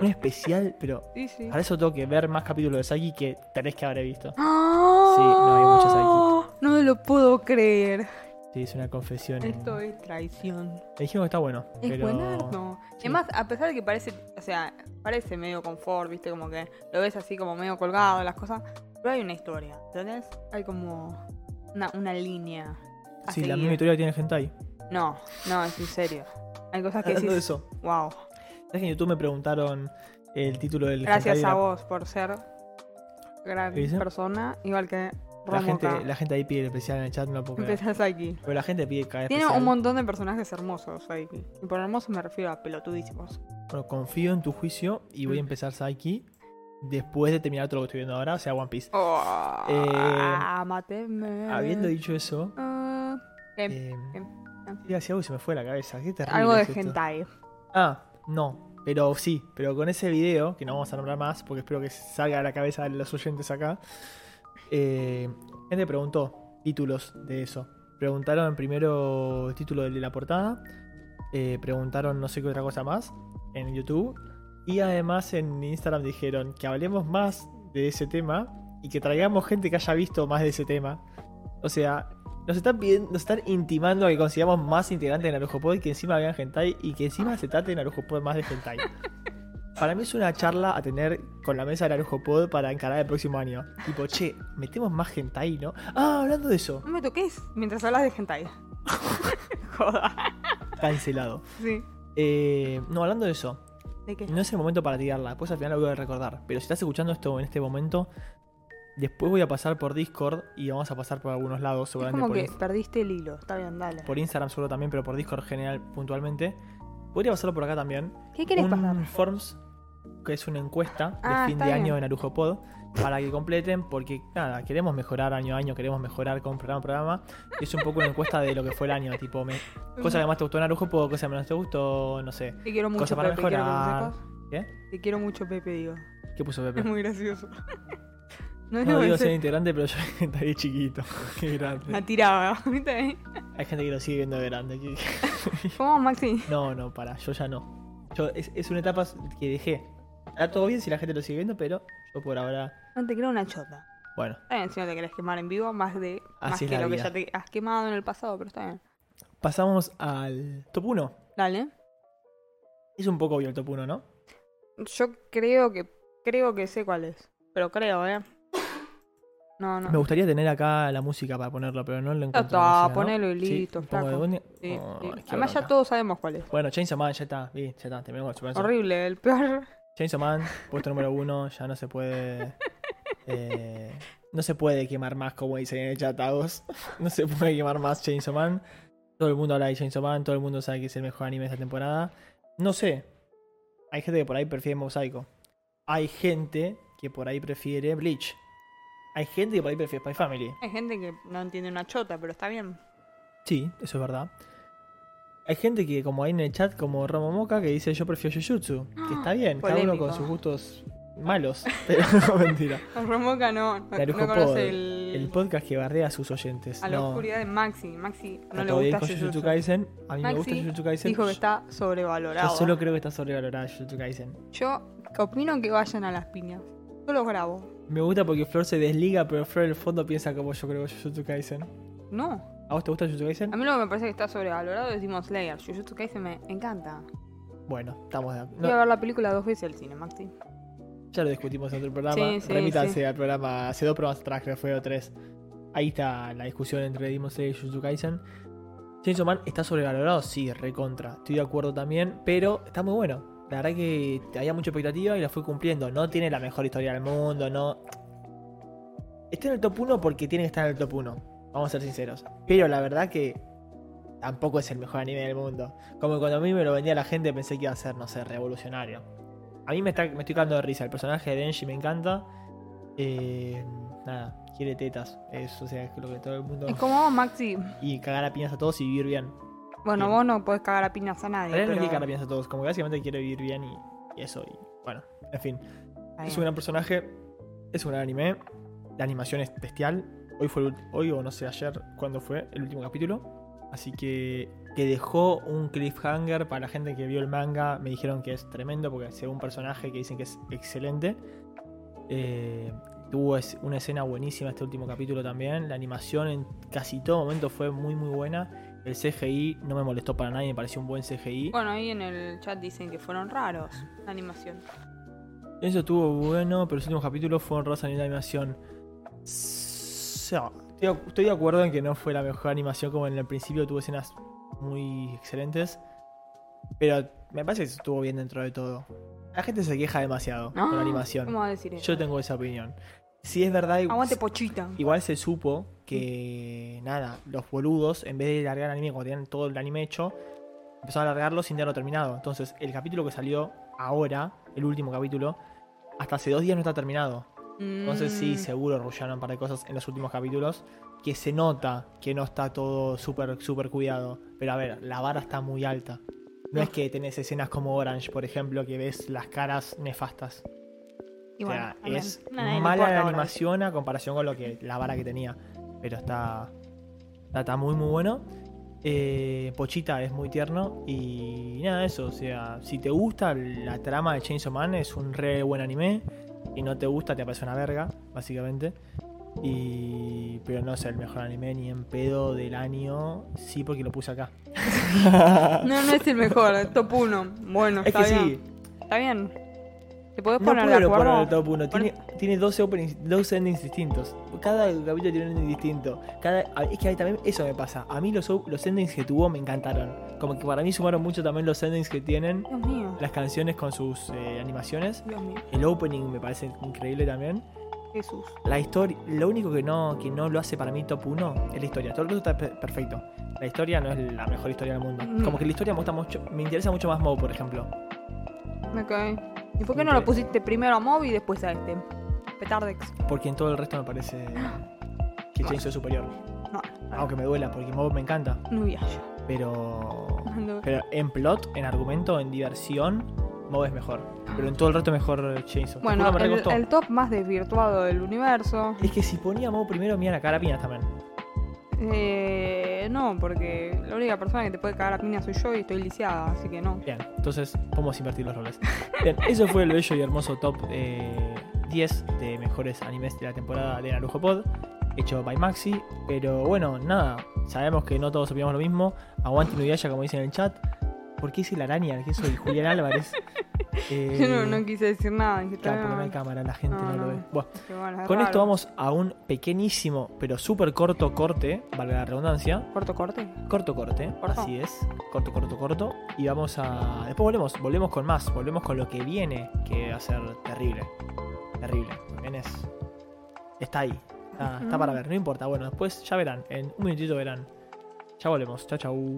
[SPEAKER 1] Un especial, pero
[SPEAKER 2] Sí, sí.
[SPEAKER 1] para eso tengo que ver más capítulos de Psyche que tres que habré visto.
[SPEAKER 2] Sí,
[SPEAKER 1] no, hay mucha Psyche.
[SPEAKER 2] ¡Ah! No me lo puedo creer.
[SPEAKER 1] Sí, es una confesión.
[SPEAKER 2] Esto es traición.
[SPEAKER 1] Me dijeron que está bueno.
[SPEAKER 2] Es
[SPEAKER 1] pero...
[SPEAKER 2] buenardo.
[SPEAKER 1] sí.
[SPEAKER 2] Además, a pesar de que parece, o sea, parece medio confort, viste, como que lo ves así como medio colgado, las cosas, pero hay una historia, ¿entendés? Hay como una, una línea. a
[SPEAKER 1] Sí, la
[SPEAKER 2] seguir.
[SPEAKER 1] misma historia que tiene Hentai.
[SPEAKER 2] No, no, es en serio. Hay cosas que
[SPEAKER 1] Hablando de
[SPEAKER 2] Ah, decís,
[SPEAKER 1] eso.
[SPEAKER 2] wow.
[SPEAKER 1] ¿Sabes que en YouTube me preguntaron el título del hentai
[SPEAKER 2] Gracias
[SPEAKER 1] de
[SPEAKER 2] a
[SPEAKER 1] la-
[SPEAKER 2] vos por ser gran
[SPEAKER 1] ¿Qué dicen?
[SPEAKER 2] persona, igual que
[SPEAKER 1] La gente,
[SPEAKER 2] Romoca.
[SPEAKER 1] la gente ahí pide el especial en el chat, no puedo creer.
[SPEAKER 2] Empezás aquí.
[SPEAKER 1] Pero la gente pide cada
[SPEAKER 2] Tiene
[SPEAKER 1] especial.
[SPEAKER 2] un montón de personajes hermosos ahí. Y por hermosos me refiero a pelotudísimos.
[SPEAKER 1] Bueno, confío en tu juicio y
[SPEAKER 2] Mm.
[SPEAKER 1] voy a empezar Psyche después de terminar todo lo que estoy viendo ahora, o sea, One Piece.
[SPEAKER 2] Oh,
[SPEAKER 1] Eh,
[SPEAKER 2] amateme.
[SPEAKER 1] Habiendo dicho eso,
[SPEAKER 2] Ah, em,
[SPEAKER 1] eh,
[SPEAKER 2] em, em.
[SPEAKER 1] iba a decir algo y se me fue la cabeza. Qué terrible
[SPEAKER 2] algo de
[SPEAKER 1] es esto.
[SPEAKER 2] hentai.
[SPEAKER 1] Ah, no. Pero sí, pero con ese video, que no vamos a nombrar más, porque espero que salga a la cabeza de los oyentes acá, eh, gente preguntó títulos de eso. Preguntaron primero el título de la portada, eh, preguntaron no sé qué otra cosa más en YouTube, y además en Instagram dijeron que hablemos más de ese tema y que traigamos gente que haya visto más de ese tema. O sea, nos están, pidiendo, nos están intimando a que consigamos más integrantes de Narujo Pod y que encima vean hentai y que encima se trate de Narujo Pod más de hentai. Para mí es una charla a tener con la mesa de Narujo Pod para encarar el próximo año. Tipo, che, metemos más hentai, ¿no? Ah, hablando de eso,
[SPEAKER 2] No me toques mientras hablas de hentai. Joda.
[SPEAKER 1] cancelado.
[SPEAKER 2] Sí.
[SPEAKER 1] Eh, no, hablando de eso,
[SPEAKER 2] ¿De qué?
[SPEAKER 1] no es el momento para tirarla, después al final lo voy a recordar. Pero si estás escuchando esto en este momento, después voy a pasar por Discord y vamos a pasar por algunos lados,
[SPEAKER 2] es
[SPEAKER 1] seguramente
[SPEAKER 2] como
[SPEAKER 1] por
[SPEAKER 2] que
[SPEAKER 1] Insta-
[SPEAKER 2] perdiste el hilo. Está bien, dale.
[SPEAKER 1] por Instagram solo también, pero por Discord general puntualmente. Podría pasarlo por acá también.
[SPEAKER 2] ¿Qué querés
[SPEAKER 1] un
[SPEAKER 2] pasar?
[SPEAKER 1] Forms que es una encuesta de
[SPEAKER 2] Ah,
[SPEAKER 1] fin de
[SPEAKER 2] está bien.
[SPEAKER 1] año en Arujo Pod para que completen, porque nada, queremos mejorar año a año, queremos mejorar con programa a programa. Es un poco una encuesta de lo que fue el año, tipo, me, cosa que más te gustó en Arujo Pod, cosa que menos te gustó, no sé.
[SPEAKER 2] Te quiero mucho,
[SPEAKER 1] Cosa para
[SPEAKER 2] Pepe. quiero que lo
[SPEAKER 1] mejorar.
[SPEAKER 2] sepas.
[SPEAKER 1] ¿Qué?
[SPEAKER 2] Te quiero mucho, Pepe, digo.
[SPEAKER 1] ¿Qué puso
[SPEAKER 2] Es
[SPEAKER 1] Pepe?
[SPEAKER 2] muy gracioso. No es
[SPEAKER 1] No digo
[SPEAKER 2] no,
[SPEAKER 1] ser
[SPEAKER 2] se
[SPEAKER 1] integrante, pero yo estaría chiquito. Qué grande.
[SPEAKER 2] La tiraba. ahorita, ¿eh?
[SPEAKER 1] Hay gente que lo sigue viendo de grande. que-
[SPEAKER 2] ¿Cómo, Maxi?
[SPEAKER 1] No, no, para, yo ya no. Yo, es, es una etapa que dejé. Está todo bien si la gente lo sigue viendo, pero yo por ahora,
[SPEAKER 2] No te quiero una chota.
[SPEAKER 1] bueno.
[SPEAKER 2] Está bien, si no te querés quemar en vivo, más de más
[SPEAKER 1] Así es
[SPEAKER 2] que
[SPEAKER 1] la
[SPEAKER 2] lo que
[SPEAKER 1] vida.
[SPEAKER 2] ya te has quemado en el pasado, pero está bien.
[SPEAKER 1] Pasamos al top 1.
[SPEAKER 2] Dale.
[SPEAKER 1] Es un poco obvio el top 1, ¿no?
[SPEAKER 2] Yo creo que creo que sé cuál es, pero creo, ¿eh? No, no.
[SPEAKER 1] Me gustaría tener acá la música para ponerlo, pero no lo
[SPEAKER 2] Ya
[SPEAKER 1] encuentro.
[SPEAKER 2] está,
[SPEAKER 1] música, ¿no?
[SPEAKER 2] ponelo y
[SPEAKER 1] Sí,
[SPEAKER 2] listo,
[SPEAKER 1] un poco de
[SPEAKER 2] flaco.
[SPEAKER 1] Bunny.
[SPEAKER 2] Sí,
[SPEAKER 1] Oh,
[SPEAKER 2] sí.
[SPEAKER 1] qué
[SPEAKER 2] Además ya
[SPEAKER 1] bronca.
[SPEAKER 2] todos sabemos cuál es.
[SPEAKER 1] Bueno, Chainsaw Man, ya está, vi, ya está, terminamos con el Super
[SPEAKER 2] Horrible, el peor.
[SPEAKER 1] Chainsaw Man, puesto número 1, ya no se puede. eh, no se puede quemar más, como dicen en el chat, Agos. No se puede quemar más Chainsaw Man. Todo el mundo habla de Chainsaw Man, todo el mundo sabe que es el mejor anime de esta temporada. No sé. Hay gente que por ahí prefiere Mob Psycho. Hay gente que por ahí prefiere Bleach. Hay gente que por ahí prefiere Spy Family.
[SPEAKER 2] Hay gente que no entiende una chota, pero está bien.
[SPEAKER 1] Sí, eso es verdad. Hay gente que, como hay en el chat, como Romo Moca, que dice yo prefiero Jujutsu. Que está bien, cada uno
[SPEAKER 2] Polémico.
[SPEAKER 1] con sus gustos malos. Pero mentira.
[SPEAKER 2] Romoca no, no,
[SPEAKER 1] Narujo
[SPEAKER 2] no conoce
[SPEAKER 1] Pod,
[SPEAKER 2] el,
[SPEAKER 1] El podcast que bardea a sus oyentes.
[SPEAKER 2] a la
[SPEAKER 1] no,
[SPEAKER 2] oscuridad de Maxi. Maxi
[SPEAKER 1] está
[SPEAKER 2] no le
[SPEAKER 1] todo bien
[SPEAKER 2] gusta
[SPEAKER 1] con Jujutsu
[SPEAKER 2] Jujutsu.
[SPEAKER 1] Kaisen. A mí me gusta
[SPEAKER 2] Maxi
[SPEAKER 1] Jujutsu Kaisen.
[SPEAKER 2] Dijo que está
[SPEAKER 1] Yo
[SPEAKER 2] sobrevalorado. ¿eh?
[SPEAKER 1] solo creo que está sobrevalorada Jujutsu Kaisen.
[SPEAKER 2] Yo opino que vayan a las piñas. Yo los grabo.
[SPEAKER 1] Me gusta porque Flor se desliga, pero Flor en el fondo piensa como yo creo Jujutsu Kaisen.
[SPEAKER 2] No.
[SPEAKER 1] ¿A vos te gusta Jujutsu Kaisen?
[SPEAKER 2] A mí lo que me parece que está sobrevalorado es Demon Slayer. Jujutsu Kaisen me encanta.
[SPEAKER 1] Bueno, estamos de acuerdo.
[SPEAKER 2] Voy a ver la película dos veces al cine, Maxi.
[SPEAKER 1] Ya lo discutimos en otro programa.
[SPEAKER 2] Sí, sí,
[SPEAKER 1] Remítanse
[SPEAKER 2] sí.
[SPEAKER 1] al programa. Hace dos programas atrás, creo que fue o tres. Ahí está la discusión entre Demon Slayer y Jujutsu Kaisen. Chainsaw Man está sobrevalorado, sí, recontra. Estoy de acuerdo también, pero está muy bueno. La verdad que había mucha expectativa y la fui cumpliendo. No tiene la mejor historia del mundo, no. Está en el top 1 porque tiene que estar en el top 1. Vamos a ser sinceros. Pero la verdad que tampoco es el mejor anime del mundo. Como que cuando a mí me lo vendía la gente pensé que iba a ser, no sé, revolucionario. A mí me, está, me estoy cagando de risa. El personaje de Denji me encanta. Eh, nada, quiere tetas. Eso, o sea, es lo que todo el mundo.
[SPEAKER 2] Es como vos, Maxi.
[SPEAKER 1] Y cagar a piñas a todos y vivir bien.
[SPEAKER 2] Bueno,
[SPEAKER 1] Bien.
[SPEAKER 2] vos no podés cagar a piñas a nadie.
[SPEAKER 1] En realidad no
[SPEAKER 2] pero-
[SPEAKER 1] quiere cagar a piñas a todos. Como que básicamente quiere vivir bien y, y eso. Y bueno, en fin.
[SPEAKER 2] Está
[SPEAKER 1] Es
[SPEAKER 2] bien.
[SPEAKER 1] un gran personaje. Es un gran anime. La animación es bestial. Hoy fue el ult- hoy o no sé ayer cuándo fue el último capítulo. Así que que dejó un cliffhanger para la gente que vio el manga. Me dijeron que es tremendo porque según un personaje que dicen que es excelente. Eh, tuvo es- una escena buenísima este último capítulo también. La animación en casi todo momento fue muy muy buena. El CGI no me molestó para nadie, me pareció un buen CGI.
[SPEAKER 2] Bueno, ahí en el chat dicen que fueron raros la animación.
[SPEAKER 1] Eso estuvo bueno, pero los últimos capítulos fueron rosa en la animación. S- ah, estoy de- Estoy de acuerdo en que no fue la mejor animación como en el principio, tuvo escenas muy excelentes. Pero me parece que estuvo bien dentro de todo. La gente se queja demasiado
[SPEAKER 2] No,
[SPEAKER 1] con la animación.
[SPEAKER 2] ¿Cómo vas a decir eso?
[SPEAKER 1] Yo tengo esa opinión. Si es verdad, igu-
[SPEAKER 2] Aguante pochita.
[SPEAKER 1] igual se supo que nada, los boludos, en vez de largar el anime cuando tenían todo el anime hecho, empezaron a largarlo sin tenerlo terminado. Entonces, el capítulo que salió ahora, el último capítulo, hasta hace dos días no está terminado. Entonces,
[SPEAKER 2] Mm.
[SPEAKER 1] sí, seguro rullaron un par de cosas en los últimos capítulos que se nota que no está todo súper, súper cuidado. Pero a ver, la vara está muy alta. No es que tenés escenas como Orange, por ejemplo, que ves las caras nefastas.
[SPEAKER 2] Y
[SPEAKER 1] O
[SPEAKER 2] bueno,
[SPEAKER 1] sea,
[SPEAKER 2] también.
[SPEAKER 1] es
[SPEAKER 2] Nada, no
[SPEAKER 1] mala
[SPEAKER 2] importa
[SPEAKER 1] la
[SPEAKER 2] ahora.
[SPEAKER 1] animación a comparación con lo que la vara que tenía. Pero está. Está, está muy muy bueno. Eh, Pochita es muy tierno. Y nada, eso. O sea, si te gusta la trama de Chainsaw Man, es un re buen anime. Y no te gusta, te parece una verga, básicamente. Y. Pero no es el mejor anime ni en pedo del año. Sí, porque lo puse acá.
[SPEAKER 2] No, no es el mejor, el top 1. Bueno,
[SPEAKER 1] es
[SPEAKER 2] está
[SPEAKER 1] que
[SPEAKER 2] bien.
[SPEAKER 1] sí.
[SPEAKER 2] Está bien. ¿Te podés
[SPEAKER 1] No
[SPEAKER 2] poner de
[SPEAKER 1] puedo
[SPEAKER 2] acuerdo?
[SPEAKER 1] poner el top 1. Tiene, tiene 12, openings- 12 endings distintos. Cada capítulo tiene un ending distinto. Cada, a- es que a mí también eso me pasa. A mí los, o- los endings que tuvo me encantaron. Como que para mí sumaron mucho también los endings que tienen.
[SPEAKER 2] Dios mío.
[SPEAKER 1] Las canciones con sus eh, animaciones.
[SPEAKER 2] Dios mío.
[SPEAKER 1] El opening me parece increíble también.
[SPEAKER 2] Jesús.
[SPEAKER 1] La historia, lo único que no, que no lo hace para mí top 1 es la historia. Todo el resto está pe- perfecto. La historia no es la mejor historia del mundo.
[SPEAKER 2] Mm.
[SPEAKER 1] Como que la historia me gusta mucho, me interesa mucho más Moe, por ejemplo.
[SPEAKER 2] Ok. ¿Y por qué no lo pusiste primero a Moby y después a este? Petardex.
[SPEAKER 1] Porque en todo el resto me parece que
[SPEAKER 2] No.
[SPEAKER 1] Chainsaw es superior.
[SPEAKER 2] No, no,
[SPEAKER 1] Aunque me duela, porque Mob me encanta.
[SPEAKER 2] no viajo.
[SPEAKER 1] Pero.
[SPEAKER 2] No.
[SPEAKER 1] Pero en plot, en argumento, en diversión, Mob es mejor. Pero en todo el resto mejor Chainsaw. Te juro,
[SPEAKER 2] Bueno,
[SPEAKER 1] me re
[SPEAKER 2] el,
[SPEAKER 1] costó.
[SPEAKER 2] el top más desvirtuado del universo.
[SPEAKER 1] Es que si ponía Mob primero, mira la cara piñas también.
[SPEAKER 2] Eh, no, porque la única persona que te puede cagar a piña soy yo y estoy lisiada, así que no.
[SPEAKER 1] Bien, entonces podemos invertir los roles. Bien, eso fue el bello y hermoso top eh, 10 de mejores animes de la temporada de Narujo Pod, hecho by Maxi. Pero bueno, nada, sabemos que no todos opinamos lo mismo. Aguante Nuyasha, como dicen en el chat. ¿Por qué hice la araña? ¿Qué soy? Julián Álvarez. Eh,
[SPEAKER 2] Yo no, no quise decir nada. dije,
[SPEAKER 1] claro, porque
[SPEAKER 2] "Ah,
[SPEAKER 1] no hay cámara, la gente no,
[SPEAKER 2] No,
[SPEAKER 1] lo
[SPEAKER 2] no.
[SPEAKER 1] ve. Bueno,
[SPEAKER 2] qué bueno, es
[SPEAKER 1] con esto
[SPEAKER 2] raro".
[SPEAKER 1] vamos a un pequeñísimo, pero súper corto corte, valga la redundancia.
[SPEAKER 2] ¿Corto corte?
[SPEAKER 1] Corto corte,
[SPEAKER 2] Corto.
[SPEAKER 1] así es. Corto, corto, corto. Y vamos a. Después volvemos, volvemos con más, volvemos con lo que viene, que va a ser terrible. Terrible. También es. Está ahí. Está, está para ver, no importa. Bueno, después ya verán. En un minutito verán. Ya volvemos. Chau, chau.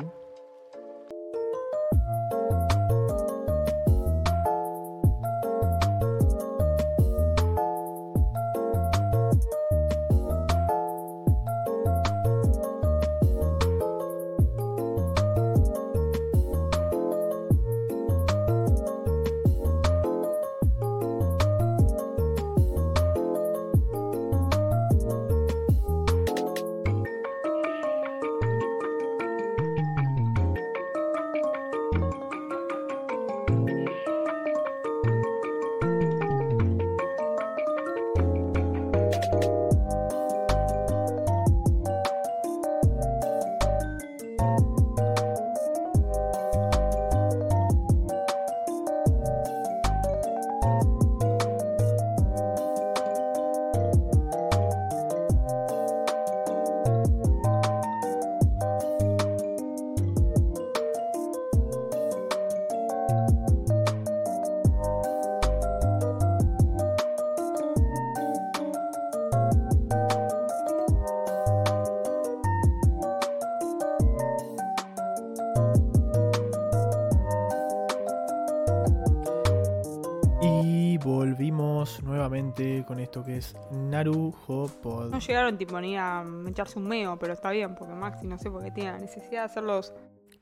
[SPEAKER 1] Y volvimos nuevamente con esto que es Narujo Pod.
[SPEAKER 2] No llegaron tipo ni a echarse un meo, pero está bien, porque Maxi no sé por qué tiene la necesidad de hacer los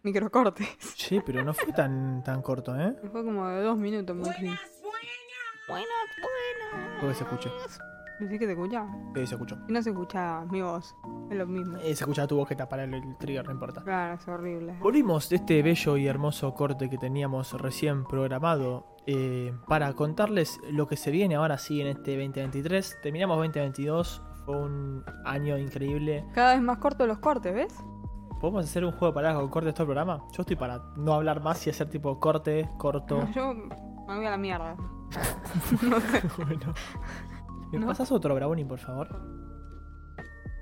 [SPEAKER 2] microcortes.
[SPEAKER 1] Che, pero no fue tan, tan corto, ¿eh?
[SPEAKER 2] Fue como de dos minutos, Maxi. Buenas,
[SPEAKER 1] Creo que
[SPEAKER 2] buenas.
[SPEAKER 1] se escuche.
[SPEAKER 2] ¿Decís que te escucha?
[SPEAKER 1] Sí, se escuchó.
[SPEAKER 2] Y no se escucha mi voz. Es lo mismo.
[SPEAKER 1] Eh, se escuchaba tu voz que para el, el trigger, no importa.
[SPEAKER 2] Claro, es horrible.
[SPEAKER 1] Volvimos de este bello y hermoso corte que teníamos recién programado eh, para contarles lo que se viene ahora sí en este 2023. Terminamos 2022, fue un año increíble.
[SPEAKER 2] Cada vez más cortos los cortes, ¿ves?
[SPEAKER 1] ¿Podemos hacer un juego de palabras con cortes todo el programa? Yo estoy para no hablar más y hacer tipo corte, corto.
[SPEAKER 2] Yo me voy a la mierda. no sé.
[SPEAKER 1] bueno. ¿Me
[SPEAKER 2] No.
[SPEAKER 1] pasas otro Bravoni, por favor?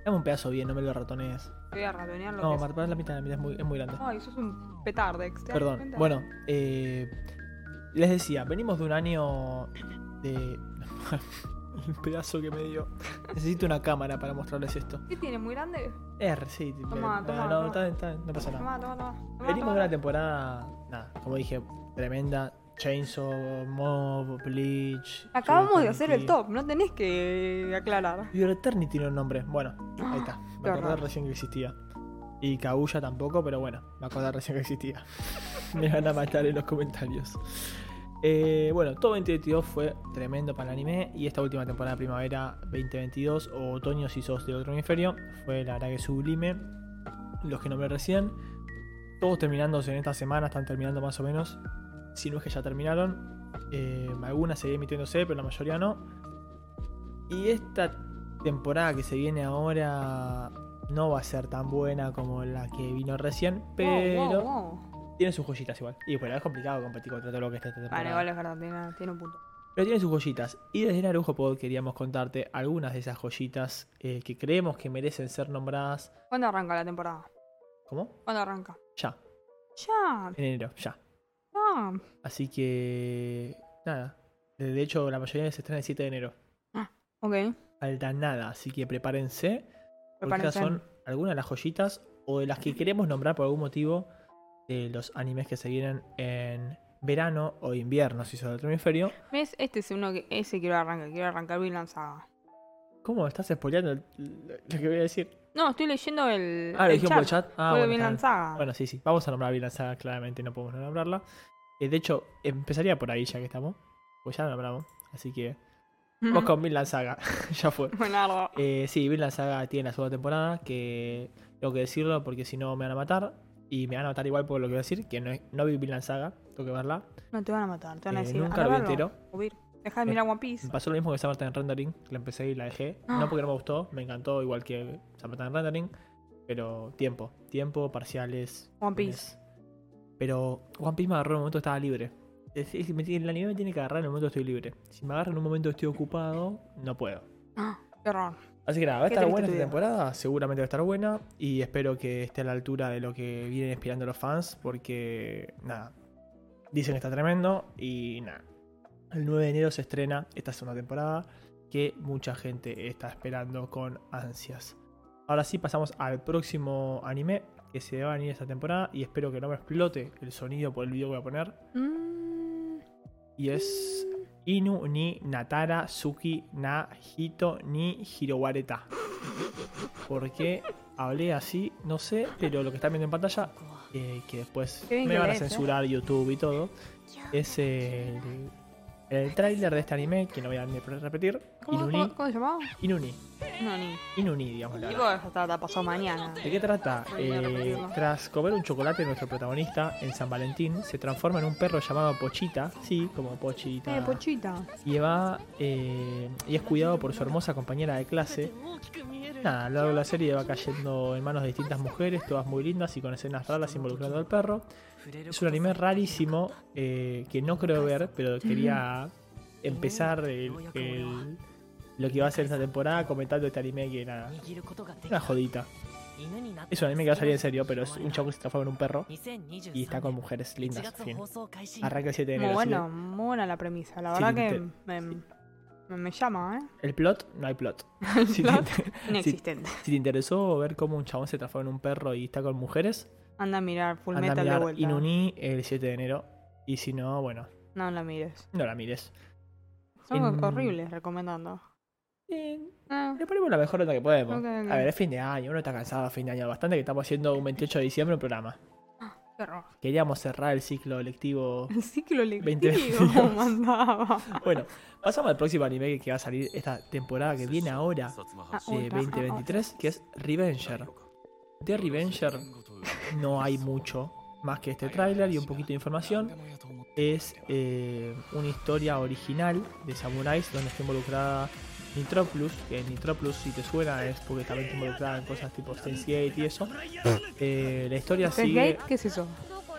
[SPEAKER 1] Dame un pedazo bien, no me lo ratonees.
[SPEAKER 2] Voy a ratonear lo
[SPEAKER 1] No,
[SPEAKER 2] que es.
[SPEAKER 1] Marta, la mitad, la mitad es muy, es muy grande.
[SPEAKER 2] Ay, sos un petardex. ¿te das
[SPEAKER 1] Perdón.
[SPEAKER 2] cuenta?
[SPEAKER 1] Bueno, eh, les decía, venimos de un año de... El pedazo que me dio. Necesito una cámara para mostrarles esto.
[SPEAKER 2] ¿Qué tiene? ¿Muy grande?
[SPEAKER 1] R, sí.
[SPEAKER 2] Toma,
[SPEAKER 1] no,
[SPEAKER 2] toma,
[SPEAKER 1] no,
[SPEAKER 2] toma.
[SPEAKER 1] está- está- no pasa nada.
[SPEAKER 2] Toma, toma, toma. Tomá,
[SPEAKER 1] Venimos de
[SPEAKER 2] tomá.
[SPEAKER 1] una temporada, nada, como dije, tremenda. Chainsaw, Mob, Bleach.
[SPEAKER 2] Acabamos de
[SPEAKER 1] Shuriken
[SPEAKER 2] hacer el
[SPEAKER 1] Kid.
[SPEAKER 2] top, no tenés que aclarar.
[SPEAKER 1] Your Eternity tiene un nombre. Bueno, ahí está. Me
[SPEAKER 2] Ah, qué
[SPEAKER 1] acordé
[SPEAKER 2] horror.
[SPEAKER 1] recién que existía. Y Kaguya tampoco, pero bueno, me acordé recién que existía. me van a matar en los comentarios. Eh, bueno, todo 2022 fue tremendo para el anime. Y esta última temporada de primavera 2022, o otoño si sos de otro hemisferio, fue la verdad que sublime. Los que nombré recién. Todos terminándose en esta semana, están terminando más o menos. Si no es que ya terminaron. Eh, algunas seguirán emitiéndose, pero la mayoría no. Y esta temporada que se viene ahora no va a ser tan buena como la que vino recién, pero
[SPEAKER 2] Wow, wow, wow.
[SPEAKER 1] tiene sus joyitas igual. Y bueno, es complicado competir contra todo lo que está esta temporada.
[SPEAKER 2] Vale, igual es verdad, tiene, tiene un punto.
[SPEAKER 1] Pero tiene sus joyitas. Y desde Narujo Pod queríamos contarte algunas de esas joyitas eh, que creemos que merecen ser nombradas.
[SPEAKER 2] ¿Cuándo arranca la temporada?
[SPEAKER 1] ¿Cómo?
[SPEAKER 2] ¿Cuándo arranca?
[SPEAKER 1] Ya,
[SPEAKER 2] Ya,
[SPEAKER 1] en enero, ya.
[SPEAKER 2] ya.
[SPEAKER 1] Así que. Nada. De hecho, la mayoría se estrena el 7 de enero.
[SPEAKER 2] Ok,
[SPEAKER 1] Falta nada, así que prepárense. Porque estas
[SPEAKER 2] prepárense.
[SPEAKER 1] son algunas de las joyitas o de las que queremos nombrar por algún motivo de los animes que se vienen en verano o invierno, si sos del otro hemisferio.
[SPEAKER 2] ¿Ves? Este es uno que. Ese quiero arrancar, quiero arrancar bien lanzada.
[SPEAKER 1] ¿Cómo estás spoileando el- lo lo que voy a decir?
[SPEAKER 2] No, estoy leyendo el.
[SPEAKER 1] Ah,
[SPEAKER 2] el
[SPEAKER 1] lo dijeron por el chat. Ah,
[SPEAKER 2] Fue
[SPEAKER 1] bueno,
[SPEAKER 2] bien
[SPEAKER 1] está bien.
[SPEAKER 2] lanzada.
[SPEAKER 1] Bueno, sí, sí. Vamos a nombrar a Bill Lanzaga, claramente no podemos no nombrarla. Eh, de hecho, empezaría por ahí ya que estamos. Pues ya la nombramos. Así que. Vos con Bill Lanzaga. ya fue.
[SPEAKER 2] Buenardo.
[SPEAKER 1] Eh, sí, Bill Lanzaga tiene la segunda temporada. Que tengo que decirlo porque si no me van a matar. Y me van a matar igual por lo que voy a decir. Que no, no vi Bill Lanzaga. Tengo que verla.
[SPEAKER 2] No ah, te van a matar, te van a
[SPEAKER 1] Eh,
[SPEAKER 2] decir.
[SPEAKER 1] nunca lo vi
[SPEAKER 2] "Agarralo,
[SPEAKER 1] entero.
[SPEAKER 2] Ovir, Deja de
[SPEAKER 1] Me-
[SPEAKER 2] mirar One
[SPEAKER 1] Me
[SPEAKER 2] Piece.
[SPEAKER 1] pasó lo mismo que Samantha en Rendering. que La empecé y la dejé.
[SPEAKER 2] Ah.
[SPEAKER 1] No porque no me gustó. Me encantó igual que Samantha en Rendering. Pero tiempo. Tiempo, parciales,
[SPEAKER 2] One Piece.
[SPEAKER 1] Pero One Piece me agarró en un momento que estaba libre. Es- es- me tiene- el anime me tiene que agarrar en el momento que estoy libre. Si me agarra en un momento que estoy ocupado, no puedo.
[SPEAKER 2] Ah, qué horror.
[SPEAKER 1] Así que nada, va a
[SPEAKER 2] Qué
[SPEAKER 1] estar
[SPEAKER 2] triste
[SPEAKER 1] buena esta
[SPEAKER 2] tu vida.
[SPEAKER 1] temporada, seguramente va a estar buena y espero que esté a la altura de lo que vienen esperando los fans porque, nada, dicen que está tremendo y nada. El 9 de enero se estrena esta segunda temporada que mucha gente está esperando con ansias. Ahora sí pasamos al próximo anime que se va a venir esta temporada y espero que no me explote el sonido por el video que voy a poner
[SPEAKER 2] Mm,
[SPEAKER 1] y es Inu ni Natara Suki na Hito ni Hirowareta. ¿Por qué hablé así? No sé, pero lo que están viendo en pantalla, eh, que después
[SPEAKER 2] Qué bien
[SPEAKER 1] me
[SPEAKER 2] que
[SPEAKER 1] van a
[SPEAKER 2] lees, ¿eh?
[SPEAKER 1] censurar YouTube y todo, es el, el tráiler de este anime, que no voy a ni repetir,
[SPEAKER 2] ¿Cómo,
[SPEAKER 1] Inuni,
[SPEAKER 2] cómo, cómo se llamaba?
[SPEAKER 1] Inuni,
[SPEAKER 2] No, ni.
[SPEAKER 1] Inuni, digamos la
[SPEAKER 2] Digo, hasta hasta pasado mañana.
[SPEAKER 1] ¿De qué
[SPEAKER 2] Ah,
[SPEAKER 1] trata? Eh, tras comer un chocolate, nuestro protagonista, en San Valentín, se transforma en un perro llamado Pochita, sí, como Pochita,
[SPEAKER 2] Eh, Pochita.
[SPEAKER 1] y va eh, y es cuidado por su hermosa compañera de clase. Nada, a lo largo de la serie va cayendo en manos de distintas mujeres, todas muy lindas y con escenas raras involucrando al perro. Es un anime rarísimo eh, que no creo ver, pero quería empezar el- el- lo que iba a ser esta temporada comentando este anime que era una jodita. Es un anime que va a salir en serio, pero es un chavo que se transforma en un perro y está con mujeres lindas. Fin. Arranca el 7 de
[SPEAKER 2] Muy
[SPEAKER 1] enero. así que
[SPEAKER 2] bueno, muy buena la premisa. La
[SPEAKER 1] Sí,
[SPEAKER 2] verdad
[SPEAKER 1] te-
[SPEAKER 2] que me, me- me llama, ¿eh?
[SPEAKER 1] El plot, no hay plot. Si te-
[SPEAKER 2] plot? Inexistente.
[SPEAKER 1] Si te interesó ver cómo un chabón se transforma en un perro y está con mujeres,
[SPEAKER 2] Anda a mirar Full
[SPEAKER 1] anda a
[SPEAKER 2] Metal de
[SPEAKER 1] mirar
[SPEAKER 2] vuelta.
[SPEAKER 1] Inuni el 7 de enero. Y si no, bueno,
[SPEAKER 2] No la mires.
[SPEAKER 1] no la mires.
[SPEAKER 2] Son
[SPEAKER 1] En-
[SPEAKER 2] horribles recomendando.
[SPEAKER 1] Eh,
[SPEAKER 2] Ah,
[SPEAKER 1] le ponemos la mejor nota que podemos.
[SPEAKER 2] Ok, ok.
[SPEAKER 1] A ver, es fin de año, uno está cansado a fin de año. Bastante que estamos haciendo un 28 de diciembre un programa.
[SPEAKER 2] qué horror.
[SPEAKER 1] Queríamos cerrar el ciclo lectivo.
[SPEAKER 2] El ciclo
[SPEAKER 1] Veinte
[SPEAKER 2] lectivo
[SPEAKER 1] videos.
[SPEAKER 2] mandaba.
[SPEAKER 1] Bueno, pasamos al próximo anime que va a salir esta temporada que viene ahora, eh,
[SPEAKER 2] Ah,
[SPEAKER 1] de
[SPEAKER 2] otra.
[SPEAKER 1] 2023, que es Revenger. De Revenger no hay mucho más que este tráiler y un poquito de información. es eh, una historia original de samuráis donde está involucrada Nitroplus, que Nitroplus si te suena es porque también está involucrada en cosas tipo Sense8 y eso. Eh, la historia
[SPEAKER 2] ¿El
[SPEAKER 1] sigue...
[SPEAKER 2] gate? ¿Qué es eso?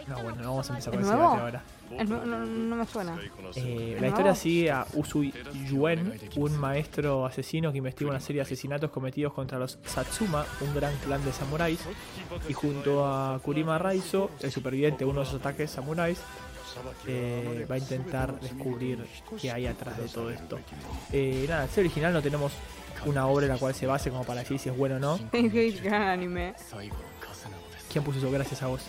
[SPEAKER 1] No, bueno, no vamos a empezar
[SPEAKER 2] ¿Es
[SPEAKER 1] con ese
[SPEAKER 2] nuevo?
[SPEAKER 1] debate ahora.
[SPEAKER 2] El nu- no, no me suena.
[SPEAKER 1] Eh,
[SPEAKER 2] ¿Es
[SPEAKER 1] la historia
[SPEAKER 2] nuevo?
[SPEAKER 1] sigue a Usui Yuen, un maestro asesino que investiga una serie de asesinatos cometidos contra los Satsuma, un gran clan de samuráis, y junto a Kurima Raizo, el superviviente de uno de esos ataques samuráis, eh, va a intentar descubrir qué hay atrás de todo esto. Eh, nada, en serie original no tenemos una obra en la cual se base como para decir si es bueno o no.
[SPEAKER 2] El gate gran anime.
[SPEAKER 1] ¿Quién puso eso? Gracias a vos.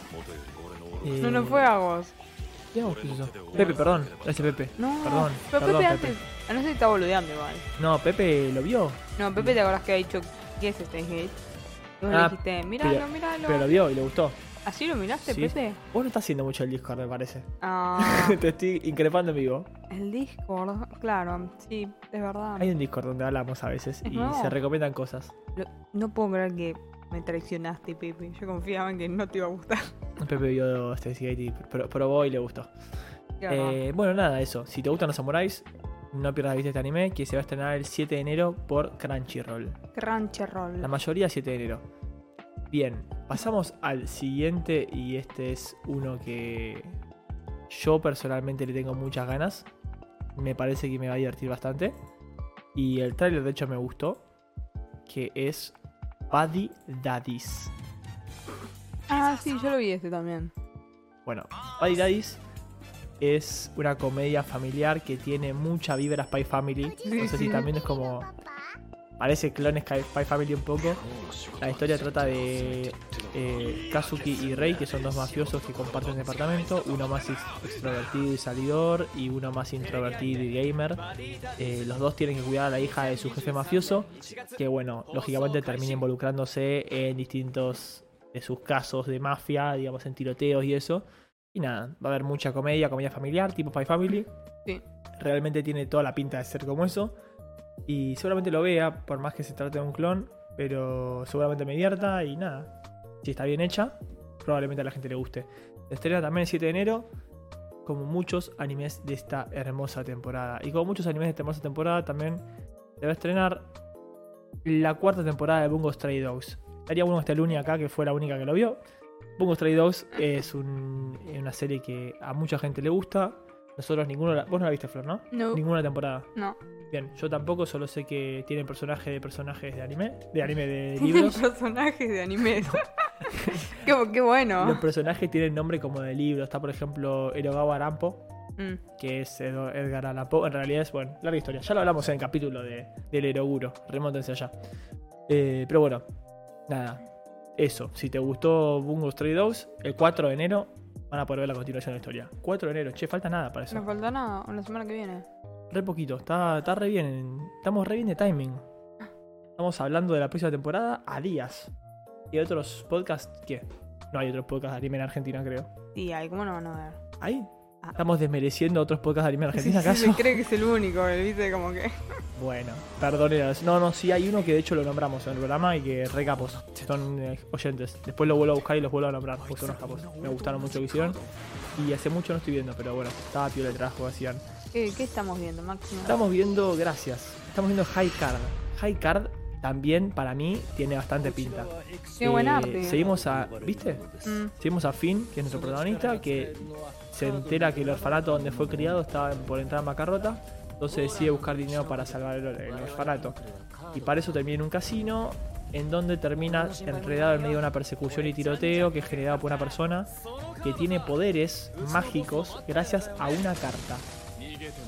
[SPEAKER 1] Eh,
[SPEAKER 2] No, no fue a vos.
[SPEAKER 1] ¿quién vos puso eso? Pepe, perdón. Gracias, Pepe.
[SPEAKER 2] No,
[SPEAKER 1] Perdón,
[SPEAKER 2] pero
[SPEAKER 1] perdón,
[SPEAKER 2] Pepe
[SPEAKER 1] Pepe.
[SPEAKER 2] antes. A no sé si está boludeando igual.
[SPEAKER 1] No, Pepe lo vio.
[SPEAKER 2] No, Pepe, ¿te acordás que ha dicho qué es este gate? Y Vos le
[SPEAKER 1] Ah,
[SPEAKER 2] dijiste, míralo,
[SPEAKER 1] pero-
[SPEAKER 2] míralo.
[SPEAKER 1] Pero lo vio y le gustó.
[SPEAKER 2] ¿Así lo miraste,
[SPEAKER 1] Sí.
[SPEAKER 2] Pepe?
[SPEAKER 1] Vos no estás haciendo mucho el Discord, me parece.
[SPEAKER 2] Ah,
[SPEAKER 1] Te estoy increpando en vivo.
[SPEAKER 2] el Discord, claro, sí, es verdad.
[SPEAKER 1] Hay un Discord donde hablamos a veces
[SPEAKER 2] Ah. Es
[SPEAKER 1] y
[SPEAKER 2] nuevo.
[SPEAKER 1] se recomiendan cosas.
[SPEAKER 2] Lo- no puedo creer que me traicionaste, Pepe. Yo confiaba en que no te iba a gustar.
[SPEAKER 1] Pepe vio este Gate y pro- probó y le gustó.
[SPEAKER 2] Qué horror.
[SPEAKER 1] Eh, bueno, nada, eso. Si te gustan los samuráis, no pierdas de vista este anime que se va a estrenar el 7 de enero por Crunchyroll.
[SPEAKER 2] Crunchyroll.
[SPEAKER 1] La mayoría 7 de enero. Bien, pasamos al siguiente y este es uno que yo personalmente le tengo muchas ganas. Me parece que me va a divertir bastante. Y el tráiler de hecho me gustó. Que es Buddy Daddies.
[SPEAKER 2] Ah, sí, yo lo vi este también.
[SPEAKER 1] Bueno, Buddy Daddies es una comedia familiar que tiene mucha vibra Spy Family. No sé si
[SPEAKER 2] sí.
[SPEAKER 1] también es como Parece clon Sky Spy Family un poco. La historia trata de eh, Kazuki y Rei, que son dos mafiosos que comparten un departamento. Uno más ex- extrovertido y salidor y uno más introvertido y gamer. Eh, los dos tienen que cuidar a la hija de su jefe mafioso, que bueno, lógicamente termina involucrándose en distintos de sus casos de mafia, digamos, en tiroteos y eso. Y nada, va a haber mucha comedia, comedia familiar, tipo Spy Family.
[SPEAKER 2] Sí.
[SPEAKER 1] Realmente tiene toda la pinta de ser como eso. Y seguramente lo vea, por más que se trate de un clon. Pero seguramente me divierta y nada. Si está bien hecha, probablemente a la gente le guste. Se estrena también el 7 de enero, como muchos animes de esta hermosa temporada. Y como muchos animes de esta hermosa temporada, también se va a estrenar la cuarta temporada de Bungo Stray Dogs. Estaría bueno que esté Luni acá, que fue la única que lo vio. Bungo Stray Dogs es un- una serie que a mucha gente le gusta. Nosotros ninguno la, Vos no la viste, Flor, ¿no?
[SPEAKER 2] No.
[SPEAKER 1] Ninguna temporada.
[SPEAKER 2] No.
[SPEAKER 1] Bien, yo tampoco, solo sé que tiene personajes de personajes de anime, de anime de
[SPEAKER 2] Tienen
[SPEAKER 1] libros.
[SPEAKER 2] personajes de animes. qué, qué bueno. Mm.
[SPEAKER 1] Los personajes tienen nombre como de libro. Está, por ejemplo, Erogawa Rampo,
[SPEAKER 2] Mm.
[SPEAKER 1] que es Edo- Edgar Allan Poe. En realidad es, bueno, larga historia. Ya lo hablamos en el capítulo de, del Eroguro. Remóntense allá. Eh, pero bueno, nada. Eso. Si te gustó Bungo Stray Dogs, el 4 de enero van a poder ver la continuación de la historia. 4 de enero. Che, falta nada para eso.
[SPEAKER 2] Nos falta nada o la semana que viene.
[SPEAKER 1] Re poquito, está, está re bien. en- Estamos re bien de timing. Estamos hablando de la próxima temporada a días. ¿Y otros podcasts qué? No hay otros podcasts de anime en Argentina, creo.
[SPEAKER 2] Y ahí, ¿cómo no van a ver?
[SPEAKER 1] ¿Ahí?
[SPEAKER 2] Ah.
[SPEAKER 1] ¿Estamos desmereciendo otros podcasts de anime en
[SPEAKER 2] Sí,
[SPEAKER 1] Argentina,
[SPEAKER 2] sí,
[SPEAKER 1] acaso?
[SPEAKER 2] sí, creo que es el único, el viste como que.
[SPEAKER 1] Bueno, perdónenos. No, no, sí hay uno que de hecho lo nombramos en el programa y que re capos. Son eh, oyentes. Después lo vuelvo a buscar y los vuelvo a nombrar, porque son unos capos. Me gustaron mucho lo que hicieron. Y hace mucho no estoy viendo, pero bueno, estaba piola el trabajo que hacían.
[SPEAKER 2] ¿Qué, qué estamos viendo, Máximo?
[SPEAKER 1] Estamos viendo, gracias. Estamos viendo High Card. High Card también para mí tiene bastante pinta. Eh,
[SPEAKER 2] Qué buen arte.
[SPEAKER 1] Seguimos a, ¿viste?
[SPEAKER 2] Mm.
[SPEAKER 1] Seguimos a Finn, que es nuestro protagonista, que se entera que el orfanato donde fue criado estaba por entrar en bancarrota. Entonces decide buscar dinero para salvar el, el orfanato. Y para eso termina en un casino, en donde termina enredado en medio de una persecución y tiroteo que es generado por una persona que tiene poderes mágicos gracias a una carta.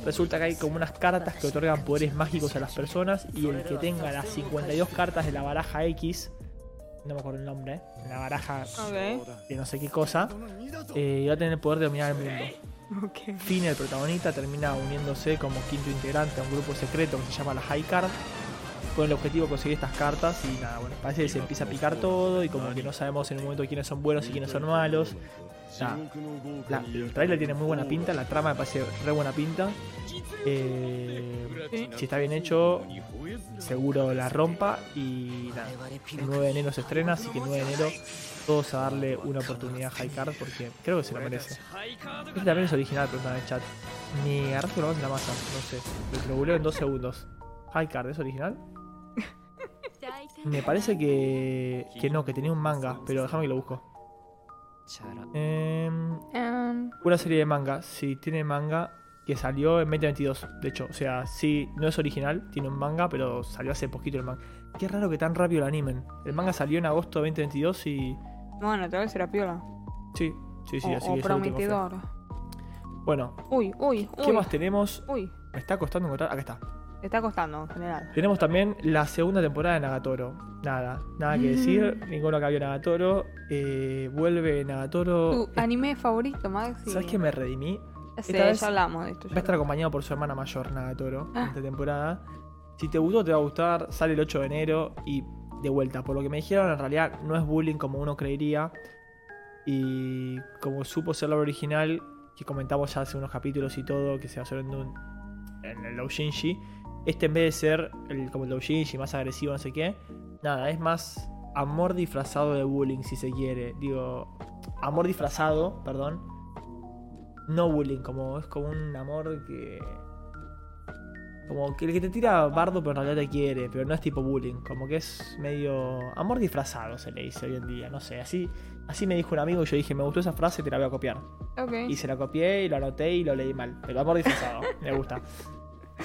[SPEAKER 1] Resulta que hay como unas cartas que otorgan poderes mágicos a las personas y el que tenga las 52 cartas de la baraja X, no me acuerdo el nombre, ¿eh? la baraja
[SPEAKER 2] Ok.
[SPEAKER 1] de no sé qué cosa, eh, va a tener el poder de dominar el mundo.
[SPEAKER 2] Ok.
[SPEAKER 1] Finn, el protagonista, termina uniéndose como quinto integrante a un grupo secreto que se llama la High Card, con el objetivo de conseguir estas cartas y nada, bueno, parece que se empieza a picar todo y como que no sabemos en un momento quiénes son buenos y quiénes son malos. Nada, la- el trailer tiene muy buena pinta, la trama me parece re buena pinta. Eh, si está bien hecho, seguro la rompa y nada, el 9 de enero se estrena, así que el 9 de enero todos a darle una oportunidad a High Card porque creo que se la merece. Este también es original, preguntan en el chat. Me agarraste una voz en la masa, no sé. Lo trobuleo en dos segundos. High Card, ¿es original? Me parece que, que no, que tenía un manga, pero déjame que lo busco. Em,
[SPEAKER 2] Em,
[SPEAKER 1] una serie de manga, sí, tiene manga que salió en 2022, de hecho. O sea, sí, no es original, tiene un manga, pero salió hace poquito el manga. Qué raro que tan rápido lo animen. El manga salió en agosto de 2022 y...
[SPEAKER 2] bueno, tal vez será piola.
[SPEAKER 1] Sí, sí, sí,
[SPEAKER 2] o
[SPEAKER 1] así
[SPEAKER 2] o
[SPEAKER 1] que yo le tengo fe.
[SPEAKER 2] prometedor.
[SPEAKER 1] Bueno,
[SPEAKER 2] Uy, uy,
[SPEAKER 1] ¿qué
[SPEAKER 2] uy.
[SPEAKER 1] más tenemos?
[SPEAKER 2] Uy,
[SPEAKER 1] Me está costando encontrar... Acá está.
[SPEAKER 2] te está costando en general.
[SPEAKER 1] Tenemos también la segunda temporada de Nagatoro. Nada, nada que decir. Ninguno que vio Nagatoro. Eh, vuelve Nagatoro.
[SPEAKER 2] ¿Tu anime favorito, Maxi?
[SPEAKER 1] Oh, eh. ¿Sabes qué me redimí?
[SPEAKER 2] Ya sé,
[SPEAKER 1] Esta vez
[SPEAKER 2] ya hablamos de esto.
[SPEAKER 1] Va
[SPEAKER 2] ya Ah.
[SPEAKER 1] a estar acompañado por su hermana mayor, Nagatoro, en esta temporada. Si te gustó, te va a gustar. Sale el 8 de enero y de vuelta. Por lo que me dijeron, en realidad no es bullying como uno creería. Y como supo ser la original, que comentamos ya hace unos capítulos y todo, que se basó en, un- en el doujinshi, este en vez de ser el, como el doujinshi más agresivo, no sé qué, nada, es más amor disfrazado de bullying, si se quiere. Digo, amor disfrazado, perdón. No bullying, como es como un amor que... Como que el que te tira bardo pero en realidad te quiere, pero no es tipo bullying, como que es medio amor disfrazado se le dice hoy en día, no sé, así, así me dijo un amigo y yo dije, me gustó esa frase, te la voy a copiar.
[SPEAKER 2] Ok.
[SPEAKER 1] Y se la copié y lo anoté y lo leí mal. Pero amor disfrazado, me gusta.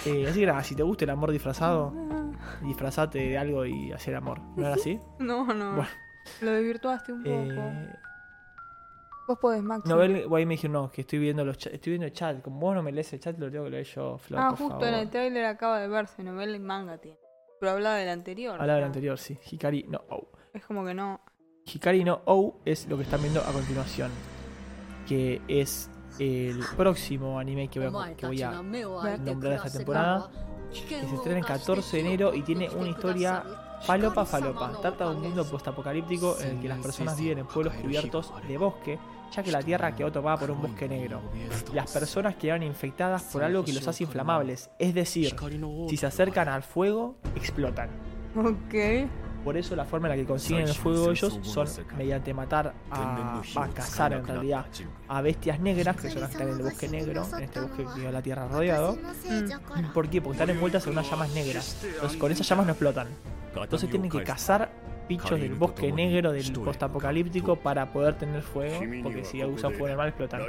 [SPEAKER 1] Eh, así que nada, si te gusta el amor disfrazado,
[SPEAKER 2] Ah,
[SPEAKER 1] disfrazate de algo y hacer amor. ¿No era así?
[SPEAKER 2] No, no.
[SPEAKER 1] Bueno.
[SPEAKER 2] Lo desvirtuaste un poco.
[SPEAKER 1] Eh,
[SPEAKER 2] Vos podés, Maxi.
[SPEAKER 1] Noel Guay me dijo, no, que estoy viendo los cha- estoy viendo el chat. Como vos no me lees el chat, lo tengo que leer yo, Flo,
[SPEAKER 2] ah,
[SPEAKER 1] por
[SPEAKER 2] justo
[SPEAKER 1] favor.
[SPEAKER 2] en el trailer acaba de verse. Novela y manga tiene. Pero hablaba del anterior.
[SPEAKER 1] Hablaba del
[SPEAKER 2] o sea,
[SPEAKER 1] anterior, sí. Hikari no O.
[SPEAKER 2] Es como que no.
[SPEAKER 1] Hikari no O es lo que están viendo a continuación. Que es el próximo anime que voy a, que voy a nombrar esta temporada.
[SPEAKER 3] Que se estrena el 14 de enero y tiene una historia
[SPEAKER 1] Falopa Falopa trata de un mundo postapocalíptico en el que las personas viven en pueblos cubiertos de bosque, ya que la tierra quedó tomada por un bosque negro. Las personas quedaron infectadas por algo que los hace inflamables, es decir, si se acercan al fuego, explotan.
[SPEAKER 2] Ok.
[SPEAKER 1] Por eso la forma en la que consiguen el fuego ellos son mediante matar a, a cazar en realidad a bestias negras, que son las que están en el bosque negro, en este bosque que tiene la tierra rodeado. ¿Por qué? Porque están envueltas en unas llamas negras. Entonces, con esas llamas no explotan. Entonces tienen que cazar bichos del bosque negro del postapocalíptico para poder tener fuego, porque si usan fuego normal explotan.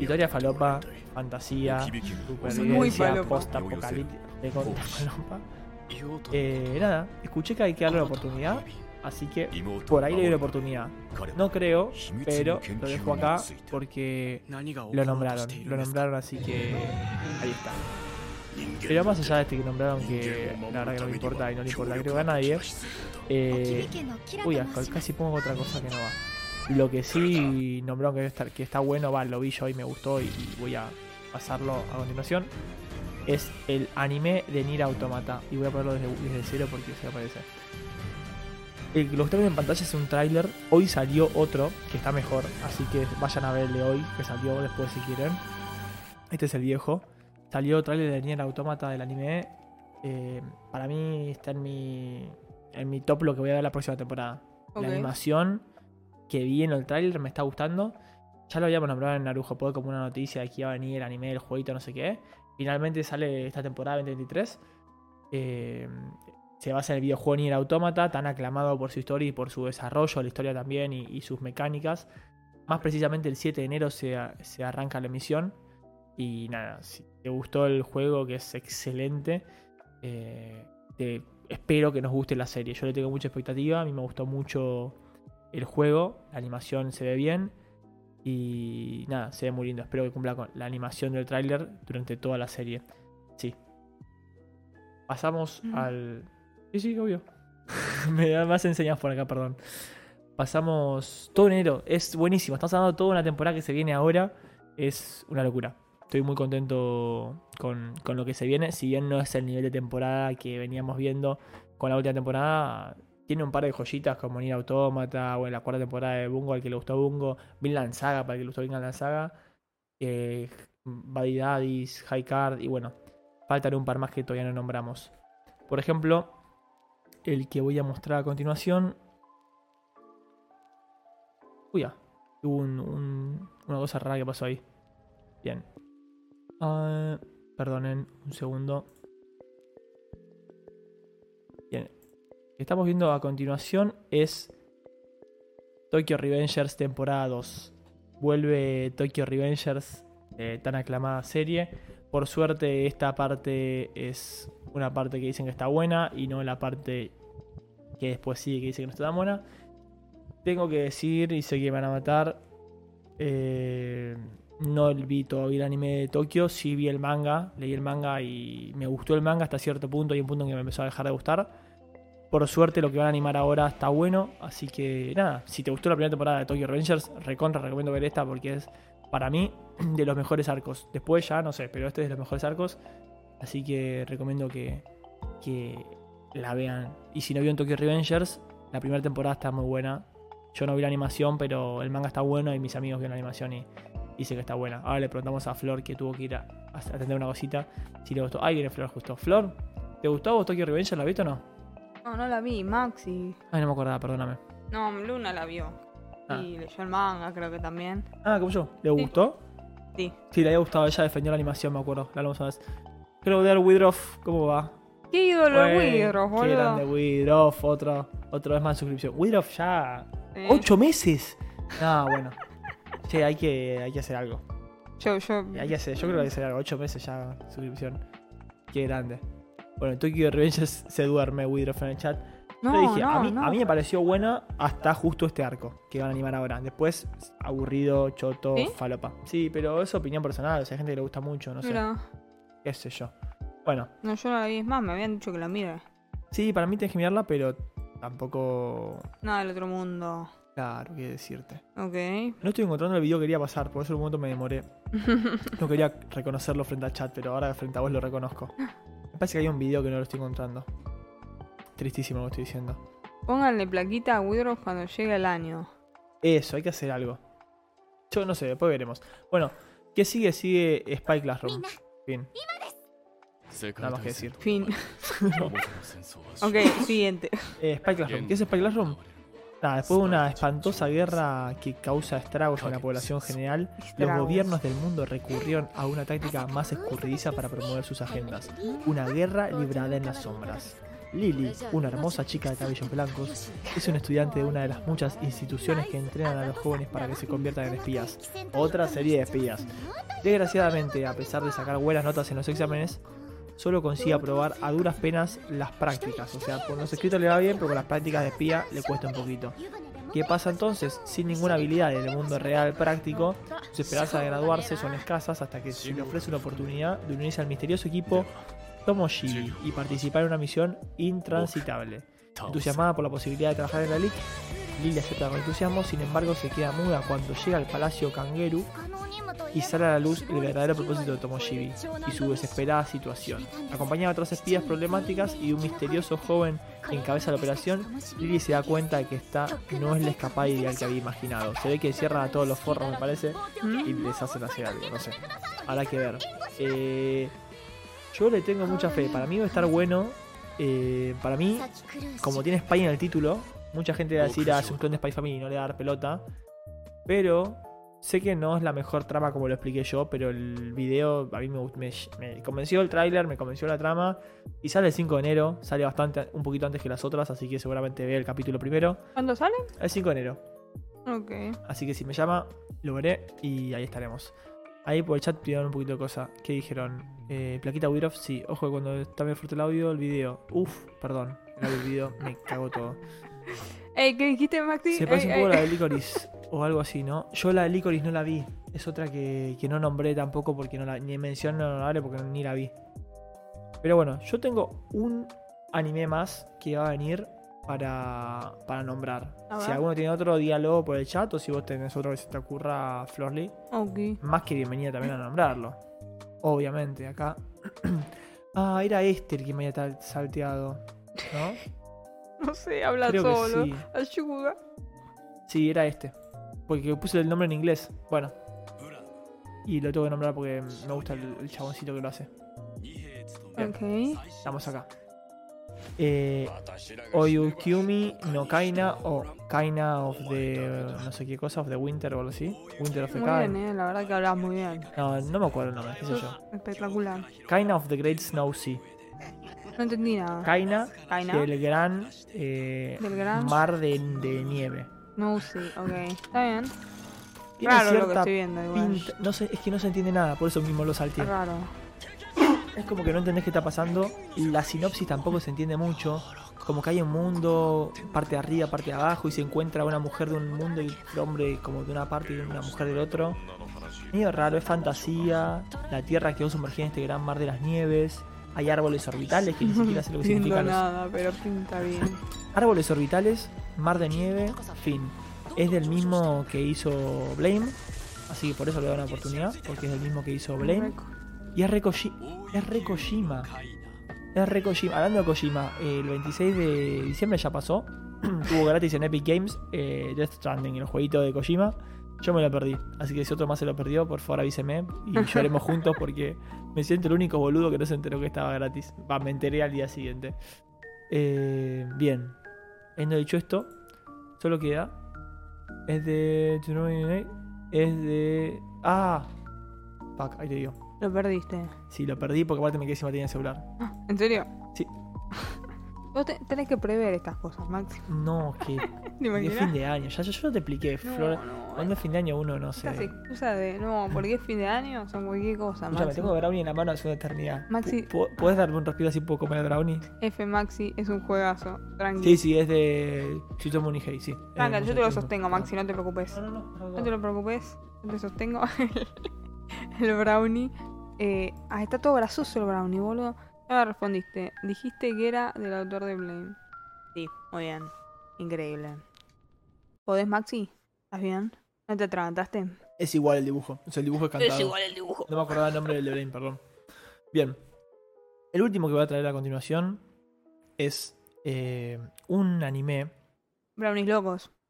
[SPEAKER 1] Historia falopa, fantasía,
[SPEAKER 2] Muy
[SPEAKER 1] supervivencia,
[SPEAKER 2] falopa.
[SPEAKER 1] postapocalíptica, de contra falopa. Eh, nada, escuché que hay que darle la oportunidad, así que por ahí le doy la oportunidad. No creo, pero lo dejo acá porque lo nombraron, lo nombraron así que ahí está. Pero más allá de este que nombraron, que la verdad que no me importa y no le importa creo que a nadie, eh, uy, acá casi pongo otra cosa que no va. Lo que sí nombraron que está, que está bueno, va, lo vi yo y me gustó y, y voy a pasarlo a continuación, es el anime de Nier Automata. Y voy a ponerlo desde, desde cero porque se aparece. El, lo que ustedes ven en pantalla es un tráiler. Hoy salió otro que está mejor, así que vayan a verle hoy, que salió después si quieren. Este es el viejo. Salió tráiler de Nier Automata del anime. Eh, para mí está en mi en mi top lo que voy a ver la próxima temporada.
[SPEAKER 2] Ok.
[SPEAKER 1] La animación que vi en el tráiler me está gustando. Ya lo habíamos nombrado en Narujo Pod como una noticia de que iba a venir el anime, el jueguito, no sé qué. Finalmente sale esta temporada 2023. Eh, se basa en el videojuego Nier Automata, tan aclamado por su historia y por su desarrollo, la historia también y, y sus mecánicas. Más precisamente el 7 de enero se, a- se arranca la emisión. Y nada, si te gustó el juego, que es excelente, eh, te- espero que nos guste la serie. Yo le tengo mucha expectativa, a mí me gustó mucho el juego, la animación se ve bien. Y nada, se ve muy lindo. Espero que cumpla con la animación del tráiler durante toda la serie. Sí. Pasamos
[SPEAKER 2] Mm.
[SPEAKER 1] al. Sí, sí, obvio. Me da más enseñas por acá, perdón. Pasamos todo enero. Es buenísimo. Estamos hablando de toda una temporada que se viene ahora. Es una locura. Estoy muy contento con, con lo que se viene. Si bien no es el nivel de temporada que veníamos viendo con la última temporada, tiene un par de joyitas como Nier Automata o en la cuarta temporada de Bungo, al que le gustó Bungo. Vinland Saga, para el que le gustó Vinland Saga. Eh, Buddy Daddies, High Card. Y bueno, faltan un par más que todavía no nombramos. Por ejemplo, el que voy a mostrar a continuación. Uy, ah, hubo un- un- una cosa rara que pasó ahí. Bien. Ah, perdonen, un segundo. Bien. Lo que estamos viendo a continuación es Tokyo Revengers temporada 2. Vuelve Tokyo Revengers, eh, tan aclamada serie. Por suerte esta parte es una parte que dicen que está buena y no la parte que después sigue que dice que no está tan buena. Tengo que decir, y sé que me van a matar, eh, no vi todavía el anime de Tokio, sí vi el manga, leí el manga y me gustó el manga hasta cierto punto, hay un punto en que me empezó a dejar de gustar. Por suerte lo que van a animar ahora está bueno, así que nada, si te gustó la primera temporada de Tokyo Revengers, recontra recomiendo ver esta porque es para mí de los mejores arcos. Después ya no sé, pero este es de los mejores arcos, así que recomiendo que, que la vean. Y si no vieron Tokyo Revengers, la primera temporada está muy buena. Yo no vi la animación, pero el manga está bueno y mis amigos vieron la animación y dicen que está buena. Ahora le preguntamos a Flor que tuvo que ir a, a atender una cosita si le gustó. Ahí viene Flor justo. Flor, ¿te gustó a vos Tokyo Revengers? ¿La viste o no?
[SPEAKER 2] No, no la vi, Maxi.
[SPEAKER 1] Ay, no me acordaba, perdóname.
[SPEAKER 2] No, Luna la vio.
[SPEAKER 1] Ah.
[SPEAKER 2] Y leyó el manga, creo que también.
[SPEAKER 1] Ah, como yo. ¿Le gustó?
[SPEAKER 2] Sí.
[SPEAKER 1] Sí, le había gustado. Ella defendió la animación, me acuerdo. La vamos a ver. Claudia Widroff, ¿cómo va?
[SPEAKER 2] ¡Qué ídolo
[SPEAKER 1] Ué,
[SPEAKER 2] es Widrow,
[SPEAKER 1] Qué grande
[SPEAKER 2] boludo!
[SPEAKER 1] Widroff, otra, otra vez más de suscripción. Widroff ya.
[SPEAKER 2] Sí.
[SPEAKER 1] ¡Ocho meses! Ah, bueno. Che, hay que, hay que hacer algo.
[SPEAKER 2] Yo, yo.
[SPEAKER 1] Hay que hacer, yo creo que hay que hacer algo. Ocho meses ya suscripción. Qué grande. Bueno, Tokyo Revengers se duerme, Widroff en el chat. Yo
[SPEAKER 2] No,
[SPEAKER 1] dije,
[SPEAKER 2] no,
[SPEAKER 1] a, mí,
[SPEAKER 2] no.
[SPEAKER 1] a mí me pareció buena hasta justo este arco que van a animar ahora. Después, aburrido, choto,
[SPEAKER 2] ¿Sí?
[SPEAKER 1] falopa. Sí, pero es opinión personal. O sea, hay gente que le gusta mucho, no sé.
[SPEAKER 2] Mira.
[SPEAKER 1] Qué sé yo. Bueno,
[SPEAKER 2] No, yo no la vi. Es más, me habían dicho que la mire.
[SPEAKER 1] Sí, para mí tenés que mirarla, pero tampoco.
[SPEAKER 2] Nada del otro mundo.
[SPEAKER 1] Claro, qué decirte.
[SPEAKER 2] Ok.
[SPEAKER 1] No estoy encontrando el video que quería pasar, por eso en un momento me demoré. No quería reconocerlo frente al chat, pero ahora frente a vos lo reconozco. Me parece que hay un video que no lo estoy encontrando. Tristísimo lo que estoy diciendo.
[SPEAKER 2] Pónganle plaquita a Widrow cuando llegue el año.
[SPEAKER 1] Eso, hay que hacer algo. Yo no sé, después veremos. Bueno, ¿qué sigue? Sigue Spy Classroom. Fin. Nada
[SPEAKER 4] 世界
[SPEAKER 1] más que
[SPEAKER 4] 大
[SPEAKER 1] decir.
[SPEAKER 4] 戦
[SPEAKER 2] Fin.
[SPEAKER 4] ロボットの戦争は
[SPEAKER 2] Ok, siguiente.
[SPEAKER 1] Eh, Spy Classroom. ¿Qué es Spy Classroom? Nada, después de una espantosa guerra que causa estragos en la población general, los
[SPEAKER 2] Estragos.
[SPEAKER 1] gobiernos del mundo recurrieron a una táctica más escurridiza para promover sus agendas. Una guerra librada en las sombras. Lily, una hermosa chica de cabellos blancos, es una estudiante de una de las muchas instituciones que entrenan a los jóvenes para que se conviertan en espías. Otra serie de espías. Desgraciadamente, a pesar de sacar buenas notas en los exámenes, solo consigue aprobar a duras penas las prácticas. O sea, con los escritos le va bien, pero con las prácticas de espía le cuesta un poquito. ¿Qué pasa entonces? Sin ninguna habilidad en el mundo real práctico, sus esperanzas de graduarse son escasas hasta que se le ofrece una oportunidad de unirse al misterioso equipo Tomoshiri y participar en una misión intransitable.
[SPEAKER 4] 倒す
[SPEAKER 1] Entusiasmada por la posibilidad de trabajar en la League, Lily acepta con entusiasmo, sin embargo se queda muda cuando llega al Palacio Kangeru
[SPEAKER 5] y sale a la luz el verdadero propósito de Tomoshiri
[SPEAKER 1] y su desesperada situación. Acompañada de otras espías problemáticas y un misterioso joven que encabeza la operación, Lily se da cuenta de que esta no es la escapada ideal que había imaginado. Se ve que cierran a todos los forros, me parece, y les hacen hacer algo, no sé. Habrá que ver. Eh, yo le tengo mucha fe. Para mí va a estar bueno. Eh, para mí, como tiene Spy en el título, mucha gente va a decir, ah, es un clon de Spy Family y no le va a dar pelota. Pero sé que no es la mejor trama como lo expliqué yo, pero el video a mí me, gust- me- me convenció el tráiler, me convenció la trama. Y sale el 5 de enero, sale bastante, un poquito antes que las otras, así que seguramente ve el capítulo primero.
[SPEAKER 2] ¿Cuándo salen?
[SPEAKER 1] El 5 de enero.
[SPEAKER 2] Ok.
[SPEAKER 1] Así que si me llama, lo veré y ahí estaremos. Ahí por el chat pidieron un poquito de cosas. ¿Qué dijeron? Eh, plaquita Wiroff, sí. Ojo que cuando está medio fuerte el audio, el video. Uf, perdón. El audio y el video me cago todo.
[SPEAKER 2] Ey, Eh, ¿qué dijiste, Maxi? Eh,
[SPEAKER 1] Se parece un
[SPEAKER 2] Ey,
[SPEAKER 1] poco a
[SPEAKER 2] ey.
[SPEAKER 1] la de Licoris o algo así, ¿no? Yo la de Licoris no la vi. Es otra que, que no nombré tampoco porque no la. Ni mención no honorable porque ni la vi. Pero bueno, yo tengo un anime más que va a venir para, para nombrar.
[SPEAKER 2] A ver.
[SPEAKER 1] Si alguno tiene otro, diálogo por el chat o si vos tenés otro que se te ocurra, Florly
[SPEAKER 2] Ok.
[SPEAKER 1] más que bienvenida también
[SPEAKER 2] Mm.
[SPEAKER 1] a nombrarlo. Obviamente, acá. ah, era este el que me había tal- salteado. ¿No?
[SPEAKER 2] No sé, habla
[SPEAKER 1] Creo que
[SPEAKER 2] solo.
[SPEAKER 1] sí.
[SPEAKER 2] Ayuda.
[SPEAKER 1] Sí, era este. Porque puse el nombre en inglés. Bueno. Y lo tengo que nombrar porque me gusta el, el chaboncito que lo hace.
[SPEAKER 2] Ok.
[SPEAKER 1] Estamos acá. Eh, Oyukyumi no Kaina o Kaina of the. No sé qué cosa, of the Winter o algo así. Winter of the
[SPEAKER 2] Muy bien,
[SPEAKER 1] Kain.
[SPEAKER 2] eh. La verdad que hablas muy bien.
[SPEAKER 1] No, no me acuerdo el nombre, qué sé yo.
[SPEAKER 2] Espectacular.
[SPEAKER 1] Kaina of the Great Snow Sea.
[SPEAKER 2] No entendí nada.
[SPEAKER 1] Kaina
[SPEAKER 2] Kaina.
[SPEAKER 1] Del gran, eh,
[SPEAKER 2] Del gran-
[SPEAKER 1] mar de, de nieve.
[SPEAKER 2] No sé, ok. Está bien.
[SPEAKER 1] Tiene
[SPEAKER 2] Claro lo que
[SPEAKER 1] cierta
[SPEAKER 2] estoy viendo, igual.
[SPEAKER 1] pinta- No sé, es que no se entiende nada, por eso mismo lo salteé.
[SPEAKER 2] Raro.
[SPEAKER 1] Es como que no entendés qué está pasando. La sinopsis tampoco se entiende mucho. Como que hay un mundo, parte de arriba, parte de abajo, y se encuentra una mujer de un mundo y un hombre como de una parte y una mujer del otro. Medio raro, es fantasía. La tierra quedó sumergida en este gran mar de las nieves. Hay árboles orbitales que ni siquiera sé lo
[SPEAKER 2] No
[SPEAKER 1] que
[SPEAKER 2] entiendo
[SPEAKER 1] significan los,
[SPEAKER 2] nada, pero pinta bien.
[SPEAKER 1] Árboles orbitales, mar de nieve, fin. Es del mismo que hizo Blame, así que por eso le doy una oportunidad, porque es del mismo que hizo Blame. Y es re, Koji- es re Kojima. Es re Kojima. Hablando de Kojima, eh, el 26 de diciembre ya pasó. Tuvo gratis en Epic Games eh, Death Stranding, el jueguito de Kojima. Yo me lo perdí. Así que si otro más se lo perdió, por favor avíseme y lloremos juntos porque me siento el único boludo que no se enteró que estaba gratis. Va, me enteré al día siguiente. Eh, bien. Habiendo dicho esto, solo queda. Es de. Es de. ¡Ah! Fuck, ahí te digo.
[SPEAKER 2] Lo perdiste.
[SPEAKER 1] Sí, lo perdí porque aparte me quedé sin batería en el celular.
[SPEAKER 2] ¿En serio?
[SPEAKER 1] Sí.
[SPEAKER 2] Vos te- tenés que prever estas cosas, Maxi.
[SPEAKER 1] No, que
[SPEAKER 2] ¿Te
[SPEAKER 1] es fin
[SPEAKER 2] imaginas?
[SPEAKER 1] de año. Ya, yo, yo te expliqué, Flor.
[SPEAKER 2] no,
[SPEAKER 1] Cuando es fin de año uno no sé.
[SPEAKER 2] Estas excusas de no, porque es fin de año, son cualquier cosa,
[SPEAKER 1] Escuchame,
[SPEAKER 2] Maxi.
[SPEAKER 1] tengo brownie en la mano hace una eternidad.
[SPEAKER 2] Maxi.
[SPEAKER 1] ¿Pu- ¿Puedes darme un respiro así puedo comer el brownie?
[SPEAKER 2] F Maxi es un juegazo, tranqui.
[SPEAKER 1] Sí, sí, es de Chutomo Nihei, sí.
[SPEAKER 2] Tranca,
[SPEAKER 1] Eh,
[SPEAKER 2] yo te lo sostengo, Maxi, no te preocupes.
[SPEAKER 1] No, no, no.
[SPEAKER 2] No te lo preocupes, yo te sostengo el brownie. Eh, ah, está todo grasoso el brownie, boludo. Ya respondiste. Dijiste que era del autor de Blame. Sí, muy bien. Increíble. ¿Podés, Maxi? ¿Estás bien? ¿No te atragantaste?
[SPEAKER 1] Es igual el dibujo. O sea, el dibujo es cantado.
[SPEAKER 3] el dibujo.
[SPEAKER 1] No me acordaba el nombre del de Blaine, perdón. Bien. El último que voy a traer a continuación es eh, un anime.
[SPEAKER 2] Brownies locos.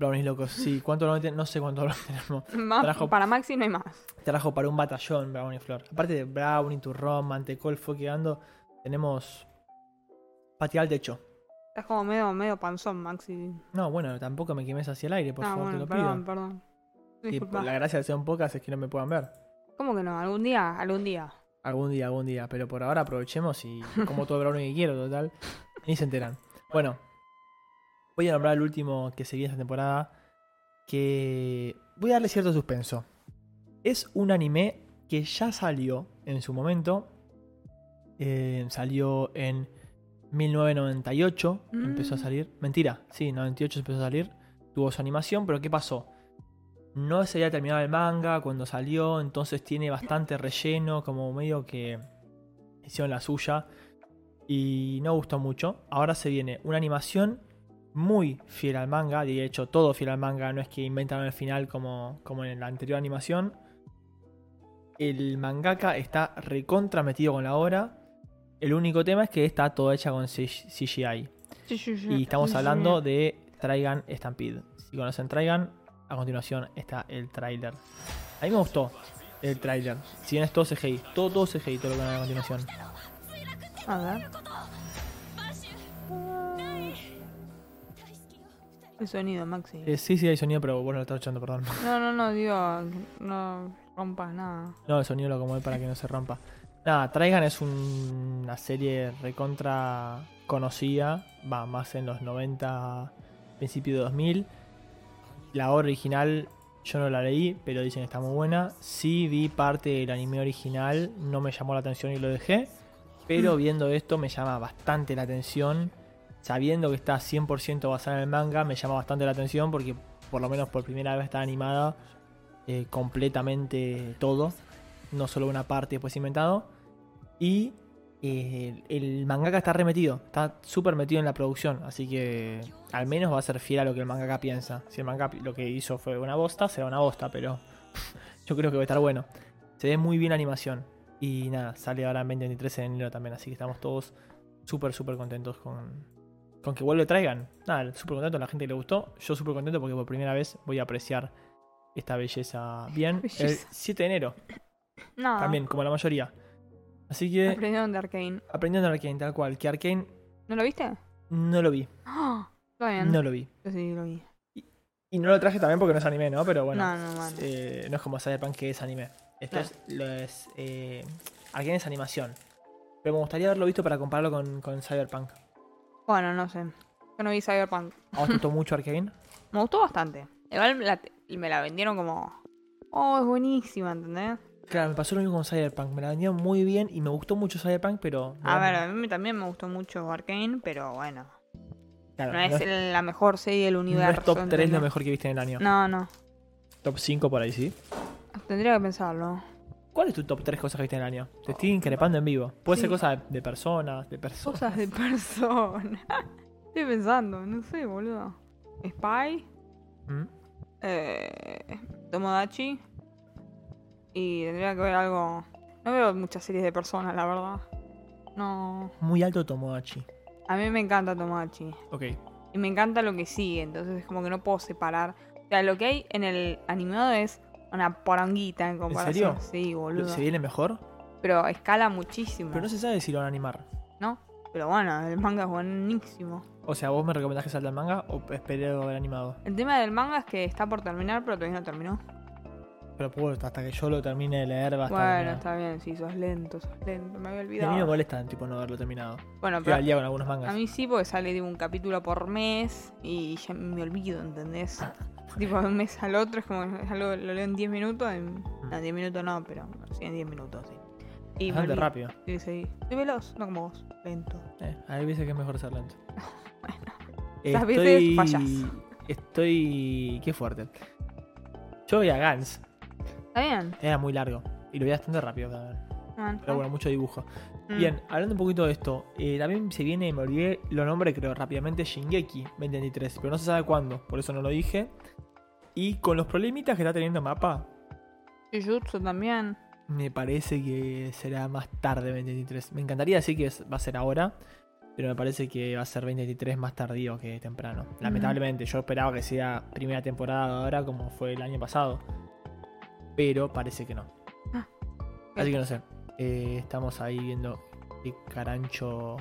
[SPEAKER 1] Brownies locos. Sí, ¿cuánto lo meten? No sé cuánto lo tenemos.
[SPEAKER 2] Más-
[SPEAKER 1] Trajo-
[SPEAKER 2] Para Maxi no hay más.
[SPEAKER 1] Trajo para un batallón Brownie Flor. Aparte de Brownie, Turrón, Mantecol, Foqueando, tenemos. Patear al techo.
[SPEAKER 2] Estás como medio, medio panzón, Maxi.
[SPEAKER 1] No, bueno, tampoco me quemes hacia el aire, por
[SPEAKER 2] ah,
[SPEAKER 1] favor,
[SPEAKER 2] bueno,
[SPEAKER 1] te lo
[SPEAKER 2] perdón,
[SPEAKER 1] pido.
[SPEAKER 2] perdón.
[SPEAKER 1] Y
[SPEAKER 2] Disculpa.
[SPEAKER 1] la gracia de ser un podcast es que no me puedan ver.
[SPEAKER 2] ¿Cómo que no? ¿Algún día? ¿Algún día?
[SPEAKER 1] Algún día, algún día. Pero por ahora aprovechemos y como todo el brownie que quiero, total. Ni se enteran. Bueno, voy a nombrar el último que seguí esta temporada. Que voy a darle cierto suspenso. Es un anime que ya salió en su momento. Eh, salió en 1998.
[SPEAKER 2] Mm.
[SPEAKER 1] Empezó a salir. Mentira, sí, 98 empezó a salir. Tuvo su animación, pero ¿qué pasó? No se había terminado el manga cuando salió, entonces tiene bastante relleno, como medio que hicieron la suya. Y no gustó mucho. Ahora se viene una animación muy fiel al manga, de hecho todo fiel al manga, no es que inventaron el final como, como en la anterior animación. El mangaka está recontra metido con la obra. El único tema es que está toda hecha con CGI.
[SPEAKER 2] Sí, sí, sí.
[SPEAKER 1] Y estamos
[SPEAKER 2] Sí, sí.
[SPEAKER 1] hablando de Trigun Stampede. Si conocen Trigun, a continuación está el tráiler. A mí me gustó el tráiler. Si bien es todo CGI, todo, todo CGI, todo lo que van a ver a continuación.
[SPEAKER 2] A ver, el sonido, Maxi.
[SPEAKER 1] Eh, sí, sí, hay sonido, pero bueno, lo estaba echando, perdón.
[SPEAKER 2] No, no, no, digo, no rompas nada.
[SPEAKER 1] No, el sonido lo acomodé para que no se rompa. Nada, Trigun es un- una serie recontra conocida, va más en los 90, principio de 2000. La obra original yo no la leí, pero dicen que está muy buena. Sí vi parte del anime original, no me llamó la atención y lo dejé. Pero viendo esto me llama bastante la atención. Sabiendo que está 100% basada en el manga, me llama bastante la atención porque por lo menos por primera vez está animada eh, completamente todo, no solo una parte después inventado. Y eh, el, el mangaka está remetido, está súper metido en la producción, así que al menos va a ser fiel a lo que el mangaka piensa. Si el mangaka pi- lo que hizo fue una bosta, será una bosta, pero yo creo que va a estar bueno. Se ve muy bien la animación. Y nada, sale ahora el 23 de enero también, así que estamos todos súper, súper contentos con, con que vuelva y traigan. Nada, súper contento, la gente que le gustó. Yo súper contento porque por primera vez voy a apreciar esta belleza bien. El
[SPEAKER 2] Belleza.
[SPEAKER 1] 7 de enero,
[SPEAKER 2] No,
[SPEAKER 1] también, eh. como la mayoría. Así que
[SPEAKER 2] aprendieron de Arkane.
[SPEAKER 1] aprendiendo a Arkane, tal cual. Que Arkane
[SPEAKER 2] ¿No lo viste?
[SPEAKER 1] no lo vi.
[SPEAKER 2] ¡Ah! Está bien.
[SPEAKER 1] No lo vi.
[SPEAKER 2] Yo sí lo vi.
[SPEAKER 1] Y no lo traje también porque no es anime, ¿no? Pero bueno.
[SPEAKER 2] no, no, bueno.
[SPEAKER 1] eh, no es como Cyberpunk que es anime. Esto
[SPEAKER 2] No.
[SPEAKER 1] es, lo es. eh, Arkane es animación. Pero me gustaría haberlo visto para compararlo con, con Cyberpunk.
[SPEAKER 2] Bueno, no sé. Yo no vi Cyberpunk.
[SPEAKER 1] ¿A vos te gustó mucho Arkane?
[SPEAKER 2] Me gustó bastante. Igual me la, me la vendieron como. Oh, es buenísima, ¿entendés?
[SPEAKER 1] Claro, me pasó lo mismo con Cyberpunk. Me la vendieron muy bien y me gustó mucho Cyberpunk, pero.
[SPEAKER 2] A
[SPEAKER 1] no-
[SPEAKER 2] ver, a mí también me gustó mucho Arkane, pero bueno.
[SPEAKER 1] claro,
[SPEAKER 2] No es el- la mejor serie del
[SPEAKER 1] Ah, no
[SPEAKER 2] universo.
[SPEAKER 1] es top 3 lo
[SPEAKER 2] ¿entendés?
[SPEAKER 1] mejor que viste en el año.
[SPEAKER 2] No, no.
[SPEAKER 1] Top 5 por ahí, ¿sí?
[SPEAKER 2] Tendría que pensarlo.
[SPEAKER 1] ¿Cuál es tu top 3 cosas que viste en el año? Te estoy increpando en vivo. Puede ser
[SPEAKER 2] Sí.
[SPEAKER 1] cosas de personas, de personas.
[SPEAKER 2] Cosas de persona. Estoy pensando, no sé, boludo. Spy,
[SPEAKER 1] Mm.
[SPEAKER 2] eh, Tomodachi. Y tendría que ver algo. No veo muchas series de personas, la verdad. No.
[SPEAKER 1] Muy alto Tomodachi.
[SPEAKER 2] A mí me encanta Tomodachi.
[SPEAKER 1] Ok.
[SPEAKER 2] Y me encanta lo que sigue, entonces es como que no puedo separar. O sea, lo que hay en el animado es una poronguita en comparación.
[SPEAKER 1] serio?
[SPEAKER 2] Sí, boludo.
[SPEAKER 1] ¿Se viene mejor?
[SPEAKER 2] Pero escala muchísimo.
[SPEAKER 1] Pero no se sabe si lo van a animar.
[SPEAKER 2] Pero bueno, el manga es buenísimo.
[SPEAKER 1] O sea, ¿vos me recomendás que salga el manga o esperé a ver animado?
[SPEAKER 2] El tema del manga es que está por terminar, pero todavía no terminó.
[SPEAKER 1] Ah, Pero puedo, hasta que yo lo termine de leer va a estar
[SPEAKER 2] bueno,
[SPEAKER 1] animado.
[SPEAKER 2] está bien, sí, sos lento, sos lento, me
[SPEAKER 1] Y a
[SPEAKER 2] había
[SPEAKER 1] mí me
[SPEAKER 2] olvidado.
[SPEAKER 1] molesta tipo no haberlo terminado.
[SPEAKER 2] Bueno,
[SPEAKER 1] Estoy al
[SPEAKER 2] pero
[SPEAKER 1] día con algunos
[SPEAKER 2] a
[SPEAKER 1] mangas.
[SPEAKER 2] mí sí, porque sale tipo, un capítulo por mes y ya me olvido, ¿entendés? tipo, de un mes al otro es como que ya lo, lo leo en 10 minutos. En...
[SPEAKER 1] Mm.
[SPEAKER 2] No, 10 minutos no, pero sí, en 10 minutos, sí. Y me
[SPEAKER 1] Bastante rápido.
[SPEAKER 2] olvido. Sí, sí. Soy veloz, no como vos, lento.
[SPEAKER 1] Eh, hay veces que es mejor ser lento.
[SPEAKER 2] Las veces fallas.
[SPEAKER 1] Estoy. Qué fuerte. Yo veía Gans.
[SPEAKER 2] Está bien.
[SPEAKER 1] Era muy largo. Y lo veía bastante rápido. la verdad. Pero bueno, mucho dibujo.
[SPEAKER 2] Mm.
[SPEAKER 1] Bien, hablando un poquito de esto, eh, también se viene, me olvidé los nombres, creo, rápidamente, Shingeki 2023, pero no se sabe cuándo, por eso no lo dije. Y con los problemitas que está teniendo Mapa,
[SPEAKER 2] Mm. Jujutsu también.
[SPEAKER 1] me parece que será más tarde 2023. Me encantaría decir que es- va a ser ahora, pero me parece que va a ser 2023 más tardío que temprano. Lamentablemente, yo esperaba que sea primera temporada ahora como fue el año pasado, pero parece que no.
[SPEAKER 2] Ah.
[SPEAKER 1] Así que no sé, Eh, estamos ahí viendo qué carancho...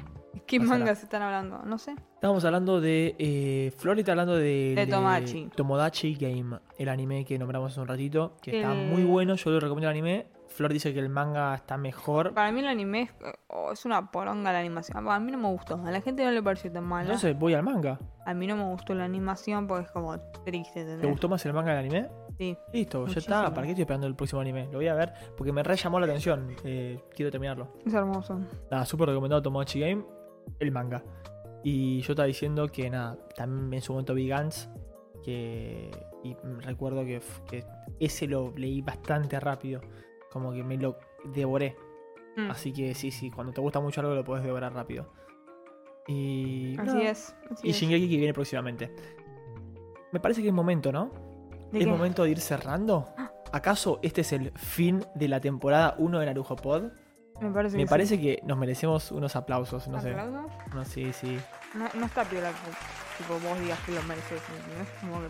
[SPEAKER 2] ¿Qué
[SPEAKER 1] Pasará.
[SPEAKER 2] mangas están hablando? No sé.
[SPEAKER 1] Estábamos hablando de... Eh, Flor está hablando de,
[SPEAKER 2] De Tomodachi.
[SPEAKER 1] Tomodachi Game, el anime que nombramos hace un ratito, que está
[SPEAKER 2] El-
[SPEAKER 1] muy bueno, yo le recomiendo el anime. Flor dice que el manga está mejor.
[SPEAKER 2] Para mí el anime es, oh, es una poronga la animación. A mí no me gustó. A la gente no le pareció tan mala.
[SPEAKER 1] Entonces voy al manga.
[SPEAKER 2] A mí no me gustó la animación porque es como triste.
[SPEAKER 1] ¿Te
[SPEAKER 2] ¿entendés?
[SPEAKER 1] gustó más el manga que el anime?
[SPEAKER 2] Sí.
[SPEAKER 1] Listo, ya
[SPEAKER 2] Muchísimo.
[SPEAKER 1] está. ¿Para qué estoy esperando el próximo anime? Lo voy a ver porque me re llamó la atención. Eh, quiero terminarlo.
[SPEAKER 2] Es hermoso.
[SPEAKER 1] Nada, súper recomendado Tomodachi Game, el manga. Y yo estaba diciendo que nada, también en su momento vi Gantz, que y mm, recuerdo que, f- que ese lo leí bastante rápido, como que me lo devoré.
[SPEAKER 2] Mm.
[SPEAKER 1] Así que sí, sí, cuando te gusta mucho algo lo puedes devorar rápido. Y
[SPEAKER 2] Así
[SPEAKER 1] nada.
[SPEAKER 2] es. así
[SPEAKER 1] y
[SPEAKER 2] es.
[SPEAKER 1] Shingeki que viene próximamente. Me parece que es momento, ¿no?
[SPEAKER 2] ¿De
[SPEAKER 1] ¿Es
[SPEAKER 2] qué?
[SPEAKER 1] momento de ir cerrando? ¿Acaso este es el fin de la temporada 1 de Narujo Pod?
[SPEAKER 2] Me parece
[SPEAKER 1] Me
[SPEAKER 2] que sí.
[SPEAKER 1] parece que nos merecemos unos aplausos, no sé.
[SPEAKER 2] ¿Aplauso?
[SPEAKER 1] No, sí, sí.
[SPEAKER 2] No, no está piola que tipo, vos digas que lo mereces. ¿entendés? Como que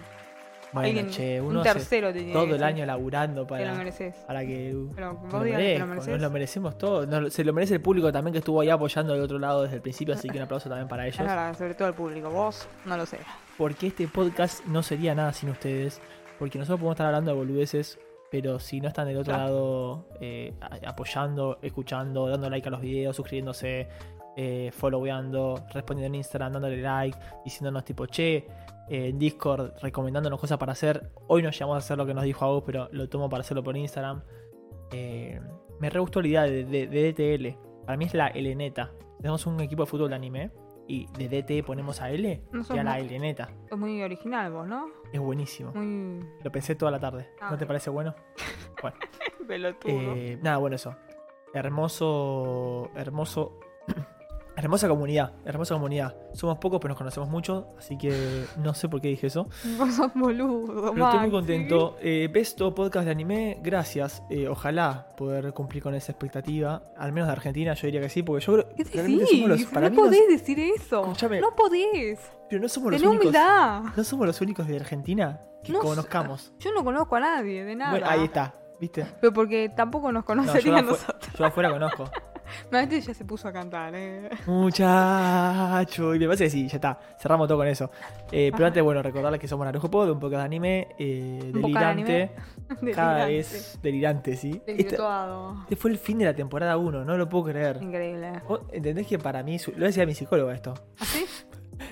[SPEAKER 1] Bueno,
[SPEAKER 2] alguien-
[SPEAKER 1] che,
[SPEAKER 2] un
[SPEAKER 1] uno hace
[SPEAKER 2] tercero te tiene que
[SPEAKER 1] todo el
[SPEAKER 2] decir
[SPEAKER 1] año laburando
[SPEAKER 2] que lo
[SPEAKER 1] para,
[SPEAKER 2] mereces.
[SPEAKER 1] para que... uh,
[SPEAKER 2] Pero
[SPEAKER 1] me
[SPEAKER 2] vos
[SPEAKER 1] lo
[SPEAKER 2] digas que te
[SPEAKER 1] merezco,
[SPEAKER 2] lo
[SPEAKER 1] nos
[SPEAKER 2] mereces.
[SPEAKER 1] lo merecemos todos. Nos- se lo merece el público también que estuvo ahí apoyando del otro lado desde el principio, así que un aplauso también para
[SPEAKER 2] Es
[SPEAKER 1] ellos.
[SPEAKER 2] verdad, sobre todo el público. Vos no lo sé.
[SPEAKER 1] Porque este podcast no sería nada sin ustedes. Porque nosotros podemos estar hablando de boludeces, pero si no están del otro
[SPEAKER 2] Claro.
[SPEAKER 1] lado eh, a- apoyando, escuchando, dando like a los videos, suscribiéndose, eh, followando, respondiendo en Instagram, dándole like, diciéndonos tipo che, eh, en Discord, recomendándonos cosas para hacer. Hoy no llegamos a hacer lo que nos dijo Agus, pero lo tomo para hacerlo por Instagram. Eh, me re gustó la idea de, de- de DTL. Para mí es la L neta. Tenemos un equipo de fútbol de anime y de DT ponemos a L
[SPEAKER 2] No
[SPEAKER 1] y a la
[SPEAKER 2] somos-
[SPEAKER 1] L neta.
[SPEAKER 2] Es muy original vos, ¿no?
[SPEAKER 1] Es buenísimo.
[SPEAKER 2] Muy
[SPEAKER 1] Lo pensé toda la tarde.
[SPEAKER 2] Ah,
[SPEAKER 1] ¿No te
[SPEAKER 2] bueno.
[SPEAKER 1] parece bueno?
[SPEAKER 2] pelotudo.
[SPEAKER 1] Eh, nada, bueno, eso. Hermoso, hermoso. Hermosa comunidad, hermosa comunidad. Somos pocos, pero nos conocemos mucho, así que no sé por qué dije eso.
[SPEAKER 2] Vos sos boludo,
[SPEAKER 1] Pero estoy muy
[SPEAKER 2] Maxi.
[SPEAKER 1] contento. Eh, Besto Podcast de Anime, gracias. Eh, ojalá poder cumplir con esa expectativa. Al menos de Argentina, yo diría que sí, porque yo creo
[SPEAKER 2] ¿Qué
[SPEAKER 1] realmente somos los.
[SPEAKER 2] decís?
[SPEAKER 1] Para
[SPEAKER 2] no
[SPEAKER 1] mí no-
[SPEAKER 2] podés decir eso.
[SPEAKER 1] Escúchame.
[SPEAKER 2] No podés.
[SPEAKER 1] pero no somos los
[SPEAKER 2] Tenés
[SPEAKER 1] únicos.
[SPEAKER 2] humildad.
[SPEAKER 1] No somos los únicos de Argentina que
[SPEAKER 2] No sé.
[SPEAKER 1] conozcamos.
[SPEAKER 2] Yo no conozco a nadie, de nada.
[SPEAKER 1] Bueno, ahí está, ¿viste?
[SPEAKER 2] Pero porque tampoco nos
[SPEAKER 1] No, yo,
[SPEAKER 2] conocerían
[SPEAKER 1] de afu-
[SPEAKER 2] nosotros.
[SPEAKER 1] yo de afuera conozco.
[SPEAKER 2] No, este ya se puso a cantar, eh.
[SPEAKER 1] Muchacho, y me parece que sí, ya está, cerramos todo con eso. Eh, pero
[SPEAKER 2] Ajá.
[SPEAKER 1] antes, bueno, recordarles que somos Narujo Pod, un podcast de anime, eh,
[SPEAKER 2] Un podcast de anime.
[SPEAKER 1] delirante, cada
[SPEAKER 2] Delirante.
[SPEAKER 1] vez delirante, ¿sí? Este,
[SPEAKER 2] Desvirtuado.
[SPEAKER 1] este fue el fin de la temporada 1, no lo puedo creer.
[SPEAKER 2] Increíble. ¿Ah,
[SPEAKER 1] ¿Vos entendés que para mí, su- lo decía mi psicóloga esto,
[SPEAKER 2] ¿Así?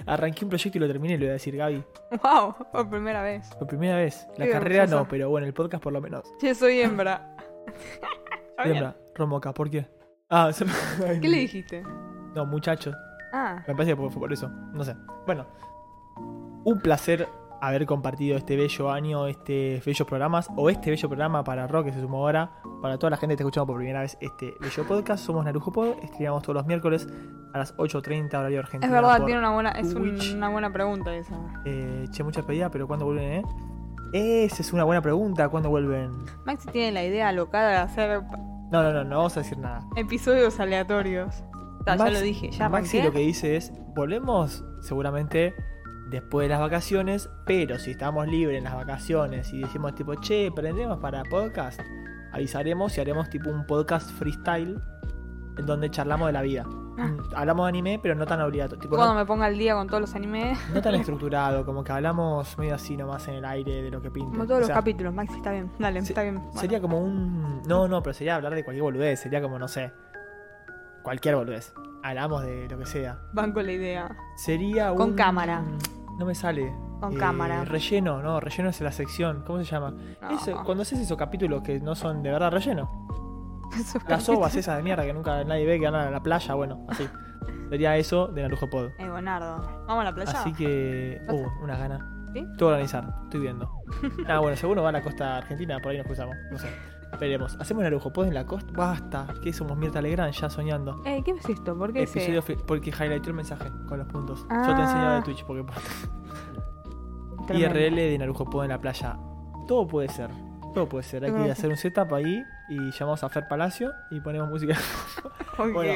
[SPEAKER 1] arranqué un proyecto y lo terminé, lo voy a decir Gaby,
[SPEAKER 2] Wow, por primera vez.
[SPEAKER 1] por primera vez. La
[SPEAKER 2] Qué
[SPEAKER 1] carrera
[SPEAKER 2] vergonzosa.
[SPEAKER 1] no, pero bueno, el podcast por lo menos.
[SPEAKER 2] Che, soy hembra. Está bien.
[SPEAKER 1] Siembra, Romoca, ¿por qué? Ah, se- Ay,
[SPEAKER 2] ¿Qué le dijiste?
[SPEAKER 1] No, muchachos.
[SPEAKER 2] Ah,
[SPEAKER 1] Me parece que fue por eso. No sé. Bueno. Un placer haber compartido este bello año, este bellos programas, o este bello programa para Rock que se sumó ahora, para toda la gente que está escuchando por primera vez este bello podcast. Somos Narujo Pod, estrenamos todos los miércoles a las 8.30 horario argentino.
[SPEAKER 2] es verdad,
[SPEAKER 1] por-
[SPEAKER 2] tiene una buena, es un-
[SPEAKER 1] Twitch.
[SPEAKER 2] una buena pregunta esa.
[SPEAKER 1] Eh, che, muchas pedidas, pero ¿cuándo vuelven, eh? Esa es una buena pregunta, ¿cuándo vuelven?
[SPEAKER 2] Maxi tiene la idea locada de hacer
[SPEAKER 1] No, no, no, no vamos a decir nada.
[SPEAKER 2] episodios aleatorios. O sea,
[SPEAKER 1] Max-
[SPEAKER 2] ya lo dije, ya
[SPEAKER 1] Maxi
[SPEAKER 2] banqué.
[SPEAKER 1] lo que dice es, volvemos seguramente después de las vacaciones, pero si estamos libres en las vacaciones y decimos tipo, che, prendemos para podcast, avisaremos y haremos tipo un podcast freestyle en donde charlamos de la vida.
[SPEAKER 2] Ah.
[SPEAKER 1] Mm, Hablamos de anime, pero no tan obligatorio, tipo,
[SPEAKER 2] Cuando
[SPEAKER 1] no,
[SPEAKER 2] me ponga al día con todos los animes,
[SPEAKER 1] no tan estructurado, como que hablamos medio así nomás en el aire de lo que pinta.
[SPEAKER 2] como todos los capítulos, Maxi, está bien, dale,
[SPEAKER 1] se-
[SPEAKER 2] está bien. Bueno.
[SPEAKER 1] Sería como un. No, no, pero sería hablar de cualquier boludez. Sería como, no sé. Cualquier boludez. Hablamos de lo que sea.
[SPEAKER 2] Banco la idea.
[SPEAKER 1] Sería un.
[SPEAKER 2] Con cámara.
[SPEAKER 1] No me sale. Eh,
[SPEAKER 2] Con cámara.
[SPEAKER 1] Relleno, no, relleno es la sección. ¿Cómo se llama?
[SPEAKER 2] No.
[SPEAKER 1] Eso, cuando haces esos capítulos que no son de verdad relleno.
[SPEAKER 2] Esos
[SPEAKER 1] Las
[SPEAKER 2] capítulos.
[SPEAKER 1] ovas esas de mierda que nunca nadie ve que andan a la playa, bueno, así. Sería eso de Narujo Pod.
[SPEAKER 2] Eh, Bonardo. Vamos a la playa.
[SPEAKER 1] Así que. Uh, unas ganas.
[SPEAKER 2] ¿Sí?
[SPEAKER 1] Todo organizar, estoy viendo. Ah, bueno, seguro va a la costa argentina, por ahí nos cruzamos. No sé. Veremos. ¿Hacemos Narujo Pod en la costa? Basta. ¿Qué somos? Mirta Legrand ya soñando.
[SPEAKER 2] Eh, ¿Qué es esto? ¿Por qué es
[SPEAKER 1] Episodio fi- porque highlightó el mensaje con los puntos. Yo te
[SPEAKER 2] Ah.
[SPEAKER 1] enseño de Twitch porque IRL de Narujo Pod en la playa. Todo puede ser. Todo puede ser. Hay que
[SPEAKER 2] Tremendo.
[SPEAKER 1] hacer un setup ahí y llamamos a Fer Palacio y ponemos música.
[SPEAKER 2] Ok.
[SPEAKER 1] Bueno.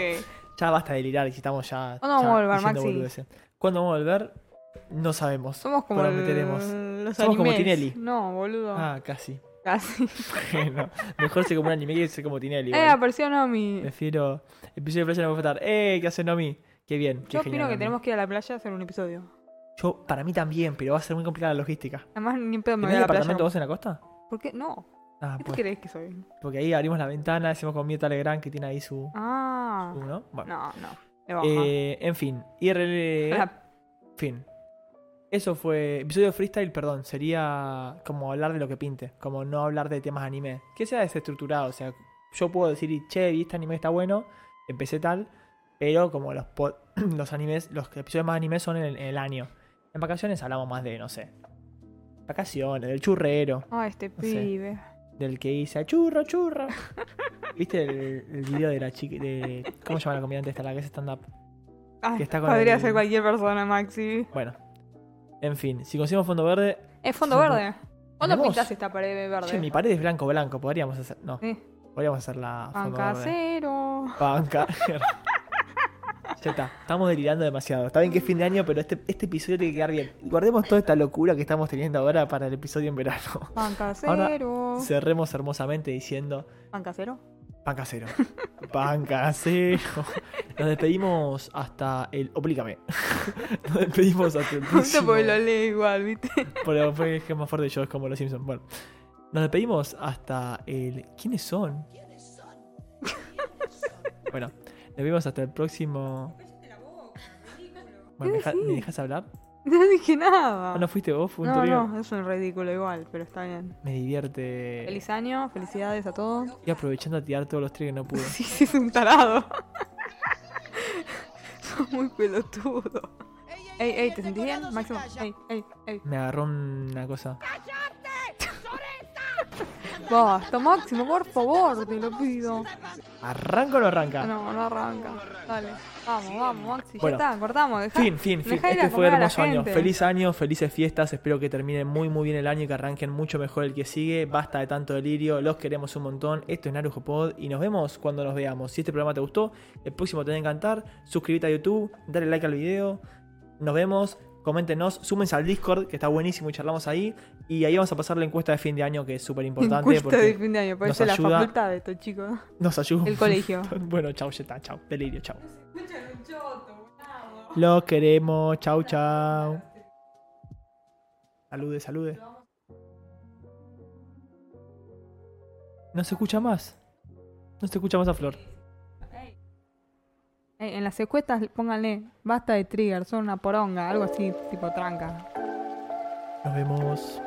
[SPEAKER 1] ya basta de lirar, que estamos ya.
[SPEAKER 2] ¿Cuándo vamos
[SPEAKER 1] ya
[SPEAKER 2] a volver,
[SPEAKER 1] diciendo
[SPEAKER 2] Maxi?
[SPEAKER 1] boludeces. ¿Cuándo vamos a volver? No sabemos.
[SPEAKER 2] Somos como
[SPEAKER 1] Bueno,
[SPEAKER 2] el-
[SPEAKER 1] meteremos.
[SPEAKER 2] los
[SPEAKER 1] Somos como
[SPEAKER 2] animes.
[SPEAKER 1] Tinelli.
[SPEAKER 2] No, boludo.
[SPEAKER 1] Ah, casi.
[SPEAKER 2] Casi.
[SPEAKER 1] Bueno, mejor se como un anime que se como Tinelli.
[SPEAKER 2] Eh,
[SPEAKER 1] igual.
[SPEAKER 2] apareció Nomi.
[SPEAKER 1] Prefiero. Episodio de playa no me va a faltar. ¡Eh! ¿Qué hace Nomi? ¡Qué bien! qué genial,
[SPEAKER 2] Yo opino que
[SPEAKER 1] Nomi.
[SPEAKER 2] tenemos que ir a la playa a hacer un episodio.
[SPEAKER 1] Yo, para mí también, pero va a ser muy complicada la logística.
[SPEAKER 2] Además, ni en pedo me voy
[SPEAKER 1] ¿Tenés
[SPEAKER 2] a la playa. Este
[SPEAKER 1] departamento vos en la costa?
[SPEAKER 2] ¿Por qué? No.
[SPEAKER 1] Ah,
[SPEAKER 2] ¿Qué te
[SPEAKER 1] pues.
[SPEAKER 2] crees que soy?
[SPEAKER 1] Porque ahí abrimos la ventana, hacemos con Mirta Legrand que tiene ahí su.
[SPEAKER 2] Ah.
[SPEAKER 1] su, ¿no? Bueno.
[SPEAKER 2] No, no. Le baja.
[SPEAKER 1] Eh, en fin, IRL.
[SPEAKER 2] La-
[SPEAKER 1] Fin. Eso fue. Episodio de freestyle, perdón. Sería como hablar de lo que pinte. Como no hablar de temas anime. Que sea desestructurado. O sea, yo puedo decir, che, vi este anime que está bueno. Empecé tal. Pero como los, po- los animes, los episodios más animes son en el, en el año. En vacaciones hablamos más de, no sé. Vacaciones, del churrero.
[SPEAKER 2] Ah, este
[SPEAKER 1] sé.
[SPEAKER 2] pibe.
[SPEAKER 1] Del que dice, churro, churro. ¿Viste el, el video de la chica? De, ¿Cómo se llama la comediante esta? La que hace stand-up.
[SPEAKER 2] Ay,
[SPEAKER 1] Que está con
[SPEAKER 2] podría
[SPEAKER 1] el-
[SPEAKER 2] ser cualquier persona, Maxi.
[SPEAKER 1] Bueno. En fin, si conseguimos fondo verde,
[SPEAKER 2] Es fondo
[SPEAKER 1] Somos-
[SPEAKER 2] verde. ¿Cuándo
[SPEAKER 1] Tenemos-
[SPEAKER 2] pintas esta pared de verde?
[SPEAKER 1] Che, mi pared es blanco blanco, podríamos hacer. No,
[SPEAKER 2] Sí.
[SPEAKER 1] podríamos hacerla. fondo
[SPEAKER 2] Banca
[SPEAKER 1] verde.
[SPEAKER 2] cero.
[SPEAKER 1] Banca. ya está, estamos delirando demasiado. Está bien que es fin de año, pero este, este episodio tiene que quedar bien. Guardemos toda esta locura que estamos teniendo ahora para el episodio en verano.
[SPEAKER 2] Banca
[SPEAKER 1] Ahora-
[SPEAKER 2] cero.
[SPEAKER 1] Cerremos hermosamente diciendo
[SPEAKER 2] Banca cero.
[SPEAKER 1] pan casero. Pan casero. Nos despedimos hasta el. Oblígame. Nos despedimos hasta el.
[SPEAKER 2] No sé
[SPEAKER 1] Próximo...
[SPEAKER 2] porque lo leo igual, ¿viste?
[SPEAKER 1] Pero fue que es más fuerte yo, es como los Simpsons. Bueno, nos despedimos hasta el. ¿Quiénes son? bueno, nos vemos hasta el próximo. Bueno, ¿me, deja-
[SPEAKER 2] decís?
[SPEAKER 1] me dejas hablar?
[SPEAKER 2] No dije nada.
[SPEAKER 1] Ah, no fuiste vos, fue un
[SPEAKER 2] no,
[SPEAKER 1] trío.
[SPEAKER 2] no, es un ridículo igual, pero está bien.
[SPEAKER 1] Me divierte.
[SPEAKER 2] Feliz año, felicidades a todos.
[SPEAKER 1] Y aprovechando a tirar todos los tríos que no pude.
[SPEAKER 2] Sí, sí, es un tarado. Sos muy pelotudo. Ey, ey, ¿te sentís bien? Máximo. Ey, ey, ey.
[SPEAKER 1] Me agarró una cosa.
[SPEAKER 2] Basta, Máximo, por favor, te lo pido.
[SPEAKER 1] ¿Arranca o no arranca?
[SPEAKER 2] No, no arranca. Dale. Vamos, vamos, Maxi.
[SPEAKER 1] Bueno.
[SPEAKER 2] Ya está, cortamos. Dejá,
[SPEAKER 1] Fin, fin, fin.
[SPEAKER 2] dejá ir a
[SPEAKER 1] Este fue
[SPEAKER 2] comer a la
[SPEAKER 1] hermoso año.
[SPEAKER 2] gente.
[SPEAKER 1] Feliz año, felices fiestas. Espero que terminen muy, muy bien el año y que arranquen mucho mejor el que sigue. Basta de tanto delirio. Los queremos un montón. Esto es Narujo Pod y nos vemos cuando nos veamos. Si este programa te gustó, el próximo te va a encantar. Suscríbete a YouTube, dale like al video. Nos vemos. Coméntenos, súmense al Discord, que está buenísimo y charlamos ahí. Y ahí vamos a pasar la encuesta de fin de año, que es súper importante
[SPEAKER 2] Encuesta de
[SPEAKER 1] porque
[SPEAKER 2] fin de año, parece la
[SPEAKER 1] ayuda-
[SPEAKER 2] facultad de estos chicos.
[SPEAKER 1] nos ayuda.
[SPEAKER 2] El colegio.
[SPEAKER 1] bueno, chau, ya está, chau. Delirio, chau. Los queremos. Chau, chau. Salude, salude. No se escucha más. No se escucha más a Flor.
[SPEAKER 2] Ey, en las encuestas pónganle, basta de trigger, son una poronga, algo así, tipo tranca.
[SPEAKER 1] Nos vemos.